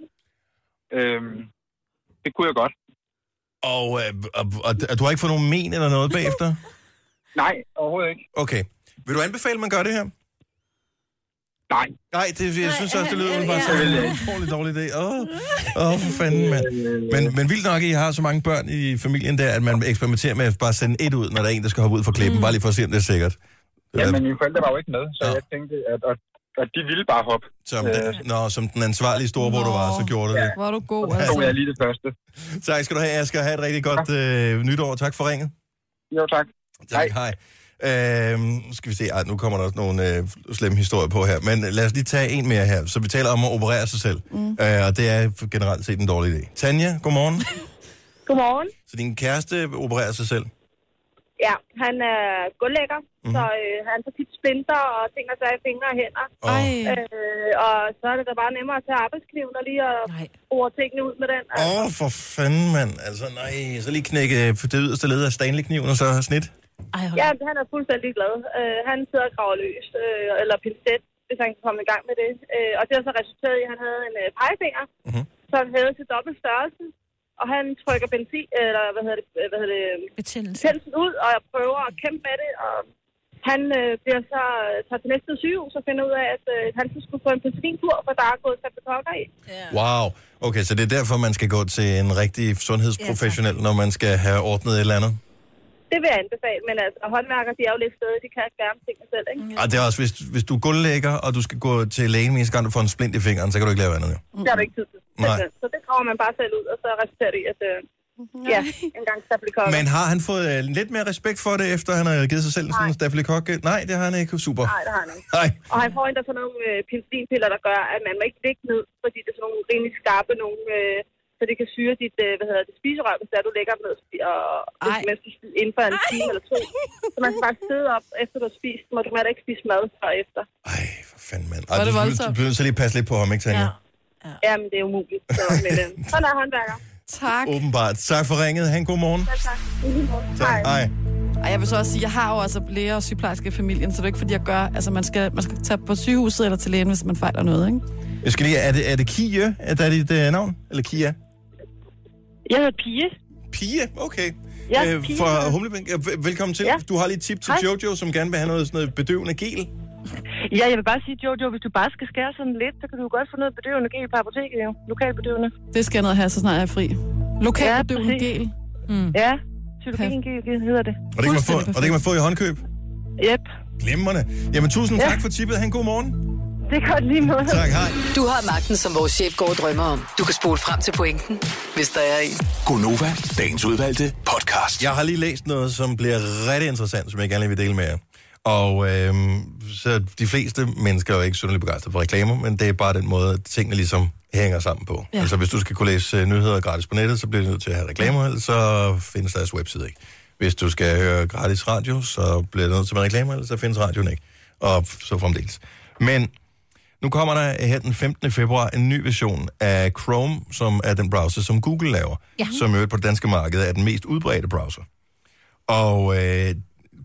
Speaker 12: Øhm, det kunne jeg godt.
Speaker 1: Og, øh, og, og, og du har ikke fået nogen men eller noget bagefter?
Speaker 12: Nej, overhovedet ikke.
Speaker 1: Okay. Vil du anbefale, at man gør det her?
Speaker 12: Nej.
Speaker 1: Nej, det, jeg synes også, det lyder umiddelbart som
Speaker 12: ja.
Speaker 1: en utrolig dårlig idé. Åh, oh, oh, for fanden, mand.
Speaker 12: Øh,
Speaker 1: Men, men vildt nok, at I har så mange børn i familien der, at man eksperimenterer med at bare sende et ud, når der er en, der skal hoppe ud fra
Speaker 12: Mm.
Speaker 1: klippen, bare lige for at se, om det er sikkert.
Speaker 12: Ja, men mine forældre var jo ikke med, så jeg tænkte, at, at, at de ville bare hoppe.
Speaker 1: Som, den, nå, som den ansvarlige storebror, du var, så gjorde du det.
Speaker 2: Hvor er du god,
Speaker 12: Så tog jeg
Speaker 2: altså.
Speaker 12: lige det første.
Speaker 1: Tak skal du have, Asger. Ha' et rigtig godt øh, nytår. Tak for ringet.
Speaker 12: Jo, tak.
Speaker 1: Tak, hej. Øhm, nu skal vi se, Ej, nu kommer der også nogle øh, slemme historier på her, men lad os lige tage en mere her. Så vi taler om at operere sig selv, mm. øh, og det er generelt set en dårlig idé. Tanja, godmorgen.
Speaker 6: Godmorgen.
Speaker 1: så din kæreste opererer sig selv?
Speaker 6: Ja, han er guldlægger,
Speaker 1: Mhm.
Speaker 6: mm-hmm. så øh, han får tit splinter og ting og sager i fingre og hænder.
Speaker 1: Åh.
Speaker 6: Øh, og så er det da bare nemmere at tage arbejdskniven og lige at bruge tingene ud med den. Altså,
Speaker 1: Åh, oh, for fanden, mand. Altså, nej, så lige knække øh, det yderste led af Stanley-kniven, og så snit.
Speaker 3: Ej,
Speaker 6: ja, men han er fuldstændig glad. Øh, han sidder og graver løs, øh, eller pincet, hvis han kan komme i gang med det. Øh, og det har så resulteret i, at han havde en øh, pegefinger,
Speaker 1: mm-hmm.
Speaker 6: som havde til dobbelt størrelse. Og han trykker benzin, eller hvad hedder det, øh, hvad hedder det
Speaker 3: Betændelse.
Speaker 6: betændelsen ud, og jeg prøver at kæmpe med det, og han øh, bliver så tager til næste sygehus og finder ud af, at øh, han så skulle få en penicillinkur, for der er gået streptokokker i. Ja.
Speaker 1: Wow. Okay, så det er derfor, man skal gå til en rigtig sundhedsprofessionel, når man skal have ordnet et eller andet.
Speaker 6: Det vil jeg anbefale, men altså, håndværkere, de er jo lidt stede, de kan ikke gerne tingene selv, ikke?
Speaker 1: Og det er også, hvis, hvis du er guldlægger, og du skal gå til lægen, men gang du får en splint i fingeren, så kan du ikke lave andet. Jo.
Speaker 6: Det har du ikke tid til.
Speaker 1: Mm. Nej. Mm-hmm.
Speaker 6: Så det kommer man bare selv ud, og så resulterer det i, at øh, ja, en gang streptokokker.
Speaker 1: Men har han fået øh, lidt mere respekt for det, efter han har givet sig selv sådan en staffelikok? Nej, det har han ikke. Super.
Speaker 6: Nej, det har han ikke.
Speaker 1: Nej.
Speaker 6: Og han får endda sådan nogle øh, penicillinpiller, der gør, at man må ikke ligge ned, fordi det er sådan nogle rimelig skarpe nogle, øh, så det kan syre dit, øh, hvad hedder det, spiserør, hvis der du lægger dem ned og hvis man skal spise inden for en time eller to. Så man skal bare sidde op, efter du har spist, må du må da ikke spise mad før efter.
Speaker 1: Men,
Speaker 6: Var det
Speaker 1: du,
Speaker 6: voldsomt?
Speaker 1: du, bliver så lige passe lidt på ham, ikke Tanja?
Speaker 6: Ja. Jamen, det er umuligt. Så, men, øh, sådan er håndværker.
Speaker 2: Tak.
Speaker 1: Åbenbart. Tak for ringet. Han god morgen.
Speaker 6: Ja, tak. I lige måde.
Speaker 1: Tak. Hej.
Speaker 2: Og jeg vil så også sige, jeg har jo altså læger og sygeplejerske i familien, så det er jo ikke fordi, jeg gør... Altså, man skal, man skal tage på sygehuset eller til lægen, hvis man fejler noget, ikke?
Speaker 1: Jeg skal lige, er det, er det Kie? Er det dit øh, navn? Eller Kia?
Speaker 14: Jeg hedder Pia.
Speaker 1: Pia? Okay.
Speaker 14: Ja, Pia.
Speaker 1: fra Humlebæk. Øh, vel- Velkommen til. Ja. Du har lige et tip til
Speaker 14: Hej.
Speaker 1: Jojo, som gerne vil have noget, sådan noget bedøvende gel.
Speaker 14: Ja, jeg vil bare sige, Jojo, hvis du bare skal skære sådan lidt, så kan du jo godt få noget bedøvende gel på apoteket, jo. Lokalbedøvende.
Speaker 2: Det skal jeg ned her, så snart jeg er fri. Lokal ja,
Speaker 14: præcis.
Speaker 2: gel.
Speaker 14: Mm. Ja, psykologengel hedder det.
Speaker 1: Og det, kan man få, og det kan man få i håndkøb.
Speaker 14: Yep.
Speaker 1: Glimrende. Jamen, tusind ja. tak for tippet. Han god morgen.
Speaker 14: Det er godt lige måde.
Speaker 1: Tak, hej.
Speaker 4: Du har magten, som vores chef går og drømmer om. Du kan spole frem til pointen, hvis der er en.
Speaker 5: Gonova, dagens udvalgte podcast.
Speaker 1: Jeg har lige læst noget, som bliver rigtig interessant, som jeg gerne lige vil dele med jer. Og øhm, så de fleste mennesker er jo ikke synderligt begejstrede for reklamer, men det er bare den måde, at tingene ligesom hænger sammen på. Ja.
Speaker 15: Ja.
Speaker 1: Altså hvis du skal kunne læse øh, nyheder gratis på nettet, så bliver du nødt til at have reklamer, ellers så findes deres webside ikke. Hvis du skal høre gratis radio, så bliver du nødt til at have reklamer, ellers så findes radioen ikke. Og så fremdeles. Men nu kommer der her den 15. februar en ny version af Chrome, som er den browser, som Google laver,
Speaker 16: Ja.
Speaker 1: som i øvrigt på det danske marked er den mest udbredte browser. Og øh,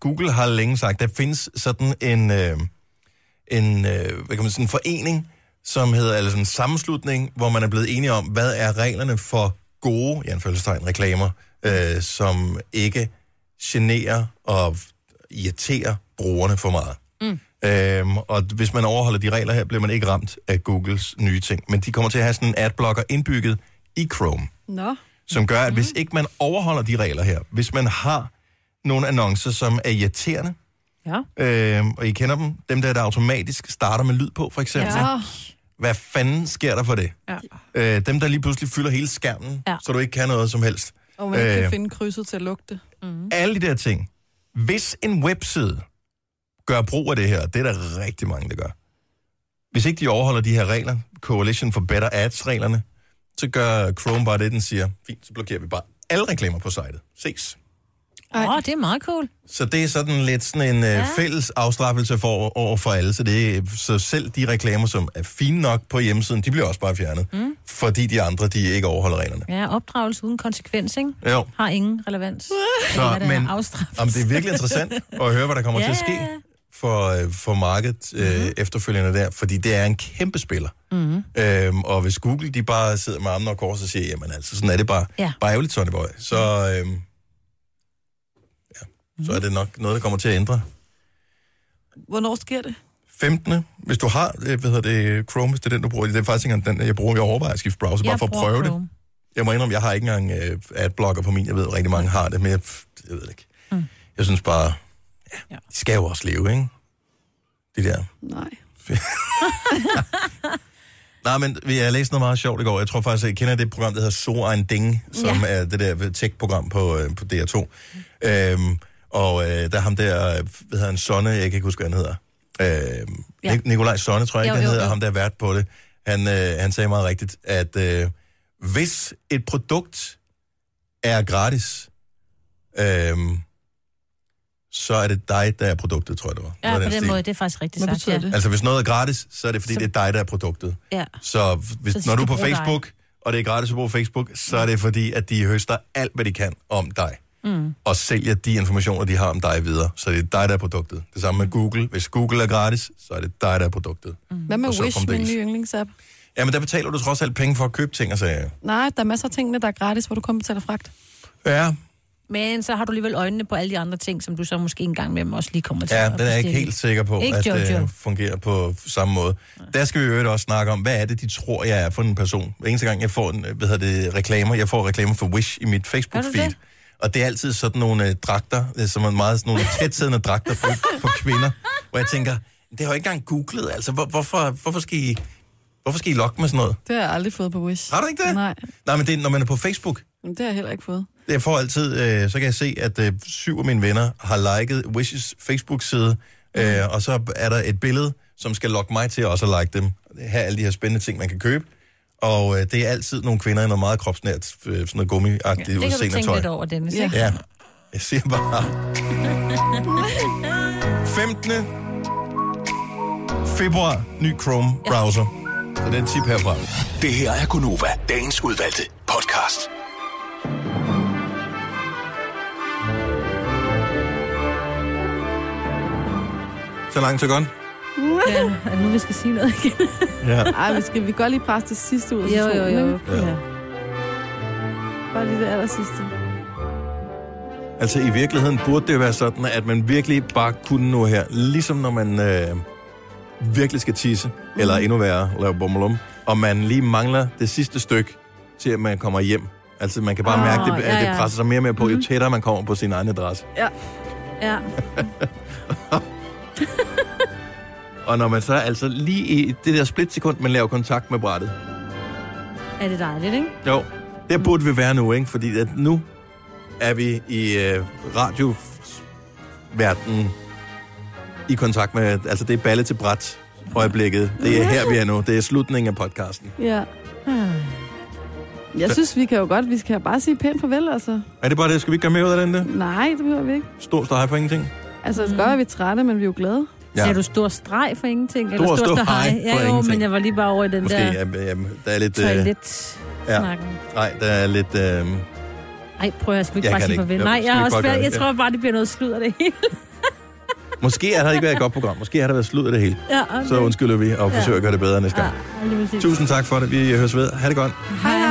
Speaker 1: Google har længe sagt, der findes sådan en, øh, en øh, hvad kan man, sige, en forening, som hedder, eller sådan en sammenslutning, hvor man er blevet enige om, hvad er reglerne for gode, i anførselstegn, reklamer, øh, som ikke generer og irriterer brugerne for meget.
Speaker 17: Mm.
Speaker 1: Øhm, og hvis man overholder de regler her, bliver man ikke ramt af Googles nye ting. Men de kommer til at have sådan en adblocker indbygget i Chrome,
Speaker 17: Nå.
Speaker 1: som gør, at hvis ikke man overholder de regler her, hvis man har nogle annoncer, som er irriterende,
Speaker 3: Ja.
Speaker 1: øhm, og I kender dem, dem der, der automatisk starter med lyd på, for eksempel.
Speaker 3: Ja.
Speaker 1: Hvad fanden sker der for det?
Speaker 17: Ja.
Speaker 1: Øh, dem, der lige pludselig fylder hele skærmen,
Speaker 17: Ja.
Speaker 1: ja. så du ikke kan noget som helst.
Speaker 17: Og man øh.
Speaker 1: Øh,
Speaker 17: kan finde krydset til at lugte. Mm.
Speaker 1: alle de der ting. Hvis en webside gør brug af det her, det er der rigtig mange, der gør. Hvis ikke de overholder de her regler, Coalition for Better Ads-reglerne, så gør Chrome bare det, den siger, fint, så blokerer vi bare alle reklamer på sitet. Ses.
Speaker 3: Åh, oh, det er meget cool.
Speaker 1: Så det er sådan lidt sådan en ja. fælles afstraffelse for, over for alle, så, det er, så selv de reklamer, som er fine nok på hjemmesiden, de bliver også bare fjernet, mm. fordi de andre, de ikke overholder reglerne.
Speaker 3: Ja, opdragelse uden konsekvens, ikke?
Speaker 1: Jo.
Speaker 3: Har ingen relevans.
Speaker 1: Så,
Speaker 3: Eller hvad der
Speaker 1: men-
Speaker 3: er afstraffet.
Speaker 1: Jamen, det er virkelig interessant at høre, hvad der kommer ja. til at ske for, øh, for markedet øh, mm-hmm. efterfølgende der, fordi det er en kæmpe spiller.
Speaker 17: Mm.
Speaker 1: Øhm, og hvis Google de bare sidder med armene og kors og siger, jamen altså, sådan er det bare.
Speaker 17: Ja.
Speaker 1: Bare ærgerligt, Sonny Boy. Så, øhm, ja, så er det nok noget, der kommer til at ændre.
Speaker 2: Hvornår sker det?
Speaker 1: 15. Hvis du har, øh, hvad hedder det, Chrome, hvis det er den, du bruger, det er faktisk ikke engang den, jeg bruger, jeg overvejer at skifte browser, bare for at prøve det. Jeg må indrømme, jeg har ikke engang øh, adblocker på min. Jeg ved, rigtig mange har det, men jeg, jeg ved det ikke.
Speaker 17: Mm.
Speaker 1: Mm. Jeg synes bare, ja, de skal jo også leve, ikke? Det der.
Speaker 2: Nej.
Speaker 1: Nej, men jeg læste noget meget sjovt i går. Jeg tror faktisk, at I kender det program, der hedder So Ein Ding, som
Speaker 17: Ja.
Speaker 1: ja. er det der tech-program på, øh, på DR2. Øhm, og øh, der er ham der, øh, hvad hedder han, Sonne, jeg kan ikke huske, hvad han hedder. Øhm,
Speaker 17: Ja.
Speaker 1: ja. Nikolaj Sonne, tror jeg
Speaker 17: Jo,
Speaker 1: ikke, han
Speaker 17: jo,
Speaker 1: hedder,
Speaker 17: jo.
Speaker 1: ham der er vært på det. Han, øh, han sagde meget rigtigt, at øh, hvis et produkt er gratis, øhm, så er det dig, der er produktet, tror jeg det var.
Speaker 3: Ja,
Speaker 1: Noget
Speaker 3: på
Speaker 1: af
Speaker 3: den
Speaker 1: stil.
Speaker 3: måde, det er faktisk rigtigt
Speaker 17: Hvad
Speaker 3: sagt.
Speaker 17: betyder
Speaker 3: Ja.
Speaker 17: det?
Speaker 1: Altså, hvis noget er gratis, så er det, fordi så... det er dig, der er produktet.
Speaker 3: Ja.
Speaker 1: Så, hvis,
Speaker 3: Så de
Speaker 1: så når du er på
Speaker 3: skal bruge dig.
Speaker 1: Facebook, dig. og det er gratis at bruge Facebook, så er det fordi, at de høster alt, hvad de kan om dig,
Speaker 3: Mm.
Speaker 1: og sælger de informationer, de har om dig videre. Så det er dig, der er produktet. Det samme med Google. Hvis Google er gratis, så er det dig, der er produktet.
Speaker 3: Mm.
Speaker 2: Hvad med
Speaker 1: Og så
Speaker 2: Wish, min
Speaker 1: fremdeles.
Speaker 2: nye yndlingsapp?
Speaker 1: Jamen, der betaler du trods alt penge for at købe ting og sager.
Speaker 2: Nej, der er masser af tingene, der er gratis, hvor du kun betaler fragt.
Speaker 1: Ja,
Speaker 3: Men så har du alligevel øjnene på alle de andre ting, som du så måske engang med også lige kommer til
Speaker 1: ja
Speaker 3: at
Speaker 1: den er jeg ikke
Speaker 3: bestille.
Speaker 1: helt sikker på,
Speaker 3: Ikke
Speaker 1: at det
Speaker 3: Jojo.
Speaker 1: øh, fungerer på samme måde. Der skal vi jo øvrigt også snakke om, hvad er det, de tror, jeg er for en person. Hver eneste gang, jeg får en, hvad hedder det, reklamer, jeg får reklamer for Wish i mit
Speaker 17: Gør du det?
Speaker 1: Facebook-feed. Og det er altid sådan nogle øh, dragter, øh, som er meget sådan nogle tætsiddende dragter for, for kvinder, hvor jeg tænker, det har jeg ikke engang googlet, altså hvor, hvorfor, hvorfor, skal I, hvorfor skal I lokke med sådan noget?
Speaker 2: Det har jeg aldrig fået på Wish.
Speaker 1: Har du ikke det?
Speaker 2: Nej,
Speaker 1: Nej, men det er, når man er på Facebook,
Speaker 2: men det har jeg heller ikke fået.
Speaker 1: jeg får altid, øh, så kan jeg se, at øh, syv af mine venner har liket Wishes Facebook-side,
Speaker 3: Mhm.
Speaker 1: øh, og så er der et billede, som skal lokke mig til også at like dem. Her er alle de her spændende ting, man kan købe. Og øh, det er altid nogle kvinder i noget meget kropsnært, øh, sådan noget gummiagtigt ja,
Speaker 3: Det kan du
Speaker 1: udseende
Speaker 3: tænke
Speaker 1: tøj.
Speaker 3: lidt over, Dennis.
Speaker 1: Ja.
Speaker 3: ikke?
Speaker 1: ja, jeg siger bare... 15. februar, ny Chrome-browser. Så det er et tip herfra.
Speaker 5: Det her er Gunova, dagens udvalgte podcast.
Speaker 1: Så langt, så godt.
Speaker 3: Ja, og nu vi skal sige noget igen.
Speaker 1: Ja.
Speaker 2: Ej, men skal vi godt lige presse det sidste ud af
Speaker 3: Jo, jo,
Speaker 2: telefonen,
Speaker 3: jo.
Speaker 2: ikke?
Speaker 1: Ja.
Speaker 2: Bare lige det aller sidste.
Speaker 1: Altså i virkeligheden burde det jo være sådan, at man virkelig bare kunne nu her, ligesom når man øh, virkelig skal tisse,
Speaker 17: Mhm.
Speaker 1: mm. eller endnu værre, lave bommelum, og man lige mangler det sidste stykke til, at man kommer hjem. Altså man kan bare
Speaker 17: Ah,
Speaker 1: oh, mærke, det, at
Speaker 17: ja,
Speaker 1: ja, ja.
Speaker 17: ja. Mhm.
Speaker 1: det presser sig mere og mere på, mm. jo tættere man kommer på sin egen adresse.
Speaker 2: Ja.
Speaker 3: Ja.
Speaker 1: Og når man så altså lige i det der splitsekund, man laver kontakt med brættet.
Speaker 3: Er det dejligt, ikke?
Speaker 1: Jo, der burde vi være nu, ikke? Fordi at nu er vi i øh, radioverdenen i kontakt med... Altså, det er balle til bræt øjeblikket. Det er her, vi er nu. Det er slutningen af podcasten.
Speaker 2: Ja. Jeg synes, vi kan jo godt, vi skal bare sige pænt farvel, altså.
Speaker 1: Er det bare det? Skal vi ikke gøre mere ud af den der?
Speaker 2: Nej, det behøver vi ikke.
Speaker 1: Stor streg for ingenting.
Speaker 2: Altså, det skal godt være, vi er trætte, men vi er jo glade.
Speaker 1: Ja. Sagde
Speaker 3: du stor streg for ingenting?
Speaker 1: Stor, stor hej for
Speaker 3: Ja, jo,
Speaker 1: ingenting.
Speaker 3: men jeg var lige bare over i den
Speaker 1: Måske,
Speaker 3: der
Speaker 1: ja, ja, der er lidt... øh,
Speaker 3: toilet.
Speaker 1: ja.
Speaker 3: snakken.
Speaker 1: Nej, der er lidt... Øh,
Speaker 3: Ej, prøv at jeg skal vi ikke
Speaker 1: Jeg kan
Speaker 3: bare
Speaker 1: det
Speaker 3: sige
Speaker 1: ikke.
Speaker 3: farvel.
Speaker 1: Jo,
Speaker 3: Nej,
Speaker 1: skal
Speaker 3: jeg,
Speaker 1: vi
Speaker 3: er også
Speaker 1: godt gøre
Speaker 3: spændt.
Speaker 1: det,
Speaker 3: jeg
Speaker 1: ja.
Speaker 3: tror bare, det bliver noget sludder det hele.
Speaker 1: Måske har det ikke været et godt program. Måske har det været slud af det hele.
Speaker 3: Ja, okay.
Speaker 1: Så undskylder vi og forsøger at gøre det bedre næste gang.
Speaker 3: Ja, lige præcis.
Speaker 1: Tusind tak for det. Vi høres ved. Ha' det godt.
Speaker 3: Hej, hej.